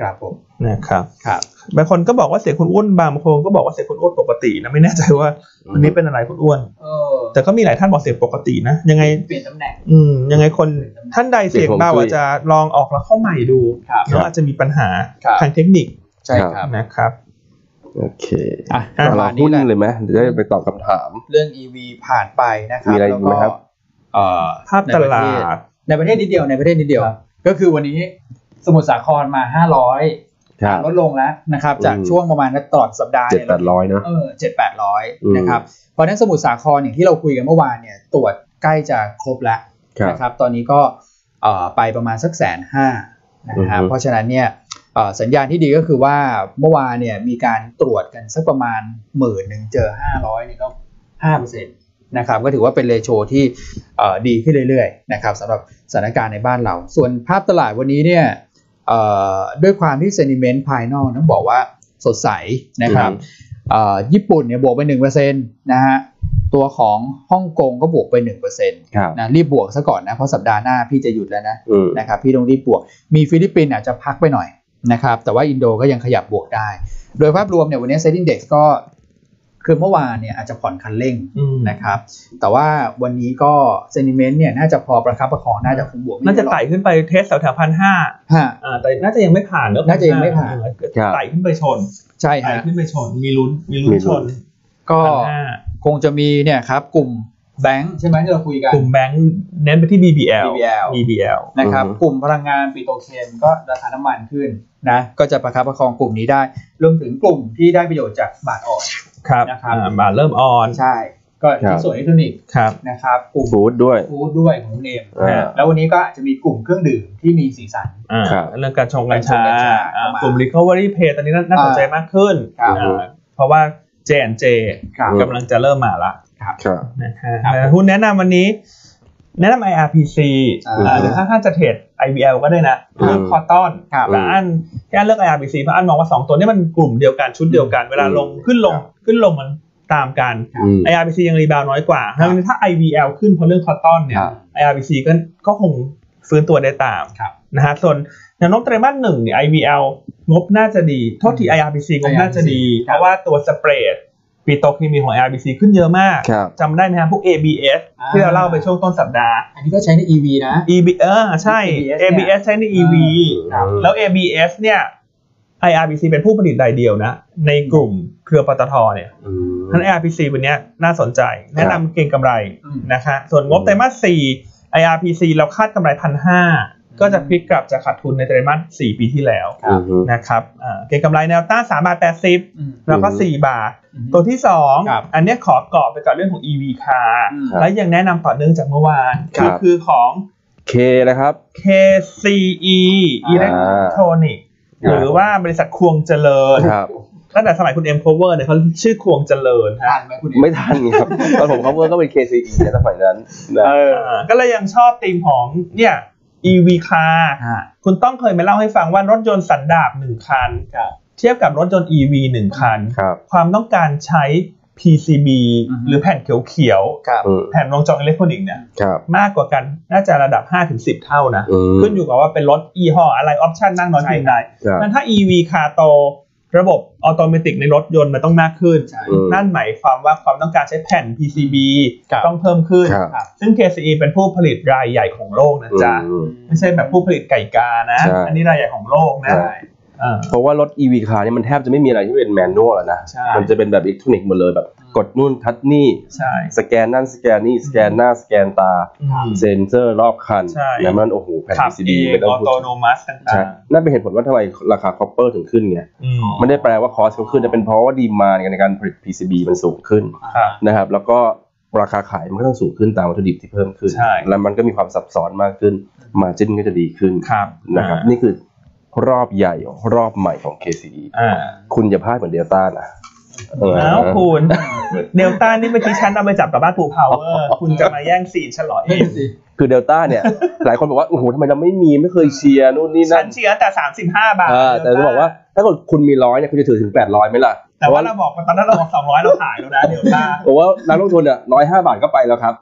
[SPEAKER 2] ครับผม
[SPEAKER 3] นะครับ
[SPEAKER 2] ครับ
[SPEAKER 3] บางคนก็บอกว่าเสียงคุณอ้วนบางคนก็บอกว่าเสียงคุณอ้วนปกตินะไม่แน่ใจว่าวันนี้เป็นอะไรคุณอ้วน
[SPEAKER 2] เออ
[SPEAKER 3] แต่ก็มีหลายท่านบอกเสียงปกตินะยังไง
[SPEAKER 2] เปลี่ยนตำแหน่ง
[SPEAKER 3] อืมยังไงคนท่านใดเสียงเบา
[SPEAKER 1] เสียงผม
[SPEAKER 3] อาจจะลองออกแล้วเข้าใหม่ดู
[SPEAKER 2] ครับ
[SPEAKER 3] แล้วอาจจะมีปัญหา
[SPEAKER 2] ครับ
[SPEAKER 3] ทางเทคนิค
[SPEAKER 1] ใช่ครับ
[SPEAKER 3] นะครับ
[SPEAKER 1] โอเค
[SPEAKER 2] อ่ะป
[SPEAKER 1] เอา
[SPEAKER 2] ระ
[SPEAKER 1] เรา
[SPEAKER 2] มาณนี้
[SPEAKER 1] หุ้น
[SPEAKER 2] แหละ
[SPEAKER 1] เลยไหมเดี๋ยวจะไปตอบคำถาม
[SPEAKER 2] เรื่อง EV ผ่านไปนะครับ
[SPEAKER 1] มีอะไร
[SPEAKER 2] แล้ว
[SPEAKER 1] อีกไหมครับ
[SPEAKER 2] เอ่อ
[SPEAKER 3] ภาพตลา
[SPEAKER 2] ในประเทศในประเทศ
[SPEAKER 3] ด
[SPEAKER 2] นิดเดียวในประเทศนิดเดียว ก็คือวันนี้สมุทรสาครมา 500
[SPEAKER 1] ครับ
[SPEAKER 2] ลดลงแล้วนะครับ
[SPEAKER 1] อืม
[SPEAKER 2] จากช่วงประมาณตลอดสัปดาห์
[SPEAKER 1] เจ็ด
[SPEAKER 2] เนี่ย
[SPEAKER 1] แปดร้อยนะ
[SPEAKER 2] เออเจ็ดแปดร้อย
[SPEAKER 1] อืม
[SPEAKER 2] นะครับเพราะฉะนั้นสมุทรสาครอย่างที่เราคุยกันเมื่อวานเนี่ยตรวจใกล้จะครบแล้ว
[SPEAKER 1] ครับ
[SPEAKER 2] นะครับ ตอนนี้ก็เอ่อไปประมาณสักแสนห้านะฮะ
[SPEAKER 1] อือฮึ
[SPEAKER 2] เพราะฉะนั้นเนี่ยเอ่อสัญญาณที่ดีก็คือว่าเมื่อวานเนี่ยมีการตรวจกันสักประมาณหมื่นหนึ่งเจอห้าร้อยเนี่ยก็ 5%นะครับก็ถือว่าเป็นเรโชที่เอ่อดีขึ้นเรื่อยๆนะครับสำหรับสถานการณ์ในบ้านเรา ส่วนภาพตลาดวันนี้เนี่ยเอ่อด้วยความที่ sentiment ภายนอกนั้นบอกว่าสดใสนะครับ
[SPEAKER 1] อืม
[SPEAKER 2] เอ่อญี่ปุ่นเนี่ยบวกไป1%นะฮะตัวของฮ่องกงก็บวกไป1%น
[SPEAKER 1] ครับ
[SPEAKER 2] ะรีบบวกซะก่อนนะเพราะสัปดาห์หน้าพี่จะหยุดแล้วนะ
[SPEAKER 1] อืม
[SPEAKER 2] นะครับพี่ต้องรีบบวก มีฟิลิปปินส์อาจจะพักไปหน่อยนะครับแต่ว่าอินโดก็ยังขยับบวกได้ โดยภาพรวมเนี่ยวันนี้เซ็นดิ้งเด็กก็คือเมื่อวานเนี่ยอาจจะผ่อนคันเร่ง
[SPEAKER 3] อืม
[SPEAKER 2] นะครับแต่ว่าวันนี้ก็เซนิเมนต์เนี่ยน่าจะพอประคับประคองน่าจะคงบวกไม่
[SPEAKER 3] น่าจะ
[SPEAKER 2] เยอหรอก
[SPEAKER 3] ไต่ขึ้นไปเทสแถวแถวพันห้า
[SPEAKER 2] ฮะ
[SPEAKER 3] อ่าแต่น่าจะยังไม่ผ่านเนอะ
[SPEAKER 2] น่าจะยังไม่ผ่าน
[SPEAKER 1] ครับ
[SPEAKER 3] ไต่ขึ้นไปชน
[SPEAKER 2] ใช่
[SPEAKER 3] ไต่
[SPEAKER 2] ฮะ
[SPEAKER 3] ขึ้นไปชน มีลุ้น มีลุ้
[SPEAKER 1] มี
[SPEAKER 3] น
[SPEAKER 1] ลุ้
[SPEAKER 3] ช
[SPEAKER 1] น
[SPEAKER 3] น
[SPEAKER 2] ก็
[SPEAKER 3] พันห้า
[SPEAKER 2] คงจะมีเนี่ยครับกลุ่มแบงค์ใช่ไหมที่เราคุยกัน
[SPEAKER 3] กลุ่มแบงค์เน้นไปที่ BBL
[SPEAKER 2] BBL
[SPEAKER 3] BBL
[SPEAKER 2] นะครับ
[SPEAKER 1] อือฮึ
[SPEAKER 2] กลุ่มพลังงานปิโตรเคมก็ราคาน้ำมันขึ้นนะก็จะประคับประคองกลุ่มนี้ได้รวมถึงกลุ่มที่ได้ประโยชน์จากบาทอ่อน
[SPEAKER 3] ครับ
[SPEAKER 2] นะครับ
[SPEAKER 3] อ่าบาทเริ่มออน
[SPEAKER 2] ใช่ ก็
[SPEAKER 1] ครับ
[SPEAKER 2] ชิ้นส่วนอิเล็กทรอนิกส์
[SPEAKER 3] ครับ
[SPEAKER 2] นะครับกลุ่ม
[SPEAKER 1] ฟู้ดด้วย
[SPEAKER 2] ฟู้ดด้วยของคุณเอม
[SPEAKER 1] อ่า
[SPEAKER 2] แล้ววันนี้ก็อาจจะมีกลุ่มเครื่องดื่มที่มีสีสัน
[SPEAKER 3] อ่า
[SPEAKER 1] ครับ
[SPEAKER 3] เรื่องการชงกัญชา
[SPEAKER 2] การชงกัญชา
[SPEAKER 3] อ่า
[SPEAKER 2] เข้ามาก
[SPEAKER 3] ลุ่ม recovery pay ตอนนี้น่าน่าสนใจมากขึ้น
[SPEAKER 2] ครับ
[SPEAKER 3] อ่าเพราะว่า J&J
[SPEAKER 2] ครับ
[SPEAKER 1] อืม
[SPEAKER 3] กำลังจะเริ่มมาละ
[SPEAKER 1] ครับ
[SPEAKER 3] นะฮะ
[SPEAKER 2] ครับ
[SPEAKER 3] แต่หุ้นแนะนำวันนี้ แนะนำ IRPC
[SPEAKER 2] อ่า
[SPEAKER 3] อ่าหรือถ้าท่านจะเทรด IVL ก็ได้นะ
[SPEAKER 1] อืม
[SPEAKER 3] เลือกคอตตอน
[SPEAKER 2] ครับ
[SPEAKER 3] แต่อันที่อันเลือก IRPC เพราะอันมองว่า 2 ตัวนี้มันกลุ่มเดียวกันชุดเดียวกัน เวลาลงขึ้นลง
[SPEAKER 1] ครับ
[SPEAKER 3] ขึ้นลงมันตามกัน
[SPEAKER 1] อืม
[SPEAKER 3] IRPC ยังรีบาวน้อยกว่าดังนั้นถ้า IVL ขึ้นเพราะเรื่องคอตตอนเนี่ย
[SPEAKER 1] ครับ
[SPEAKER 3] IRBC ก็ก็คงฟื้นตัวได้ตาม
[SPEAKER 2] ครับ
[SPEAKER 3] นะฮะส่วนแนวโน้มไตรมาสหนึ่งเนี่ย IVL งบน่าจะดี โทษที IRBC งบน่าจะดี
[SPEAKER 2] ครับ
[SPEAKER 3] เพราะว่าตัวสเปรดปีโตรเคมีของ IRBC ขึ้นเยอะมาก
[SPEAKER 1] ครับ
[SPEAKER 3] จำได้ไหมฮะพวก ABS ที่เราเล่าไปช่วงต้นสัปดาห์
[SPEAKER 2] อันนี้ก็ใช้ใน EV นะ
[SPEAKER 3] EB เออใช่
[SPEAKER 2] ABS เนี่ย
[SPEAKER 3] ABS ใช้ใน EV
[SPEAKER 2] ครับ
[SPEAKER 3] แล้ว ABS เนี่ย IRBC เป็นผู้ผลิตรายเดียวนะ ในกลุ่มเครือปตทเนี่ย
[SPEAKER 1] อืม
[SPEAKER 3] ทั้น IRPC วันเนี้ยน่าสนใจ แนะนำเก่งกำไร
[SPEAKER 2] อืม
[SPEAKER 3] นะคะ ส่วนงบ
[SPEAKER 1] อืม
[SPEAKER 3] ไตรมาส4 IRPC เราคาดกำไรพันห้าก็จะพลิกกลับจากขาดทุนในไตรมาส4ปีที่แล้ว
[SPEAKER 1] อืม
[SPEAKER 3] นะครับอ่าเก่งกำไรแนวต้าน3บาท80
[SPEAKER 2] อืม
[SPEAKER 3] แล้วก็ 4 บาท ตัวที่
[SPEAKER 2] ครับ
[SPEAKER 3] 2 อันเนี้ยขอกรอบไปกับเรื่องของ EV car
[SPEAKER 2] อืม
[SPEAKER 3] และยังแนะนำต่อเนื่องจากเมื่อวาน
[SPEAKER 1] ครั
[SPEAKER 3] คือบ คือของ
[SPEAKER 1] เคนะครับ
[SPEAKER 3] KCE
[SPEAKER 2] อ่า
[SPEAKER 3] Electronic หรือว่าบริษัทควงเจริญ
[SPEAKER 1] ครับ
[SPEAKER 3] ตั้งแต่สมัยคุณเอ็มโคเวอร์เนี่ยเขาชื่อควงเจริญ
[SPEAKER 2] ทั
[SPEAKER 3] ฮะ
[SPEAKER 2] นไหมคุณเอ
[SPEAKER 1] ไม่ทันครับ ตอนผม cover ก็เป็น KCE ในสมัยนั้นนะ
[SPEAKER 3] อ่าก็เลยยังชอบธีมของเนี่ย EV car
[SPEAKER 2] อ่า
[SPEAKER 3] คุณต้องเคยมาเล่าให้ฟังว่ารถยนต์สันดาปหนึ่งคัน
[SPEAKER 2] ครับ
[SPEAKER 3] เทียบกับรถยนต์ EV หนึ่งคัน
[SPEAKER 1] ครับ
[SPEAKER 3] ความต้องการใช้ PCB
[SPEAKER 2] อือฮึ
[SPEAKER 3] หรือแผ่นเขียว
[SPEAKER 2] ครับ
[SPEAKER 1] อืม
[SPEAKER 3] ๆ แผ่นวงจรอิเล็กทรอนิกส์เนี่ย
[SPEAKER 1] ครับ
[SPEAKER 3] มากกว่ากันน่าจะระดับ 5-10 เท่านะ
[SPEAKER 1] อืม
[SPEAKER 3] ขึ้นอยู่กับว่าเป็นรถยี่ห้ออะไร ออปชันนั่งนอนเพียงใด
[SPEAKER 1] ครับ
[SPEAKER 3] งั้นถ้า EV คาโต ระบบออโตเมติกในรถยนต์มันต้องมากขึ้น
[SPEAKER 2] ใช่
[SPEAKER 1] อืม
[SPEAKER 3] นั่นหมายความว่าความต้องการใช้แผ่น PCB
[SPEAKER 2] ครับ
[SPEAKER 3] ต้องเพิ่มขึ้น
[SPEAKER 1] ครับ
[SPEAKER 3] ซึ่ง KCE เป็นผู้ผลิตรายใหญ่ของโลกนะจ๊ะ
[SPEAKER 1] อืม
[SPEAKER 3] ไม่ใช่แบบผู้ผลิตไก่กานะ
[SPEAKER 1] ใช่
[SPEAKER 3] อันนี้รายใหญ่ของโลกนะอ่า
[SPEAKER 1] เพราะว่ารถ EV คาร์นี่มันแทบจะไม่มีอะไรที่เป็นแมนนวลแล้วนะ
[SPEAKER 3] ใช่
[SPEAKER 1] มันจะเป็นแบบอิเล็กทรอนิกส์หมดเลยแบบ กดนู่นทัดนี่
[SPEAKER 3] ใช่
[SPEAKER 1] สแกนนั่นสแกนนี่ สแกนหน้า สแกนตา
[SPEAKER 3] อืม
[SPEAKER 1] เซ็นเซอร์รอบคัน
[SPEAKER 3] ใช่
[SPEAKER 1] นะมันโอ้โหแผ่น
[SPEAKER 3] ขับ
[SPEAKER 1] PCB
[SPEAKER 3] เอง
[SPEAKER 1] ไม่ต้อ
[SPEAKER 3] อง อ
[SPEAKER 1] พูด
[SPEAKER 3] โต
[SPEAKER 1] ถึง
[SPEAKER 3] โนมัส
[SPEAKER 1] ใช่
[SPEAKER 3] ต่าง
[SPEAKER 1] นั่นเป็นเหตุผลว่าทำไมราคาคอปเปอร์ถึงขึ้นไง
[SPEAKER 3] ๆอืม
[SPEAKER 1] ไม่ได้แปลว่าคอสเขาขึ้นแต่เป็นเพราะว่าดีมานในการผลิต PCB มันสูงขึ้น
[SPEAKER 3] ครับ
[SPEAKER 1] นะครับ แล้วก็ราคาขายมันก็ต้องสูงขึ้นตามวัตถุดิบที่เพิ่มขึ้น
[SPEAKER 3] ใช่
[SPEAKER 1] แล้วมันก็มีความซับซ้อนมากขึ้น มาจิ้นก็จะดีขึ้น
[SPEAKER 3] ครับ
[SPEAKER 1] นะครับ นี่คือรอบใหญ่รอบใหม่ของ KCE
[SPEAKER 3] อ่า
[SPEAKER 1] คุณอย่าพลาดเหมือนเดลต้านะเออ
[SPEAKER 3] แล้วคุณเดลต้านี่เมื่อกี้ฉันเอาไปจับกับบ้านภูพาวเวอร์คุณจะมาแย่งสีนฉันเหรอเอง
[SPEAKER 1] คือเดลต้า เนี่ย หลายคนบอกว่า โอ้โหทำไมเราไม่มีไม่เคยเชียร์นู่นนี่
[SPEAKER 3] ฉั
[SPEAKER 1] นั่
[SPEAKER 3] น
[SPEAKER 1] น
[SPEAKER 3] เชียร์แต่ 35 บาท
[SPEAKER 1] เออแต่จะบอกว่าถ้าเกิดคุณมีร้อยเนี่ยคุณจะถือถึง 800ไหมล่ะ
[SPEAKER 3] แต่ว่าเราบอกว่าตอนนั้นเราบอก 200 เราขายแล้วนะเดลต้า
[SPEAKER 1] เพราะว่านักลงทุนเนี่ยร้อยห้าบาทก็ไปแล้วครับ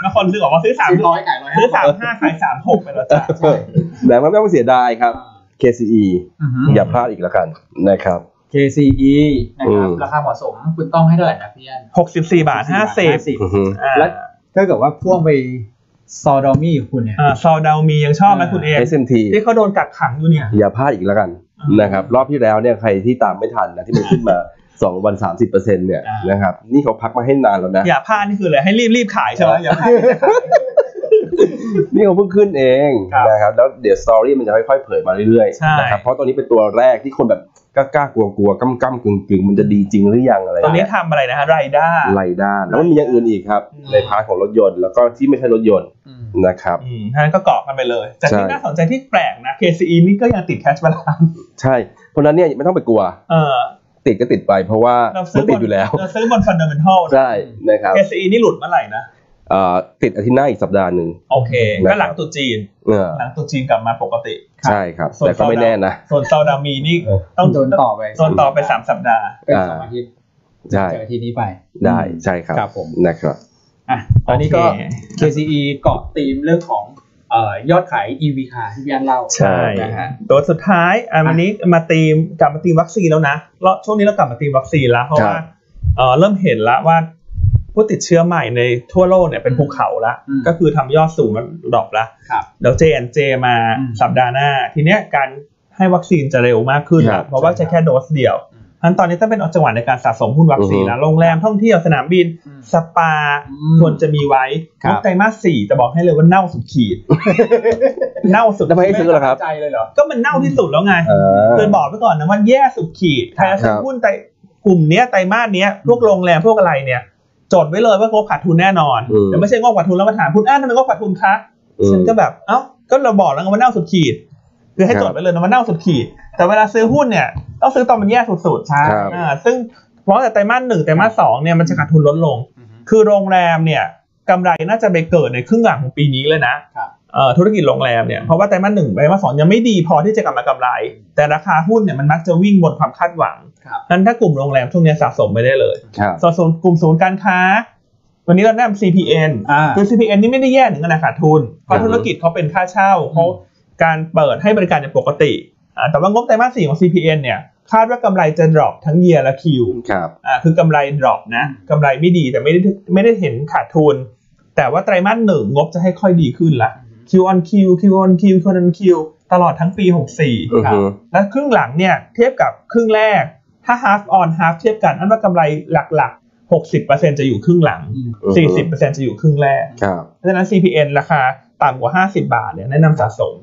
[SPEAKER 3] แล้วคนซื้อบอกว่าซื้อ
[SPEAKER 2] สามร้อย
[SPEAKER 3] 3
[SPEAKER 2] ขายร้อย
[SPEAKER 3] ซื้อ35ขาย36ไปแล้วจ้ะ
[SPEAKER 1] แต่ไม่ต้องเสียดายครับ KCE
[SPEAKER 3] อืม
[SPEAKER 1] อย่าพลาดอีกแล้วกันนะครับ
[SPEAKER 2] KCE นะครับ
[SPEAKER 1] อืม
[SPEAKER 2] ราคาเหมาะสมคุณต้องให้เท่าไหร่นะพี่แอน
[SPEAKER 3] 64 บาท
[SPEAKER 2] ส
[SPEAKER 3] 50
[SPEAKER 2] ิบ
[SPEAKER 1] อือฮึ
[SPEAKER 3] อ่า
[SPEAKER 2] และ ถ้าเกิดว่าพ่วงไปซอดอมี่ของคุณเนี่ย
[SPEAKER 3] อ่าซอลดาวมียังชอบไหม
[SPEAKER 2] อ่า
[SPEAKER 3] คุณเอม
[SPEAKER 1] SMT
[SPEAKER 3] ที่เขาโดนกักขังอยู่เนี่ย
[SPEAKER 1] อย่าพลาดอีกแล้วกัน
[SPEAKER 3] อืม
[SPEAKER 1] นะครับ รอบที่แล้วเนี่ยใครที่ตามไม่ทันนะที่มันขึ้นมา 2 วัน 30%เนี่ย
[SPEAKER 2] อ่าน
[SPEAKER 1] นะครับ นี่เขาพักมาให้นานแล้วนะ
[SPEAKER 3] อย่าพลาดนี่คืออะไรให้รีบรีบขายใช่ไหมอย่ าพลาด
[SPEAKER 1] นี่เขาเพิ่งขึ้นเอง
[SPEAKER 3] ครับ
[SPEAKER 1] นะครับ แล้วเดี๋ยวสตอรี่มันจะค่อยๆเผยมาเรื่อย
[SPEAKER 3] ใช่
[SPEAKER 1] ๆนะครับเพราะตัวนี้เป็นตัวแรกที่คนแบบกล้าๆกลัวๆก้ำๆกึ่งๆ มันจะดีจริงหรือยังอะไร
[SPEAKER 3] ตอนนี้ทำอะไรนะฮะไรด้า
[SPEAKER 1] ไรด้านแล้วมันมีอย่างอื่นอีกครับ
[SPEAKER 3] อืม
[SPEAKER 1] ในพาร์ทของรถยนต์แล้วก็ที่ไม่ใช่รถยนต์
[SPEAKER 2] อืม
[SPEAKER 1] นะครับ
[SPEAKER 3] อืมท่านก็เกาะกันไปเลย แต่ที่
[SPEAKER 1] ใช่
[SPEAKER 3] น่าสนใจที่แปลกนะ KCE นี่ก็ยังติดแคชบาลาน
[SPEAKER 1] ใช่เพราะฉะนั้นเนี่ยไม่ต้องไปกลัว
[SPEAKER 3] เออ
[SPEAKER 1] ติดก็ติดไปเพราะว่า
[SPEAKER 3] เราซื้
[SPEAKER 1] มั
[SPEAKER 3] อน บ
[SPEAKER 1] ติด
[SPEAKER 3] น
[SPEAKER 1] อยู่แล้ว
[SPEAKER 3] เราซื้อบนฟันเดอร์เมนทัล
[SPEAKER 1] ใช่นะครับ
[SPEAKER 3] KCE นี่หลุดเมื่อไหร่นะ
[SPEAKER 1] เอ่อติดอาทิตย์หน้าอีกสัปดาห์หนึ่ง
[SPEAKER 3] โอเค
[SPEAKER 1] นะครับ
[SPEAKER 3] ก็หลังตรุษจีน
[SPEAKER 1] เออ
[SPEAKER 3] หลังตรุษจีนกลับมาปกติ
[SPEAKER 1] ใช่ครับ แต่ก็ไม่แน่นะ
[SPEAKER 3] ส่วนซอลดาวมีนี่
[SPEAKER 1] เออ
[SPEAKER 3] ต้อง
[SPEAKER 2] โดนต่อไป
[SPEAKER 3] โดนต่อไปสามสัปดาห์
[SPEAKER 2] เป็น
[SPEAKER 1] อ่า
[SPEAKER 2] สองอาทิตย์
[SPEAKER 1] ใช่
[SPEAKER 2] เจออาทีนี้ไป
[SPEAKER 1] ได้ใช่ครับ
[SPEAKER 2] ครับผม
[SPEAKER 1] นะครับ
[SPEAKER 2] อ่ะตอนนี้ก็
[SPEAKER 3] โอเค
[SPEAKER 2] KCE เกาะธีมเรื่องของเอ่อยอดขาย EV คาที่พี่แอนเล่า
[SPEAKER 1] ใช่
[SPEAKER 2] นะฮะ
[SPEAKER 3] ตัวสุดท้ายอะวันนี้มาตีมกลับมาตีมวัคซีนแล้วนะรอบช่วงนี้เรากลับมาตีมวัคซีนแล้ว เพราะ
[SPEAKER 1] ค
[SPEAKER 3] ว่า
[SPEAKER 1] รับ
[SPEAKER 3] เอ่อเริ่มเห็นแล้วว่าผู้ติดเชื้อใหม่ในทั่วโลกเนี่ยเป็นภูเขาละ
[SPEAKER 2] อืม
[SPEAKER 3] ก็คือทำยอดสูงมันดรอปละ
[SPEAKER 2] ครับ
[SPEAKER 3] เดี๋ยวเจนเจมา
[SPEAKER 2] อืม
[SPEAKER 3] สัปดาห์หน้า ทีเนี้ยการให้วัคซีนจะเร็วมากขึ้น
[SPEAKER 1] ครั
[SPEAKER 3] นะ
[SPEAKER 1] บ
[SPEAKER 3] เพราะว่า
[SPEAKER 2] ใช่ค
[SPEAKER 3] จะ
[SPEAKER 2] รับ
[SPEAKER 3] แค่โดสเดียว
[SPEAKER 2] อืม
[SPEAKER 3] อันตอนนี้ต้องเป็นจังหวะในการสะสมหุ้นวัคซีน
[SPEAKER 1] อือฮึ
[SPEAKER 3] แล้วโรงแรมท่องเที่ยวสนามบิน
[SPEAKER 2] อืม
[SPEAKER 3] สปา
[SPEAKER 2] อืม
[SPEAKER 3] ควรจะมีไว้
[SPEAKER 2] ครับ
[SPEAKER 3] งบไตรมาสสี่จะบอกให้เลยว่าเน่าสุดขี ด เน่าสุด
[SPEAKER 1] แล้วไม่ให้ซื้อเหรอครับ
[SPEAKER 2] ใจเลยเหรอ
[SPEAKER 3] ก็มันเน่าที่สุดแล้วไง
[SPEAKER 1] เออ
[SPEAKER 3] เคยบอกไปก่อนนะว่าแย่สุดขีดแทน
[SPEAKER 1] ครั
[SPEAKER 3] ซื้อบ หุ้นไตรกลุ่มเนี้ยไตรมาสเนี้ยพวกโรงแรมพวกอะไรเนี่ย จดไว้เลยว่างบขาดทุนแน่นอน
[SPEAKER 1] อืม
[SPEAKER 3] แต่ไม่ใช่งบขาดทุนแล้วมาถามคุณอ้านทำไมงบขาดทุนคะ
[SPEAKER 1] อืม
[SPEAKER 3] ฉันก็แบบ เอ้า ก็เราบอกแล้วไงว่าเน่าสุดขีด คือให้
[SPEAKER 1] ครับ
[SPEAKER 3] จดไปเลยนะว่าเน่าสุดขีด แต่เวลาซื้อหุ้นเนี่ย ต้องซื้อตอนมันแย่สุดๆ
[SPEAKER 2] ใช่
[SPEAKER 1] ครับ
[SPEAKER 3] อ่า ซึ่งเพราะแต่ไตรมาสหนึ่งไตรมาสสองเนี่ยมันจะขาดทุนลดลง คือโรงแรมเนี่ยกำไรน่าจะไปเกิดในครึ่งหลังของปีนี้เลยนะครับ เอ่อธุรกิจโรงแรมเนี่ย เพราะว่าไตรมาสหนึ่งไตรมาสสองยังไม่ดีพอที่จะกลับมากำไร แต่ราคาหุ้นเนี่ยมันมักจะวิ่งบนความคาดหวัง
[SPEAKER 2] ครับ
[SPEAKER 3] นั้นถ้ากลุ่มโรงแรมช่วงเนี้ยสะสมไปได้เลย
[SPEAKER 1] ครับ
[SPEAKER 3] ส่วนส่วนกลุ่มศูนย์การค้า วันนี้เราแนะนำ CPN
[SPEAKER 2] อ่า
[SPEAKER 3] คือ CPN นี่ไม่ได้แย่ถึงขนาดขาดทุน เพราะธุรกิจเขาเป็นค่าเช่าเขาการเปิดให้บริการอย่างปกติอ่าแต่ว่างบไตรมาสสี่ของ CPN เนี่ยคาดว่ากำไรจะดรอปทั้งเยียร์และคิว
[SPEAKER 1] ครับ
[SPEAKER 3] อ่าคือกำไรดรอปนะกำไรไม่ดีแต่ไม่ได้ไม่ได้เห็นขาดทุน แต่ว่าไตรมาสหนึ่งงบจะให้ค่อยดีขึ้นละ Q on Q Q on Q Q on Q ตลอดทั้งปี 64
[SPEAKER 1] อือฮึ
[SPEAKER 3] และครึ่งหลังเนี่ยเทียบกับครึ่งแรก ถ้า half on half เทียบกันอันว่ากำไรหลักๆ 60%จะอยู่ครึ่งหลัง 40%จะอยู่ครึ่งแรก
[SPEAKER 1] ครับ
[SPEAKER 3] เพราะฉะนั้น CPN ราคาต่ำกว่า 50 บาทเนี่ยแนะนำสะสม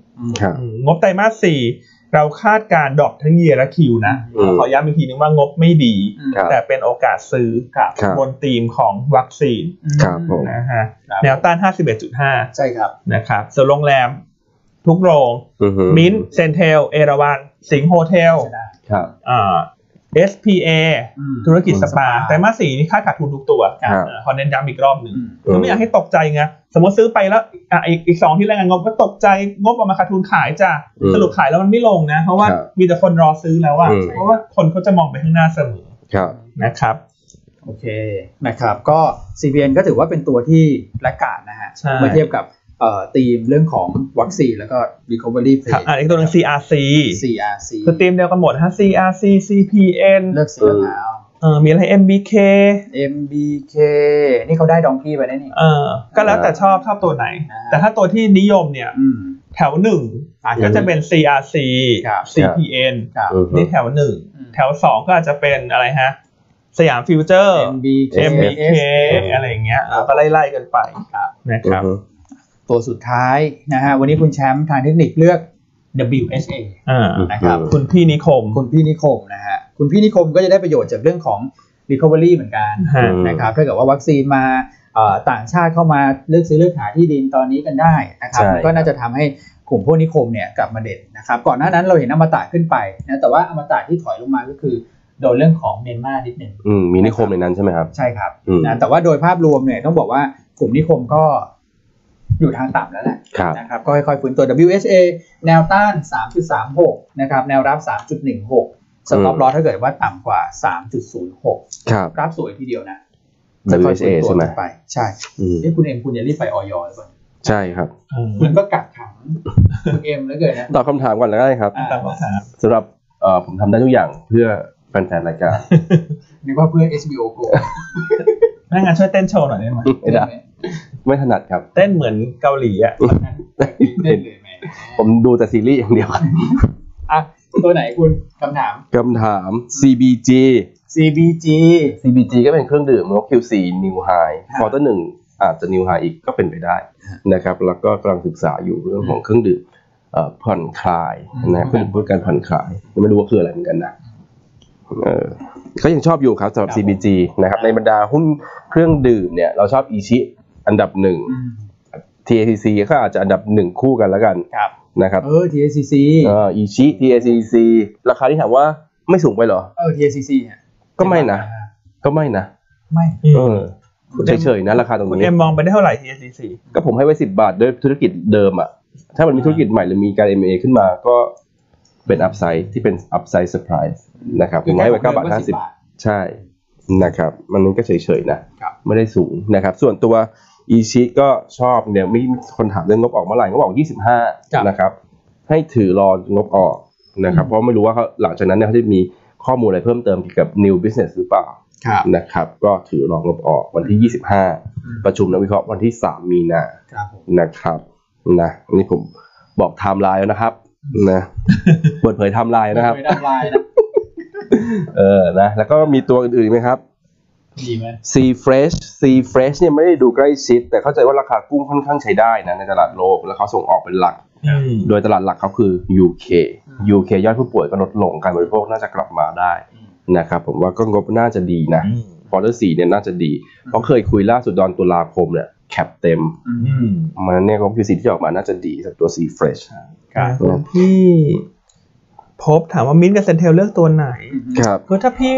[SPEAKER 1] ครับ
[SPEAKER 3] อืมงบไตรมาส 4 เราคาดการดอกทั้งเยียและคิวนะ
[SPEAKER 1] อืม
[SPEAKER 3] ขอย้ำอีกทีนึงว่างบไม่ดี
[SPEAKER 1] ครับ
[SPEAKER 3] แต่เป็นโอกาสซื้อครับ
[SPEAKER 1] ครับ
[SPEAKER 3] บนธีมของวัคซีน
[SPEAKER 1] ครับผม
[SPEAKER 3] นะฮะ
[SPEAKER 2] ครับ
[SPEAKER 3] แนวต้าน 51.5
[SPEAKER 2] ใช่ครับ
[SPEAKER 3] นะครับส่วนโรงแรม ทุกโรง
[SPEAKER 1] อือฮึ
[SPEAKER 3] มินเซนเทล เอราวัน สิงห์โฮเทล
[SPEAKER 1] ครับ
[SPEAKER 3] อ่า SPA
[SPEAKER 2] อืม
[SPEAKER 3] ธุรกิจสปา
[SPEAKER 2] สปา
[SPEAKER 3] แต่มาสสี่นี่ค่าดขาดทุนทุกตัว
[SPEAKER 1] ครับ
[SPEAKER 3] อ่าขอเน้นย้ำอีกรอบหนึ่ง
[SPEAKER 2] อืม
[SPEAKER 3] ก็ไม่อยากให้ตกใจไง สมมติซื้อไปแล้วอ่ะอีกอีกสองที่แรงงานงบก็ตกใจงบออกมาขาดทุนขายจ้ะ
[SPEAKER 1] อืม
[SPEAKER 3] สรุปขายแล้วมันไม่ลงนะ เพราะว่า
[SPEAKER 1] ครับ
[SPEAKER 3] มีแต่คนรอซื้อแล้วอะ
[SPEAKER 1] อืม
[SPEAKER 3] เพราะว่าคนเขาจะมองไปข้างหน้าเสมอ
[SPEAKER 1] ครับ
[SPEAKER 3] นะครับ
[SPEAKER 2] โอเคนะครับก็ CPN ก็ถือว่าเป็นตัวที่ประกาศนะฮะ
[SPEAKER 3] ใช่
[SPEAKER 2] เมื่อเทียบกับเอ่อทีมเรื่องของวัคซีนแล้วก็ recovery
[SPEAKER 3] ครับ
[SPEAKER 2] phase
[SPEAKER 3] อ่ะอีกตัวหนึง CRC
[SPEAKER 2] CRC
[SPEAKER 3] คือทีมเดียวกันหมดฮะ CRC CPN
[SPEAKER 2] เลือกเสือขาว
[SPEAKER 3] เอ่อมีอะไร MBK
[SPEAKER 2] MBK นี่เขาได้ดองพี่ไปได้นี่
[SPEAKER 3] เอ่อก็แล้วแต่ชอบชอบตัวไหน
[SPEAKER 2] อ่า
[SPEAKER 3] แต่ถ้าตัวที่นิยมเนี่ย
[SPEAKER 2] อืม
[SPEAKER 3] แถวหนึ่ง
[SPEAKER 2] อ่า
[SPEAKER 3] ก็จะเป็น CRC
[SPEAKER 2] ครับ
[SPEAKER 3] CPN
[SPEAKER 2] ครับ
[SPEAKER 1] อือฮึ
[SPEAKER 3] นี่แถวหนึ่ง
[SPEAKER 2] อืม
[SPEAKER 3] แถวสองก็อาจจะเป็นอะไรฮะสยามฟิวเจอร์
[SPEAKER 2] MBK
[SPEAKER 3] MBK อะไรอย่างเงี้ยเออก็ไล่ๆกันไป
[SPEAKER 2] ครับ
[SPEAKER 3] นะครับ
[SPEAKER 1] อือฮึ
[SPEAKER 2] ตัวสุดท้ายนะฮะวันนี้คุณแชมป์ทางเทคนิคเลือก WHA
[SPEAKER 3] อ่า
[SPEAKER 2] นะครับ
[SPEAKER 3] คุณพี่นิคม
[SPEAKER 2] คุณพี่นิคมนะฮะคุณพี่นิคมก็จะได้ประโยชน์จากเรื่องของ recovery เหมือนกัน
[SPEAKER 3] ฮะ
[SPEAKER 1] อืม
[SPEAKER 2] นะครับถ้าเกิดว่าวัคซีนมาเอ่อต่างชาติเข้ามาเลือกซื้อเลือกหาที่ดินตอนนี้กันได้นะครับ
[SPEAKER 1] ใช่
[SPEAKER 2] มันก็น่าจะทำให้กลุ่มพวกนิคมเนี่ยกลับมาเด่นนะครับก่อนหน้านั้นเราเห็นอมตะขึ้นไปนะแต่ว่าอมตะที่ถอยลงมาก็คือโดนเรื่องของเมียนมานิดหนึ่ง
[SPEAKER 1] อืมมีนิคมในนั้นใช่ไหมครับ
[SPEAKER 2] ใช่ครับ
[SPEAKER 1] อืม
[SPEAKER 2] นะแต่ว่าโดยภาพรวมเนี่ยต้องบอกว่ากลุ่มนิคมก็อยู่ทางต่ำแล้วแหละ
[SPEAKER 1] ครับ
[SPEAKER 2] นะครับก็ค่อยๆฟื้นตัว WHA แนวต้าน 3.36นะครับแนวรับ 3.16สต็อปลอสถ้าเกิดว่าต่ำกว่า 3.06
[SPEAKER 1] ครับ
[SPEAKER 2] กราฟสวยทีเดียวนะ
[SPEAKER 1] WHA ใช่ไหม
[SPEAKER 2] ไปใช่
[SPEAKER 1] อืม
[SPEAKER 2] นี่คุณเอ็มคุณจะรีบไปออยอหรือเปล่า
[SPEAKER 1] ใช่ครับ
[SPEAKER 2] คุณก็กักขังคุณเอ็มแล้วเกินนะ
[SPEAKER 1] ตอบคำถามก่อนแล้วก็ได้ครับ
[SPEAKER 2] อ่ะ
[SPEAKER 3] ตามคำถาม
[SPEAKER 1] สำหรับเอ่อผมทำได้ทุกอย่างเพื่อแฟนๆรายการ
[SPEAKER 2] นึกว่าเพื่อ HBO Go
[SPEAKER 3] ถ้างั้นช่วยเต้นโชว์หน่อยได้ไหม
[SPEAKER 1] ไม่ได้ ไม่ถนัดครับ
[SPEAKER 3] เต้นเหมือนเกาหลีอ่ะ
[SPEAKER 2] เล่นเลยแหม่
[SPEAKER 1] ผมดูแต่ซีรีส์อย่างเดียวครับ
[SPEAKER 2] อ่ะตัวไหนคุณคำถาม
[SPEAKER 1] คำถาม CBG
[SPEAKER 2] CBG
[SPEAKER 1] CBG ก็เป็นเครื่องดื่มนก Q4 New High
[SPEAKER 2] ครับ
[SPEAKER 1] ควอเตอร์หนึ่งอาจจะ New High อีกก็เป็นไปได้นะครับ แล้วก็กำลังศึกษาอยู่เรื่องของเครื่องดื่มเอ่อผ่อนคลายนะเพื่อเพื่อการผ่อนคลายยังไม่รู้ว่าคืออะไรเหมือนกันนะเออก็ยังชอบอยู่ครับสำหรับ CBG นะครับในบรรดาหุ้นเครื่องดื่มเนี่ยเราชอบอีชิอันดับหนึ่ง
[SPEAKER 2] อืม
[SPEAKER 1] TACC ก็อาจจะอันดับหนึ่งคู่กันแล้วกัน
[SPEAKER 2] ครับ
[SPEAKER 1] นะครับ
[SPEAKER 2] เออ TACC
[SPEAKER 1] เอออีชิ TACC ราคาที่ถามว่าไม่สูงไปเหรอ
[SPEAKER 2] เออ TACC ฮะ
[SPEAKER 1] ก็ไม่นะ ก็ไม่นะ
[SPEAKER 2] ไม่
[SPEAKER 3] อืม
[SPEAKER 1] เออเฉยๆนะราคาตรง
[SPEAKER 3] คุณ
[SPEAKER 1] นี้
[SPEAKER 3] เอ็มมองไปได้เท่าไหร่ TSCC
[SPEAKER 1] ก็ผมให้ไว้สิบาทด้วยธุรกิจเดิมอะ ถ้ามันมีธุรกิจใหม่หรือมีการ M&A ขึ้นมาก็เป็นอัพไซด์ที่เป็นอัพไซด์เซอร์ไพรส์นะครับผมให้ไว้เก้าบาทห้าสิบใช่นะครับมันก็เฉยๆนะ ไม่ได้สูงนะครับ ส่วนตัวอีชิก็ชอบเนี่ยมีคนถามเรื่องงบออกเมื่อไหร่ก็บอก 25 นะครับ ให้ถือรองบออกนะครับ เพราะไม่รู้ว่าเขาหลังจากนั้นเนี่ยเขาจะมีข้อมูลอะไรเพิ่มเติมเกี่ยวกับ new business หรือเปล่า
[SPEAKER 2] ครับ
[SPEAKER 1] นะครับก็ถือรองงบออกวันที่ 25 ประชุมนักวิเคราะห์วันที่ 3 มีนา
[SPEAKER 2] ครับผม
[SPEAKER 1] นะครับนะอันนี่ผมบอกไทม์ไลน์แล้วนะครับ นะเปิดเผยไทม์ไลน์นะครับ
[SPEAKER 2] ไม่ได้ทำลายนะ
[SPEAKER 1] เออนะแล้วก็มีตัวอื่นๆอีกไหมครับ
[SPEAKER 2] ดีไหม
[SPEAKER 1] C Fresh C Fresh เนี่ยไม่ได้ดูใกล้ชิด แต่เข้าใจว่าราคากุ้งค่อนข้างใช้ได้นะในตลาดโลกแล้วเขาส่งออกเป็นหลัก โดยตลาดหลักเขาคือ UK UK ยอดผู้ป่วยก็ลดลงการบริโภคน่าจะกลับมาได้นะครับผมว่าก็งบน่าจะดีนะ ควอเตอร์สี่เนี่ยน่าจะดี เพราะเคยคุยล่าสุดตอนตุลาคมเนี่ยแคปเต็ม
[SPEAKER 3] อืม
[SPEAKER 1] มันเนี่ยก็คือสีที่ออกมาน่าจะดีสำหรับตัวสีเฟรช
[SPEAKER 3] ครับ
[SPEAKER 1] ครับ
[SPEAKER 3] พี่พบถามว่ามิ้นท์กับเซนเทลเลือกตัวไหน
[SPEAKER 1] ครับ
[SPEAKER 3] คือถ้าพี่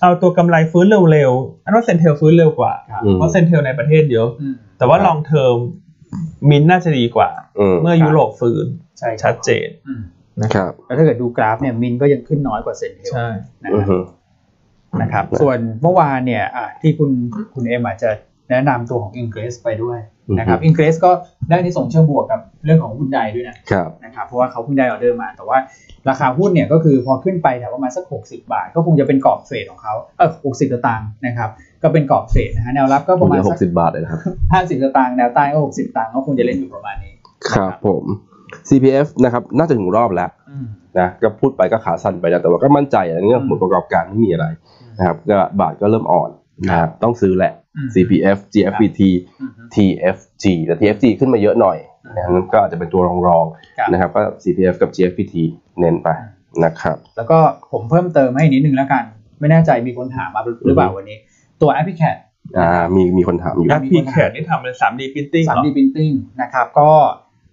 [SPEAKER 3] เอาตัวกำไรฟื้นเร็วๆอันว่าเซนเทลฟื้นเร็วกว่า
[SPEAKER 2] ครับ
[SPEAKER 3] เพราะเซนเทลในประเทศเยอะ
[SPEAKER 4] อืม
[SPEAKER 3] แต่ว่าลองเทอมมินท์น่าจะดีกว่า
[SPEAKER 1] อืม
[SPEAKER 3] เมื่อยุโรปฟื้น
[SPEAKER 2] ใช่ครั
[SPEAKER 3] ชั
[SPEAKER 2] บ
[SPEAKER 3] ดเจน
[SPEAKER 4] อืม
[SPEAKER 1] ครับ
[SPEAKER 2] แล้วถ้าเกิดดูกราฟเนี่ยมินก็ยังขึ้นน้อยกว่าเซนเทล
[SPEAKER 3] ใช่
[SPEAKER 2] นะ
[SPEAKER 1] อือ
[SPEAKER 2] ฮะ
[SPEAKER 1] ฮึ
[SPEAKER 2] นะครับส่วนเมื่อวานเนี่ยอ่ะที่คุณคุณเอ็มอาจจะแนะนำตัวของ Ingress ไปด้วยนะครับ Ingress ก็ได้ที่ส่งส์เชิงบวกกับเรื่องของหุ้นใดด้วยนะ
[SPEAKER 1] ครับ
[SPEAKER 2] นะครับเพราะว่าเขาเพิ่งได้ออเดอร์มา แต่ว่าราคาหุ้นเนี่ยก็คือพอขึ้นไปแถวประมาณสัก 60 บาท ก็คงจะเป็นกรอบเทรดของเขาเออ60สตางค์นะครับก็เป็นกรอบเทรดนะฮะแนวรับก็
[SPEAKER 1] ผ
[SPEAKER 2] ป
[SPEAKER 1] ม
[SPEAKER 2] ระมา
[SPEAKER 1] เหลื
[SPEAKER 2] ณ
[SPEAKER 1] อห
[SPEAKER 2] สั
[SPEAKER 1] ก
[SPEAKER 2] ก
[SPEAKER 1] สิบบาทเลยนะครับ
[SPEAKER 2] 50สตางค์แนวใต้ก็60สตางค์ก็คงจะเล่นอยู่ประมาณนี้
[SPEAKER 1] ครับผม CPF นะครับน่าจะถึงรอบแล้ว
[SPEAKER 2] อืม
[SPEAKER 1] นะก็พูดไปก็ขาสั่นไปแล้วแต่ว่าก็มั่นใจในเรื่องของผลประกอบการไม่มีอะไรนะครับก็บาทก็เริ่มอ่อนนะครับต้องซื้อแหละ CPF GFPT TFG แต่ TFG ขึ้นมาเยอะหน่อยนะงั้นก็อาจจะเป็นตัวรอง
[SPEAKER 2] ครับ
[SPEAKER 1] ๆนะครับก็ CPF กับ GFPT เน้นไปนะครับ
[SPEAKER 2] แล้วก็ผมเพิ่มเติมให้นิดนึงแล้วกัน ไม่แน่ใจมีคนถามมาหรือเปล่าวันนี้ ตัวแอปพลิเคช
[SPEAKER 1] อ่ามีมีคนถามอยู่
[SPEAKER 3] แอปพีแคดนี่ทำเป็นสามดีพิมพ์ติ้ง
[SPEAKER 2] สาม
[SPEAKER 3] เหรอ
[SPEAKER 2] ดีพิมพ์ติ้งนะครับก็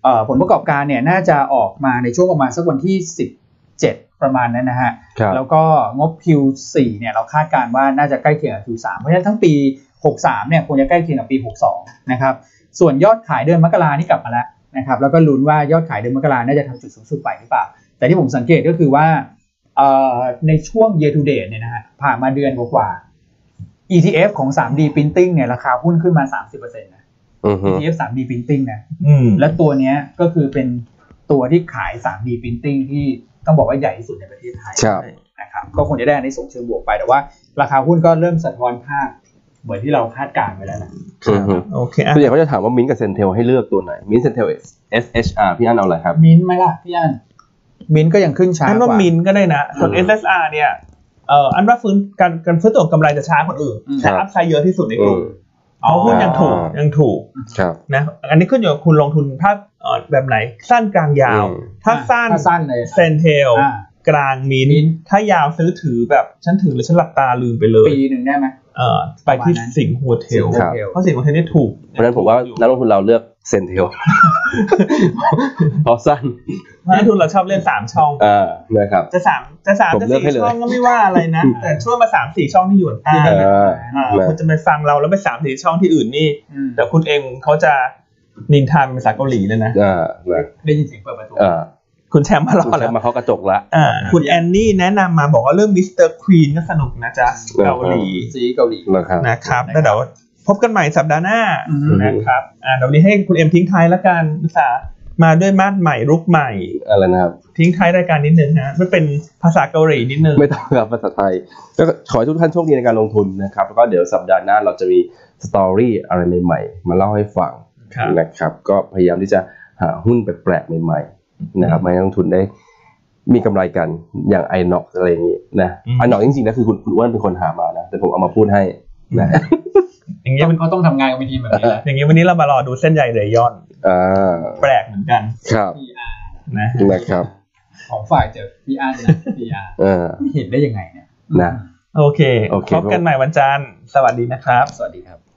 [SPEAKER 2] เอ่อผลประกอบการเนี่ยน่าจะออกมาในช่วงประมาณสักวันที่ 17 ประมาณนั้นนะฮะ
[SPEAKER 1] ครับ
[SPEAKER 2] แล้วก็งบ Q4 เนี่ยเราคาดการณ์ว่าน่าจะใกล้เคียงกับ Q3 เพราะฉะนั้นทั้งปี 63 เนี่ยคงจะใกล้เคียงกับปี 62 นะครับ ส่วนยอดขายเดือนมกรานี่กลับมาแล้วนะครับแล้วก็ลุ้นว่ายอดขายเดือนมกราน่าจะทำจุดสูงสุดไปหรือเปล่า แต่ที่ผมสังเกตก็คือว่าเอ่อในช่วง year to date เนี่ยนะฮะผ่านมาเดือนกว่าๆ ETF ของ 3D Printing เนี่ยราคาหุ้นขึ้นมา 30%นะ
[SPEAKER 1] อือฮึ
[SPEAKER 2] ETF 3D Printing นะ
[SPEAKER 3] อืม
[SPEAKER 2] และตัวเนี้ยก็คือเป็นตัวที่ขาย 3D Printing ที่ต้องบอกว่าใหญ่ที่สุดในประเทศไทย
[SPEAKER 1] ครับ
[SPEAKER 2] นะครับ ก็คงจะได้ในส่งส์เชิงบวกไป แต่ว่าราคาหุ้นก็เริ่มสะท้อนภาพเหมือนที่เราคาดการณ์ไว้แล้วนะ
[SPEAKER 1] อือฮึ
[SPEAKER 3] โอเคอ่ะ
[SPEAKER 1] ส่วนใหญ่เขาจะถามว่ามิ้นท์กับเซนเทลให้เลือกตัวไหน มิ้นท์เซนเทล SHR พี่อันเอาอะไรครับ
[SPEAKER 2] มินท์ไหมล่ะพี่อันมินท์ก็ยังขึ้นช้า
[SPEAKER 3] อัน
[SPEAKER 2] ก
[SPEAKER 3] ว่า
[SPEAKER 2] ว่า
[SPEAKER 3] มินก็ได้นะ ส่วน
[SPEAKER 1] อืม
[SPEAKER 3] SSR เนี่ยเอ่ออันว่าฟื้นการการฟื้นตัวกำไรจะช้ากว่าอื่น
[SPEAKER 2] อืม
[SPEAKER 3] แต่อัพไซด์เยอะที่สุดในกลุ่ม
[SPEAKER 1] อืม
[SPEAKER 3] อ๋อหุ้นยังถูก
[SPEAKER 1] อ่ายั
[SPEAKER 3] ยังถูก
[SPEAKER 1] ครับ
[SPEAKER 3] นะอันนี้ขึ้นอยู่กับคุณลงทุนภาพเอ่อแบบไหน สั้นกลางยาว
[SPEAKER 1] อืม
[SPEAKER 3] ถ้าสั้น
[SPEAKER 2] ถ้าสั้นเลย
[SPEAKER 3] เซนเทล
[SPEAKER 2] อ่าก
[SPEAKER 3] ลางมิน
[SPEAKER 2] มิ้น
[SPEAKER 3] ถ้ายาวซื้อถือแบบฉันถือหรือฉันหลับตาลืมไปเลย
[SPEAKER 2] ปีหนึ่งได้ไหม
[SPEAKER 3] เอ่อไปที่
[SPEAKER 2] ประมาณนั้น
[SPEAKER 3] สิงห์โฮเทล
[SPEAKER 1] ครับ
[SPEAKER 3] เพราะสิงห์โฮเทลนี่ถูก
[SPEAKER 1] เพราะฉะนั้นผมว่านักลงทุนเราเลือกเซนเทล เพราะสั้น
[SPEAKER 3] เพราะฉะนั้นทุนเราชอบเล่นสามช่อง
[SPEAKER 1] อ่านะครับ
[SPEAKER 3] จะสามจะสาม
[SPEAKER 1] ผม
[SPEAKER 3] จะ
[SPEAKER 1] เลือกให้
[SPEAKER 3] สี่
[SPEAKER 1] เลย
[SPEAKER 3] ช่องก็ไม่ว่าอะไรนะ แต่ช่วงมาสามสี่ช่องที่อยู่ใต้
[SPEAKER 1] อ่า
[SPEAKER 3] อ่า
[SPEAKER 1] นะ
[SPEAKER 3] คุณจะไปฟังเราแล้วไปสามสี่ช่องที่อื่นนี่
[SPEAKER 2] อืม
[SPEAKER 3] แต่คุณเองเขาจะนินทาเป็นภาษาเกาหลีเลยนะ
[SPEAKER 1] อ่านะ
[SPEAKER 2] ได้ยินเสียงเปิดประตู
[SPEAKER 1] อ่า
[SPEAKER 3] คุณแชมป์มา
[SPEAKER 1] คุ
[SPEAKER 3] รอ
[SPEAKER 1] ณแช
[SPEAKER 3] แล้
[SPEAKER 1] ม
[SPEAKER 3] ว
[SPEAKER 1] ป์มาเคาะกระจกละ
[SPEAKER 3] อ่าคุณแอนนี่แนะนำมาบอกว่าเรื่องมิสเตอร์ควีนก็สนุกนะจ๊ะ เกาหลี
[SPEAKER 2] ซีเกาหลี
[SPEAKER 1] นะครับ
[SPEAKER 3] นะครับแล้วเดี๋ยวพบกันใหม่สัปดาห์หน้า
[SPEAKER 2] อือฮึ
[SPEAKER 3] นะครับอ่าเดี๋ยววันนี้ให้คุณเอ็มทิ้งท้ายละกันอุตสาห์มาด้วยมาดใหม่รุกใหม่
[SPEAKER 1] อะไรนะครับ
[SPEAKER 3] ทิ้งท้ายรายการนิดนึงนะไม่เป็นภาษาเกาหลีนิดนึง
[SPEAKER 1] ไม่ต้องครับภาษาไทยก็ขอให้ทุกท่านโชคดีในการลงทุนนะครับ แล้วก็เดี๋ยวสัปดาห์หน้าเราจะมีสตอรี่อะไรใหม่ๆ มาเล่าให้ฟัง
[SPEAKER 3] ครับ
[SPEAKER 1] นะครับ ก็พยายามที่จะหาหุ้นแปลกๆใหม่ๆนะครับให้นักลงทุนได้มีกำไรกันอย่างไอหนอกอะไรอย่างนี้นะ
[SPEAKER 3] อืม
[SPEAKER 1] ไอหนอกจริงๆนะคือคุณคุณอ้วนเป็นคนหามานะแต่ผมเอามาพูดให้นะ
[SPEAKER 3] อย่างเงี้ย
[SPEAKER 2] เขาต้องทำงานกับทีมแบบนี้แหละ
[SPEAKER 3] อย่างนี้วันนี้เรามารอดูเส้นใยเรย่อน
[SPEAKER 1] อ่า
[SPEAKER 3] แปลกเหมือนกัน
[SPEAKER 1] ครับ
[SPEAKER 3] นะ
[SPEAKER 1] นะครับ
[SPEAKER 2] ของฝ่ายเจอพี่อันนะพี่อาร์
[SPEAKER 1] เออ
[SPEAKER 2] เห็นได้ยังไงเนี่ย
[SPEAKER 1] นะ
[SPEAKER 3] โอเค
[SPEAKER 1] โอเค
[SPEAKER 3] พบกันใหม่วันจันทร์ สวัสดีนะครับ
[SPEAKER 2] สวัสดีครับ